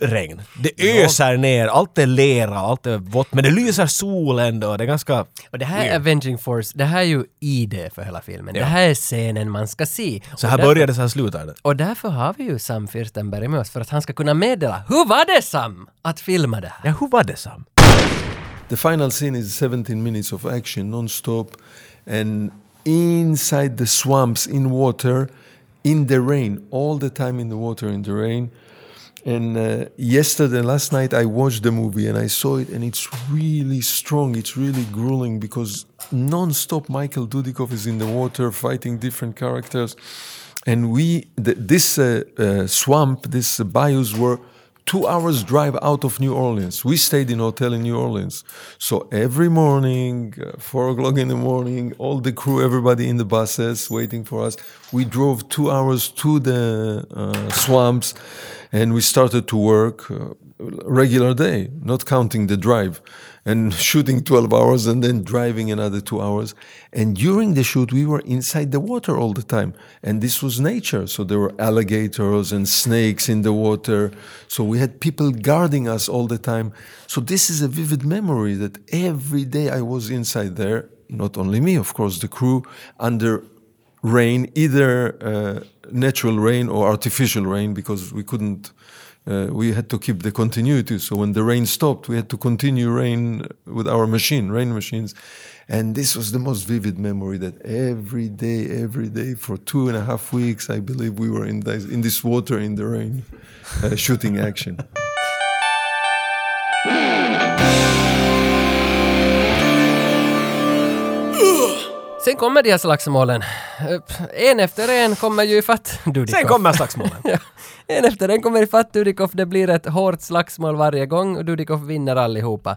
[SPEAKER 2] regn. Det öser ner, allt är lera, allt är vått, men det lyser sol ändå. och Det är ganska...
[SPEAKER 1] Och det här är Avenging Force, det här är ju ID för hela filmen.
[SPEAKER 2] Ja.
[SPEAKER 1] Det här är scenen man ska se.
[SPEAKER 2] Så här
[SPEAKER 1] Och därför-
[SPEAKER 2] börjar det, så här slutar det.
[SPEAKER 1] Och därför har vi ju Sam Fürstenberg med oss, för att han ska kunna meddela hur var det Sam att filma det här?
[SPEAKER 2] Ja, hur var det Sam?
[SPEAKER 10] The final scene is 17 minutes of action non-stop and inside the swamps in water in the rain all the time in the water in the rain and uh, yesterday last night I watched the movie and I saw it and it's really strong it's really grueling because non-stop Michael Dudikoff is in the water fighting different characters and we th- this uh, uh, swamp this uh, bayous were two hours drive out of New Orleans. We stayed in a hotel in New Orleans. So every morning, uh, four o'clock in the morning, all the crew, everybody in the buses waiting for us. We drove two hours to the uh, swamps and we started to work uh, regular day, not counting the drive and *laughs* shooting 12 hours and then driving another two hours. And during the shoot, we were inside the water all the time. And this was nature. So there were alligators and snakes in the water. So we had people guarding us all the time. So this is a vivid memory that every day I was inside there, not only me, of course, the crew under rain, either uh, natural rain or artificial rain, because we couldn't. Uh, we had to keep the continuity. So when the rain stopped, we had to continue rain with our machine, rain machines. And this was the most vivid memory that every day, every day for two and a half weeks, I believe we were in this, in this water in the rain, uh, shooting action.
[SPEAKER 1] Sen kommer de här slagsmålen. Upp, En efter en kommer ju ifatt Dudikoff.
[SPEAKER 2] Sen kommer slagsmålen.
[SPEAKER 1] *laughs* ja. En efter en kommer ifatt Dudikoff. Det blir ett hårt slagsmål varje gång och Dudikoff vinner allihopa.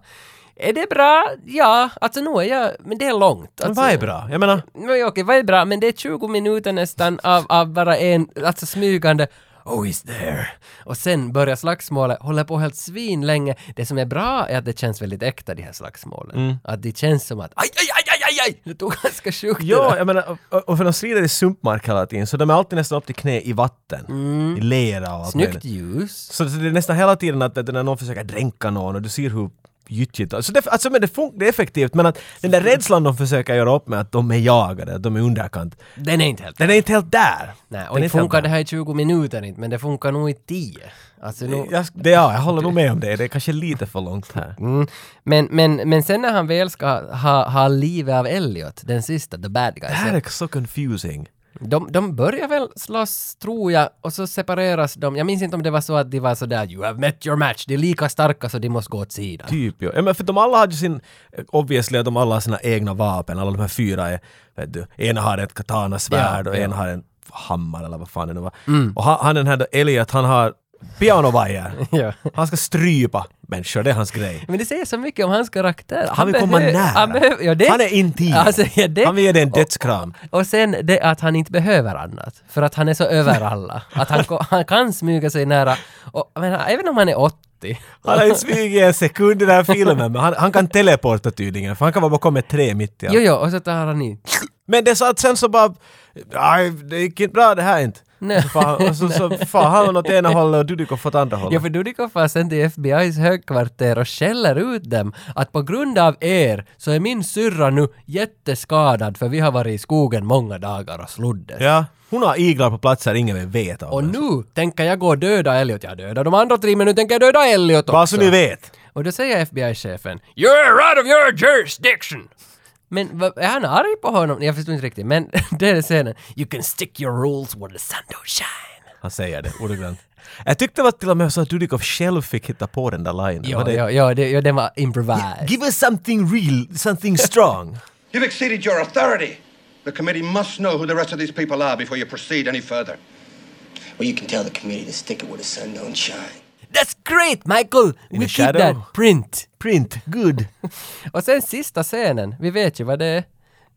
[SPEAKER 1] Är det bra? Ja, alltså nu är jag... Men det är långt.
[SPEAKER 2] Men
[SPEAKER 1] Alltså,
[SPEAKER 2] vad är bra? Jag menar,
[SPEAKER 1] Nå, ja, okej, vad är bra? Men det är 20 minuter nästan av, av bara en, alltså smygande Oh, he's there! Och sen börjar slagsmålet, håller på helt svinlänge. Det som är bra är att det känns väldigt äkta, de här slagsmålen.
[SPEAKER 2] Mm.
[SPEAKER 1] Att det känns som att aj, aj, aj, aj, aj, aj! Det tog ganska sjukt det
[SPEAKER 2] Ja,
[SPEAKER 1] där.
[SPEAKER 2] jag menar, och- och för de strider i sumpmark hela tiden, så de är alltid nästan upp till knä i vatten.
[SPEAKER 1] Mm.
[SPEAKER 2] I lera och allt
[SPEAKER 1] Snyggt
[SPEAKER 2] möjligt.
[SPEAKER 1] ljus.
[SPEAKER 2] Så det är nästan hela tiden att, att när någon försöker dränka någon och du ser hur gyttjigt... Alltså det, alltså men det, fun- det är effektivt, men att den där rädslan de försöker göra upp med, att de är jagade, att de är underkant.
[SPEAKER 1] Den är inte helt
[SPEAKER 2] Den är inte helt där!
[SPEAKER 1] Nej, och
[SPEAKER 2] Den är
[SPEAKER 1] inte
[SPEAKER 2] inte helt
[SPEAKER 1] funkar
[SPEAKER 2] där.
[SPEAKER 1] det här i 20 minuter inte, men det funkar nog i 10. Alltså, nu,
[SPEAKER 2] Jag, det, ja, jag håller nog med om det. Det är kanske lite för långt här.
[SPEAKER 1] Mm. Men, men, men sen när han väl ska ha, ha livet av Elliot, den sista, the bad guy.
[SPEAKER 2] Det här är så confusing.
[SPEAKER 1] De, de börjar väl slåss, tror jag, och så separeras de. Jag minns inte om det var så att de var sådär “You have met your match”, de är lika starka så de måste gå åt sidan.
[SPEAKER 2] Typ ja. ja men för de alla hade ju sin, obviously att de alla har sina egna vapen, alla de här fyra är, vet du, ena har ett katanasvärd
[SPEAKER 1] Ja,
[SPEAKER 2] och
[SPEAKER 1] ja.
[SPEAKER 2] en har en hammare eller vad fan det nu var.
[SPEAKER 1] Mm.
[SPEAKER 2] Och han, han den här då, Elliot, han har pianovajer.
[SPEAKER 1] *laughs* Ja.
[SPEAKER 2] Han ska strypa människor, det är hans grej.
[SPEAKER 1] Men det säger så mycket om hans karaktär.
[SPEAKER 2] Han vill komma
[SPEAKER 1] behö-
[SPEAKER 2] nära.
[SPEAKER 1] Han, behöver- ja, det,
[SPEAKER 2] Han är intim.
[SPEAKER 1] Alltså, ja, det.
[SPEAKER 2] Han vill ge dig en dödskram.
[SPEAKER 1] Och sen det att han inte behöver annat, för att han är så över alla. Att han, ko- han kan smyga sig nära. Och, jag menar, även om han är 80 alltid.
[SPEAKER 2] Han
[SPEAKER 1] *laughs*
[SPEAKER 2] har inte smugit en sekund i den här filmen, men han, han kan teleporta tydligen, för han kan vara bakom ett trä mitt i allt.
[SPEAKER 1] Jo, jo, och så tar han i.
[SPEAKER 2] Men det är så att sen så bara... Nej, det gick inte bra det här inte.
[SPEAKER 1] Nej.
[SPEAKER 2] Så far, och så, så far han åt ena hållet och Dudikoff åt andra hållet.
[SPEAKER 1] Ja, för Dudikoff far sen till FBI's högkvarter och skäller ut dem att på grund av er så är min syrra nu jätteskadad för vi har varit i skogen många dagar och sluddes.
[SPEAKER 2] Ja, hon har iglar på platser ingen vill veta om.
[SPEAKER 1] Och nu tänker jag gå och döda Elliot. Jag dödar de andra tre men nu tänker jag döda Elliot också.
[SPEAKER 2] Bara så ni vet.
[SPEAKER 1] Och då säger FBI-chefen “You're out of your jurisdiction!” Men vad- är han arg på honom? Jag förstår inte riktigt, men *laughs* det är scenen. “You can stick your rules where the sun don't shine.”
[SPEAKER 2] Han säger det ordagrant. Jag tyckte det var till och med så att Dudikoff själv fick hitta på den där linen.
[SPEAKER 1] Jo,
[SPEAKER 2] Var det-
[SPEAKER 1] jo, jo, det, jo, den var improvised.
[SPEAKER 2] Give us something real, something strong.
[SPEAKER 5] You've exceeded your authority. The committee must know who the rest of these people are before you proceed any further. Well, you can tell the committee to stick it where the sun don't shine.
[SPEAKER 1] That's great Michael! We keep
[SPEAKER 2] shadow.
[SPEAKER 1] that print!
[SPEAKER 2] Print, good.
[SPEAKER 1] Och sen sista scenen, vi vet ju vad det är.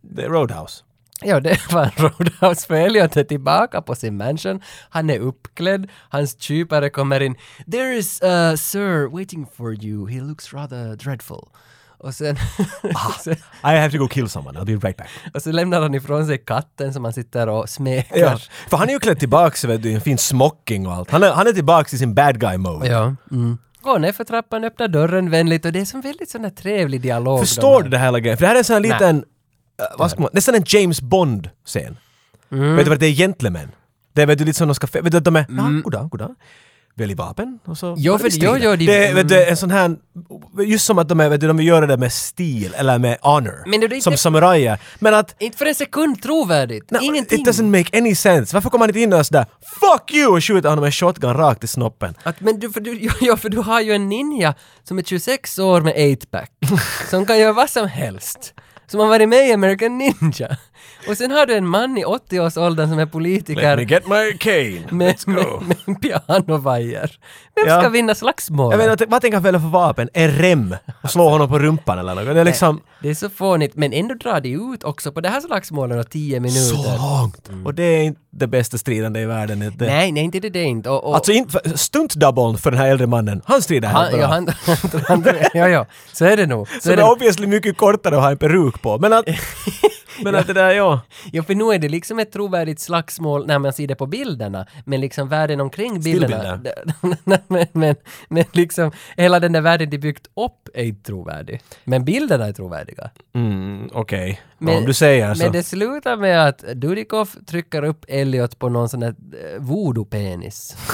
[SPEAKER 2] Det är Roadhouse.
[SPEAKER 1] Ja, det *laughs* var en Roadhouse för Elliot är tillbaka på sin mansion. Han är uppklädd, hans kypare kommer in. “There is a sir waiting for you, he looks rather dreadful”. Och sen... *laughs* sen
[SPEAKER 2] I have to go kill someone, I'll be right back.
[SPEAKER 1] och så lämnar han ifrån sig katten som han sitter och smekar.
[SPEAKER 2] Ja, för han är ju klädd tillbaks vet du, i en fin smocking och allt. Han är, han är tillbaks i sin bad guy mode.
[SPEAKER 1] Ja. Mm. Går ner för trappan, öppnar dörren vänligt och det är som väldigt sån här trevlig dialog.
[SPEAKER 2] Förstår du det här grejen? För det här är en sån här
[SPEAKER 1] Nej.
[SPEAKER 2] liten, eh, vad ska man, nästan en James Bond-scen.
[SPEAKER 1] Mm.
[SPEAKER 2] Vet du vad det är? Gentlemen. Det är vet du lite som de ska, fe- vet du att de är, mm. goddag, goddag. Välj vapen och så...
[SPEAKER 1] Jo, för- jo, jo, de-
[SPEAKER 2] det är vet du, en sån här, just som att de är, vet du, de vill göra det med stil eller med honor.
[SPEAKER 1] Men det är inte-
[SPEAKER 2] som samurajer. Men att
[SPEAKER 1] Inte för en sekund trovärdigt!
[SPEAKER 2] No,
[SPEAKER 1] Ingenting!
[SPEAKER 2] It doesn't make any sense. Varför kommer han inte in och sådär “Fuck you!” och skjuter honom med en shotgun rakt i snoppen?
[SPEAKER 1] Att, men du, för du, *laughs* ja, ja, för du har ju en ninja som är 26 år med 8-pack. som kan göra vad som helst. Som har varit med i American Ninja. Och sen har du en man i 80-årsåldern som är politiker.
[SPEAKER 2] Let me get my cane.
[SPEAKER 1] med,
[SPEAKER 2] Let's
[SPEAKER 1] med,
[SPEAKER 2] go.
[SPEAKER 1] med en pianovajer. Vem
[SPEAKER 2] Ja.
[SPEAKER 1] ska vinna slagsmål?
[SPEAKER 2] Jag menar, t- vad tänker han välja för vapen? En rem? Och slå honom på rumpan eller något? Det är liksom...
[SPEAKER 1] Det är så fånigt, men ändå drar de ut också på det här slagsmålet och 10 minuter.
[SPEAKER 2] Så långt! Och det är inte det bästa stridande i världen. Inte.
[SPEAKER 1] Mm. Nej, nej, inte det, det är inte. Och, och,
[SPEAKER 2] Alltså in, för- stunt-double för den här äldre mannen, han strider
[SPEAKER 1] han,
[SPEAKER 2] helt bra.
[SPEAKER 1] ja, han, han, *laughs* han, ja, ja, så är det nog.
[SPEAKER 2] så det är obviously mycket kortare att ha en peruk
[SPEAKER 1] *laughs*
[SPEAKER 2] på. Men att... men att det där, ja.
[SPEAKER 1] Ja, för nu är det liksom ett trovärdigt slagsmål när man ser det på bilderna, men liksom världen omkring bilderna. *laughs* men, men, men liksom, hela den där världen de byggt upp är inte trovärdig. Men bilderna är trovärdiga.
[SPEAKER 2] Mm, okej. Ja,
[SPEAKER 1] Men-
[SPEAKER 2] Om du säger så.
[SPEAKER 1] Men det slutar med att Dudikoff trycker upp Elliot på någon sån där eh, voodoo-penis.
[SPEAKER 2] *laughs*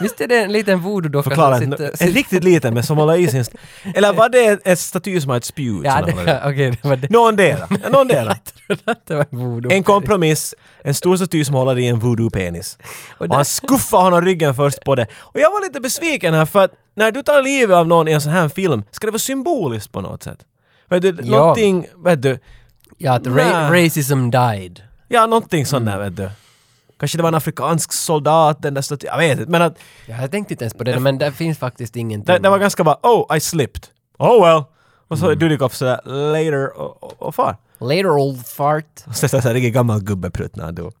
[SPEAKER 1] Visst är det en liten voodoo-docka
[SPEAKER 2] Förklara.
[SPEAKER 1] som
[SPEAKER 2] En,
[SPEAKER 1] sitter...
[SPEAKER 2] en riktigt liten men som håller i sin... st- Eller var det ett staty som har ett spjut?
[SPEAKER 1] Ja,
[SPEAKER 2] som
[SPEAKER 1] det,
[SPEAKER 2] han håller
[SPEAKER 1] *laughs*
[SPEAKER 2] i?
[SPEAKER 1] okej, det var det. *laughs*
[SPEAKER 2] Någondera. Någondera.
[SPEAKER 1] Jag trodde att det var voodoo.
[SPEAKER 2] En kompromiss, en stor staty som håller i en voodoo-penis. Och, han skuffar honom ryggen först på det. Och jag var lite besviken här för att när du tar livet av någon i en sån här film, ska det vara symboliskt på något sätt? Vet du,
[SPEAKER 1] Ja.
[SPEAKER 2] någonting, vet du,
[SPEAKER 1] Ja, att ra-
[SPEAKER 2] Nej.
[SPEAKER 1] racism died.
[SPEAKER 2] ja någonting sånt där vet du. Kanske det var en afrikansk soldat, den där statyn, jag vet inte men att
[SPEAKER 1] Ja, jag tänkte inte ens på det, men det finns faktiskt
[SPEAKER 2] det,
[SPEAKER 1] ingenting.
[SPEAKER 2] det var ganska bara oh I slipped, oh well. Och så mm. Dudikoff sådär later och, och, och far.
[SPEAKER 1] Later old fart.
[SPEAKER 2] Och så är det en riktigt gammal gubbeprutt när han dog.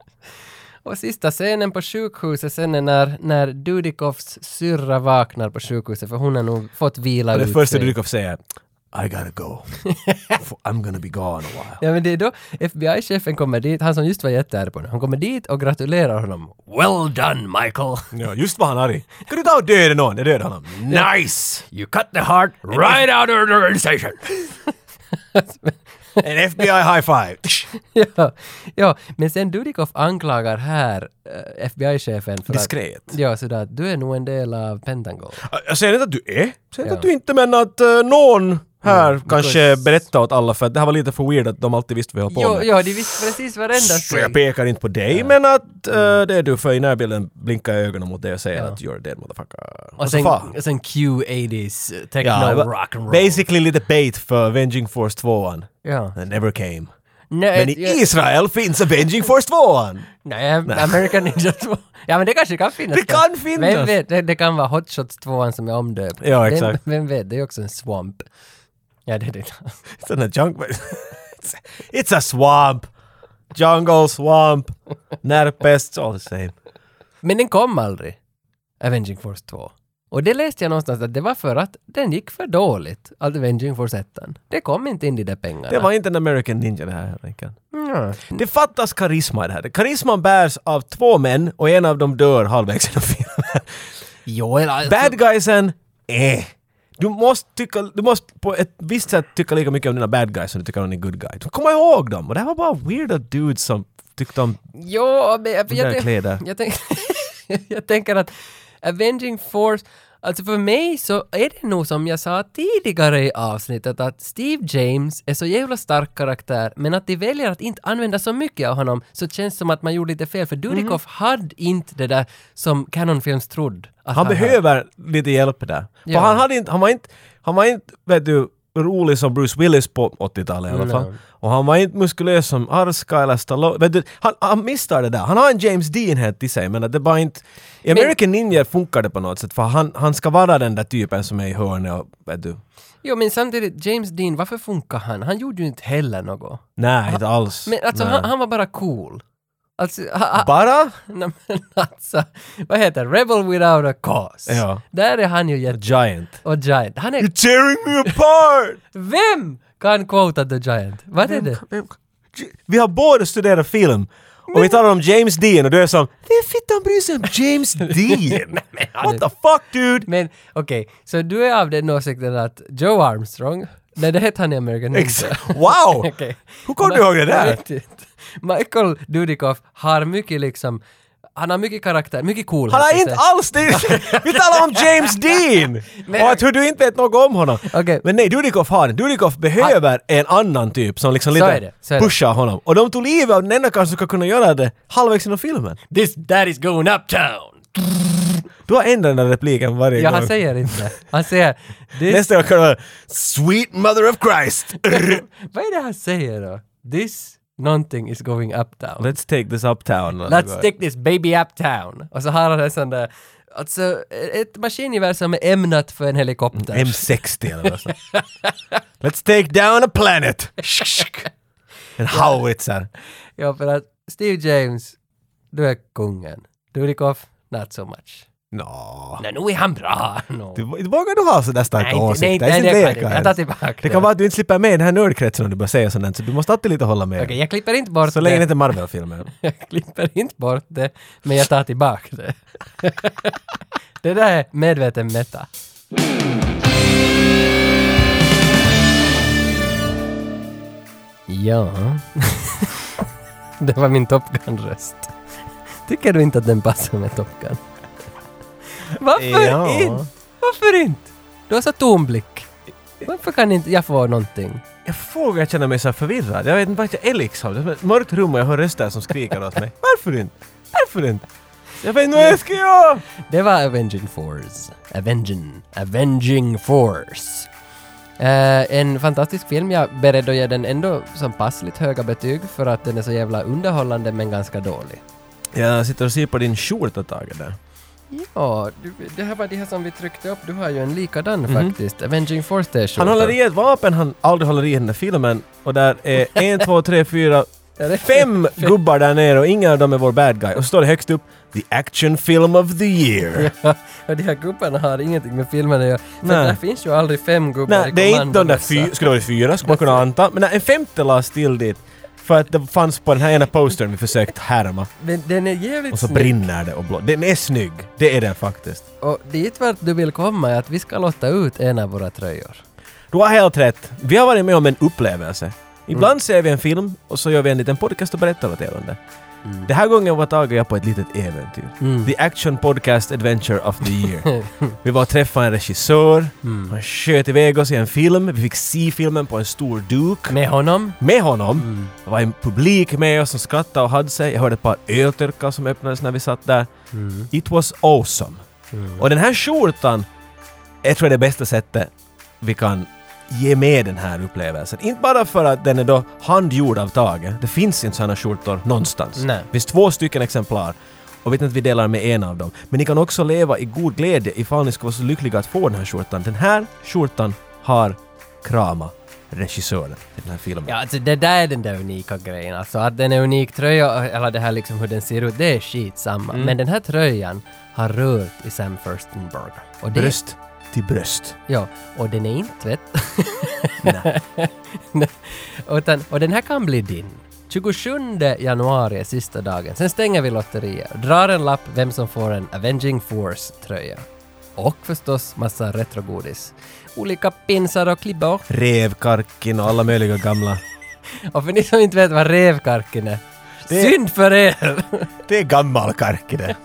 [SPEAKER 1] Och sista scenen på sjukhuset sen är när, när Dudikoffs syrra vaknar på sjukhuset för hon har nog fått vila
[SPEAKER 2] Och det
[SPEAKER 1] ut
[SPEAKER 2] första
[SPEAKER 1] sig.
[SPEAKER 2] Dudikoff säger I gotta go. I'm gonna be gone a while.
[SPEAKER 1] Ja men det är då FBI-chefen kommer dit, han som just var jättearg på honom, han kommer dit och gratulerar honom. *laughs* Well done Michael!
[SPEAKER 2] Ja, just var han arg. Kan du ta och döda någon? Jag dödade honom. Nice!
[SPEAKER 1] You cut the heart right out of the organization!
[SPEAKER 2] En FBI
[SPEAKER 1] *laughs*
[SPEAKER 2] high five!
[SPEAKER 1] ja, ja, men sen Dudikoff anklagar här eh, FBI-chefen för
[SPEAKER 2] Diskret.
[SPEAKER 1] att... Ja, sådär att du är nog en del av Pentagon.
[SPEAKER 2] Jag säger inte att du är. Jag säger
[SPEAKER 1] Ja.
[SPEAKER 2] inte att du inte, men att eh, någon här kanske
[SPEAKER 1] because-
[SPEAKER 2] berättar åt alla för att det här var lite för weird att de alltid visste vad vi höll på
[SPEAKER 1] Jo,
[SPEAKER 2] med.
[SPEAKER 1] ja, de visste precis varenda
[SPEAKER 2] Så jag
[SPEAKER 1] steg.
[SPEAKER 2] pekar inte på dig, men att eh, det är du, för i närbilden blinkar jag ögonen mot dig och säger att you're dead motherfucker.
[SPEAKER 1] Och
[SPEAKER 2] så
[SPEAKER 1] sen,
[SPEAKER 2] far.
[SPEAKER 1] och sen Q80s eh, techno
[SPEAKER 2] Ja, det var
[SPEAKER 1] rock and roll.
[SPEAKER 2] Basically lite bait för Avenging Force 2
[SPEAKER 1] Ja.
[SPEAKER 2] That never came.
[SPEAKER 1] Nej,
[SPEAKER 2] Men i
[SPEAKER 1] jag-
[SPEAKER 2] Israel finns Avenging Force 2
[SPEAKER 1] Nej,
[SPEAKER 2] *laughs*
[SPEAKER 1] American Ninja 2. Ja men det kanske kan finnas.
[SPEAKER 2] Det kan finnas.
[SPEAKER 1] Vem vet, det, det kan vara Hot Shots 2 som är omdöpt.
[SPEAKER 2] Ja,
[SPEAKER 1] Vem-
[SPEAKER 2] exakt.
[SPEAKER 1] Vem, vet, det är också en swamp. Ja, det är det.
[SPEAKER 2] Sån där junk... *laughs* It's- It's a swamp! Jungle swamp! Närpest, it's all the same.
[SPEAKER 1] Men den kom aldrig. Avenging Force 2. Och det läste jag någonstans att det var för att den gick för dåligt, att Avenging Force 1. Det kom inte in i de pengarna.
[SPEAKER 2] Det var inte en American Ninja det här helt enkelt.
[SPEAKER 1] Ja.
[SPEAKER 2] Det fattas karisma i det här. Karisman bärs av två män och en av dem dör halvvägs genom filmen.
[SPEAKER 1] Joel,
[SPEAKER 2] Bad guysen, eh. Du måste, tycka, du måste på ett visst sätt tycka lika mycket om dina bad guys som du tycker om din good guy. Kom ihåg dem! Och det här var bara weirda dudes som tyckte om...
[SPEAKER 1] Jo, men jag,
[SPEAKER 2] De
[SPEAKER 1] jag,
[SPEAKER 2] där
[SPEAKER 1] tänk-
[SPEAKER 2] kläder.
[SPEAKER 1] jag, tänk, *laughs* jag tänker att Avenging Force, alltså för mig så är det nog som jag sa tidigare i avsnittet att Steve James är så jävla stark karaktär men att de väljer att inte använda så mycket av honom så känns som att man gjorde lite fel för Dudikoff
[SPEAKER 2] Mhm.
[SPEAKER 1] hade inte det där som Canonfilms trodde. att
[SPEAKER 2] Han
[SPEAKER 1] hade.
[SPEAKER 2] behöver lite hjälp där.
[SPEAKER 1] Ja.
[SPEAKER 2] För han, hade inte, han var inte, han var inte vet du, rolig som Bruce Willis på 80-talet i alla fall.
[SPEAKER 1] Nej.
[SPEAKER 2] Och han var inte muskulös som Arska eller Stallone. Vet du, han, han misstar det där. Han har en James Dean-het i sig men att det bara inte... I
[SPEAKER 1] Men-
[SPEAKER 2] American Ninja funkar det på något sätt för han, han ska vara den där typen som är i hörnet och vet du.
[SPEAKER 1] Jo men samtidigt, James Dean, varför funkar han? Han gjorde ju inte heller något.
[SPEAKER 2] Nej, inte alls.
[SPEAKER 1] Men alltså
[SPEAKER 2] Nej.
[SPEAKER 1] han, han var bara cool. Alltså, ha, ha,
[SPEAKER 2] Bara?
[SPEAKER 1] Nej, men *laughs* alltså, vad heter det? Rebel without a cause.
[SPEAKER 2] Ja.
[SPEAKER 1] Där är han ju jätte...
[SPEAKER 2] Giant.
[SPEAKER 1] Och Giant. Han är...
[SPEAKER 2] You're tearing me *laughs* apart!
[SPEAKER 1] Vem kan quota The Giant? Vad är det?
[SPEAKER 2] Vi har båda studerat film och vi talar om James Dean och du är som Vem fittan bryr sig om
[SPEAKER 1] *laughs*
[SPEAKER 2] James Dean? What the fuck dude?
[SPEAKER 1] Men okej, så du är av den åsikten att Joe Armstrong, nej det hette han i American Ninja.
[SPEAKER 2] Ex- wow!
[SPEAKER 1] *laughs* Okej.
[SPEAKER 2] Hur kom du ihåg det där?
[SPEAKER 1] *laughs* Jag vet inte. Michael Dudikoff har mycket liksom, han har mycket karaktär, mycket coolhet.
[SPEAKER 2] Han har
[SPEAKER 1] i
[SPEAKER 2] inte
[SPEAKER 1] sig.
[SPEAKER 2] alls det!
[SPEAKER 1] *laughs*
[SPEAKER 2] Vi talar om James Dean! Och att hur du inte vet något om honom. Men nej, Dudikoff har den. Dudikoff behöver en annan typ som liksom
[SPEAKER 1] Så
[SPEAKER 2] lite
[SPEAKER 1] är det, så är det.
[SPEAKER 2] pushar honom. Och de tog livet av den enda kanske som ska kunna göra det halvvägs genom filmen.
[SPEAKER 1] This daddy's going uptown!
[SPEAKER 2] Du har ändrat den där repliken varje
[SPEAKER 1] Ja,
[SPEAKER 2] gång.
[SPEAKER 1] han säger inte. Han säger... This...
[SPEAKER 2] Nästa gång kan det vara “Sweet mother of Christ!”
[SPEAKER 1] Vad är det han säger då? This någonting is going uptown.
[SPEAKER 2] *laughs* Let's take this uptown.
[SPEAKER 1] Let's take this baby uptown. Och så har han en sån där... Alltså, ett maskingevär som är ämnat för en helikopter.
[SPEAKER 2] M60 eller
[SPEAKER 1] *laughs*
[SPEAKER 2] vad som. Let's take down a planet! En howitzer.
[SPEAKER 1] ja, för att Steve James, du är kungen. Dudikoff, not so much.
[SPEAKER 2] Nå.
[SPEAKER 1] Nej, nu är han bra! No.
[SPEAKER 2] Du, vågar du ha sådär starka
[SPEAKER 1] Nej, inte-
[SPEAKER 2] åsikter?
[SPEAKER 1] nej,
[SPEAKER 2] Alltså, Det är
[SPEAKER 1] nej,
[SPEAKER 2] sin
[SPEAKER 1] det kan
[SPEAKER 2] leka
[SPEAKER 1] jag inte. Jag
[SPEAKER 2] ens.
[SPEAKER 1] tar tillbaka
[SPEAKER 2] Det
[SPEAKER 1] det.
[SPEAKER 2] kan vara att du inte slipper med i den här nördkretsen om du börjar säga sånt där, så du måste alltid lite hålla med.
[SPEAKER 1] Okej, jag klipper inte bort
[SPEAKER 2] så
[SPEAKER 1] det.
[SPEAKER 2] länge det inte
[SPEAKER 1] *laughs*
[SPEAKER 2] är Marvel-filmer.
[SPEAKER 1] jag klipper inte bort det, men jag tar tillbaka det. det där är medveten meta. Ja. det var min Top Gun-röst. Tycker du inte att den passar med Top Gun? Varför
[SPEAKER 2] Ja.
[SPEAKER 1] inte? Varför inte? Du har så tom blick. Varför kan inte jag få någonting?
[SPEAKER 2] Jag får jag känner mig så här förvirrad. Jag vet inte vart jag är liksom. Det är ett mörkt rum och jag hör röster som skriker åt mig. Varför inte? Varför inte? Jag vet inte vad jag ska göra!
[SPEAKER 1] Det var Avenging Force. Avenging. Avenging Force. Eh, en fantastisk film. Jag är beredd att ge den ändå som passligt höga betyg för att den är så jävla underhållande men ganska dålig.
[SPEAKER 2] Jag sitter och ser på din skjorta taget där.
[SPEAKER 1] Ja, du, det här var det här som vi tryckte upp. Du har ju en likadan
[SPEAKER 2] Mhm.
[SPEAKER 1] faktiskt. Avenging Force det är
[SPEAKER 2] Han
[SPEAKER 1] skjortan.
[SPEAKER 2] håller i ett vapen han aldrig håller i i den där filmen och där
[SPEAKER 1] *laughs*
[SPEAKER 2] är en, två, tre, fyra,
[SPEAKER 1] Ja, det är
[SPEAKER 2] fem
[SPEAKER 1] fem.
[SPEAKER 2] gubbar där nere och ingen av dem är vår bad guy. Och så står det högst upp “The action film of the year”.
[SPEAKER 1] Ja, *laughs* och de här gubbarna har ingenting med filmen att göra. För
[SPEAKER 2] Nej.
[SPEAKER 1] där finns ju aldrig fem gubbar
[SPEAKER 2] Nej,
[SPEAKER 1] i
[SPEAKER 2] det är inte de där
[SPEAKER 1] kommandomössa.
[SPEAKER 2] fyra, skulle det vara fyra skulle man kunna anta, men nej, en femte lades till dit för att det fanns på den här ena postern vi försökt härma.
[SPEAKER 1] Men den är jävligt
[SPEAKER 2] Och så
[SPEAKER 1] snygg.
[SPEAKER 2] brinner det och blå. Den är snygg, det är den faktiskt.
[SPEAKER 1] Och dit vart du vill komma är att vi ska låta ut en av våra tröjor.
[SPEAKER 2] Du har helt rätt. Vi har varit med om en upplevelse. Ibland ser vi en film och så gör vi en liten podcast och berättar vad det är om det. Den här gången var Tage och jag på ett litet äventyr. The Action Podcast Adventure of the Year. vi var och träffade en regissör. Han sköt iväg oss i en film. Vi fick se filmen på en stor duk.
[SPEAKER 1] Med honom?
[SPEAKER 2] Med honom. Det var en publik med oss som skrattade och hade sig. Jag hörde ett par öltörkar som öppnades när vi satt där. It was awesome. Och den här skjortan, jag tror det är det bästa sättet vi kan ge med den här upplevelsen. Inte bara för att den är då handgjord av Tage. Det finns inte sådana skjortor någonstans.
[SPEAKER 1] Nej.
[SPEAKER 2] Det finns två stycken exemplar. Och vet inte att vi delar med en av dem. Men ni kan också leva i god glädje ifall ni skulle vara så lyckliga att få den här skjortan. Den här skjortan har krama. regissören i den här filmen.
[SPEAKER 1] Ja, alltså det där är den där unika grejen. Alltså att den är unik tröja, eller det här liksom hur den ser ut, det är skitsamma.
[SPEAKER 2] Mm.
[SPEAKER 1] Men den här tröjan har rört i Sam Furstenberg. Och det,
[SPEAKER 2] Bröst till bröst.
[SPEAKER 1] Ja, och den är inte tvätt. *laughs* Nej. Utan, och den här kan bli din. 27 januari är sista dagen. Sen stänger vi lotteriet. Drar en lapp vem som får en Avenging Force-tröja. Och förstås massa retrogodis. Olika pinsar och klibbor.
[SPEAKER 2] Revkarkin och alla möjliga gamla...
[SPEAKER 1] Och för ni som inte vet vad revkarken är.
[SPEAKER 2] Det-
[SPEAKER 1] Synd för er!
[SPEAKER 2] Det är gammal kark i det.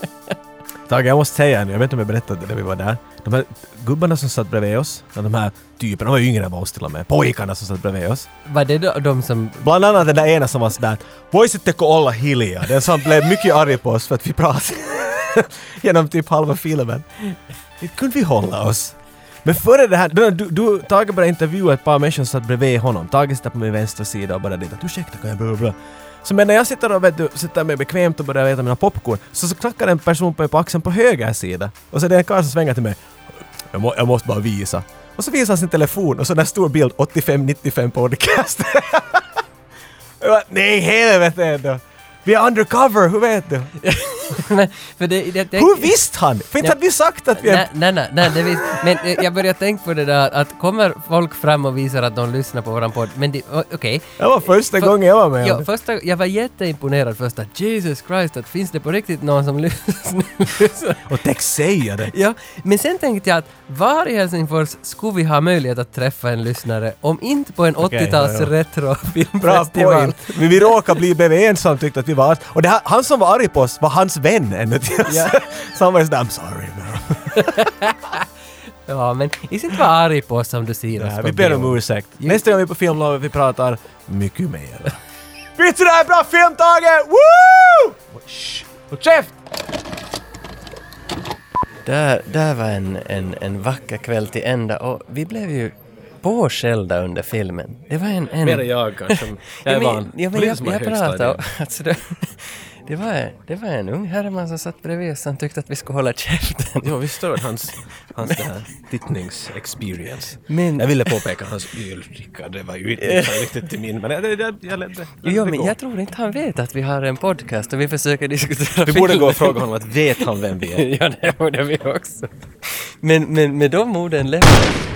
[SPEAKER 2] *laughs* Tage, jag måste säga nu, jag vet inte om jag berättade det när vi var där. De här gubbarna som satt bredvid oss, de här typerna, de var ju yngre än oss till och med, pojkarna som satt bredvid oss.
[SPEAKER 1] Var det då de som...
[SPEAKER 2] Bland annat den där ena som var sådär “Voisitteko olla hiljaa?” Den som blev mycket arg på oss för att vi *laughs* pratade genom typ halva filmen. Det kunde vi hålla oss. Men före det här, du, du, du Tage började intervjua ett par människor som satt bredvid honom. Tage satt på min vänstra sida och bara dit att “Ursäkta, kan jag bla bla bla?” Så medan jag sitter och vet du, sitter mig bekvämt och börjar äta mina popcorn, så, så knackar en person på mig på axeln på höger sida. Och så är det en karl som svänger till mig. Jag, må, jag måste bara visa. Och så visar han sin telefon och så där stor bild 85-95 podcast. *laughs* Jag bara, Nej, helvete ändå! Vi är undercover, hur vet du?
[SPEAKER 1] För det, det, det,
[SPEAKER 2] Hur visste han? För inte hade vi sagt att vi är...
[SPEAKER 1] Nej, nej, nej, nej det visst. Men eh, jag börjar tänka på det där att kommer folk fram och visar att de lyssnar på våran podd, men de- o- okej.
[SPEAKER 2] Det var första
[SPEAKER 1] För-
[SPEAKER 2] gången jag var med om
[SPEAKER 1] Ja,
[SPEAKER 2] det.
[SPEAKER 1] första, jag var jätteimponerad först att Jesus Christ, att finns det på riktigt någon som lyssnar? *laughs*
[SPEAKER 2] Och tänk säga det!
[SPEAKER 1] Ja, men sen tänkte jag att var i Helsingfors skulle vi ha möjlighet att träffa en lyssnare om inte på en
[SPEAKER 2] Okej,
[SPEAKER 1] 80-tals
[SPEAKER 2] ja, ja. Bra
[SPEAKER 1] retrofilmfestival?
[SPEAKER 2] point! Men vi råkade bli överens som tyckte att vi var... Och det, här- han som var arg på oss var hans vän ännu till oss. *laughs* Så han var ju sådär “I'm sorry”.
[SPEAKER 1] Ja, men is inte vara arg på oss om du ser oss
[SPEAKER 2] Nej,
[SPEAKER 1] på
[SPEAKER 2] vi ber
[SPEAKER 1] bio.
[SPEAKER 2] om ursäkt. Nästa gång vi är på filmlovet vi pratar mycket mer. *laughs* Visst är det här en bra film, Tage? Woo! Shh! Håll käft!
[SPEAKER 16] Där, där var en, en, en vacker kväll till ända och vi blev ju påskällda under filmen. Det var en... en...
[SPEAKER 17] Mer än jag kanske.
[SPEAKER 2] *laughs*
[SPEAKER 17] Jag är
[SPEAKER 16] ja,
[SPEAKER 17] van.
[SPEAKER 16] men, ja, men
[SPEAKER 17] Lite
[SPEAKER 16] jag,
[SPEAKER 17] som en
[SPEAKER 16] jag
[SPEAKER 17] högstadie.
[SPEAKER 16] pratade om- *laughs* alltså, det, det, var, det var en ung herreman som satt bredvid oss som tyckte att vi skulle hålla
[SPEAKER 17] *laughs*
[SPEAKER 16] käften.
[SPEAKER 17] Ja, vi störde hans, hans det här tittningsexperience.
[SPEAKER 16] Men-
[SPEAKER 17] Jag ville påpeka hans öldricka, det var ju inte riktigt till min, men jag, jag, jag lät det.
[SPEAKER 16] Jo, men jag tror inte han vet att vi har en podcast och vi försöker diskutera
[SPEAKER 17] Vi borde
[SPEAKER 16] film.
[SPEAKER 17] gå
[SPEAKER 16] *laughs*
[SPEAKER 17] och fråga honom att vet han vem vi är?
[SPEAKER 16] ja, det borde vi också. Men, men med de orden lämnar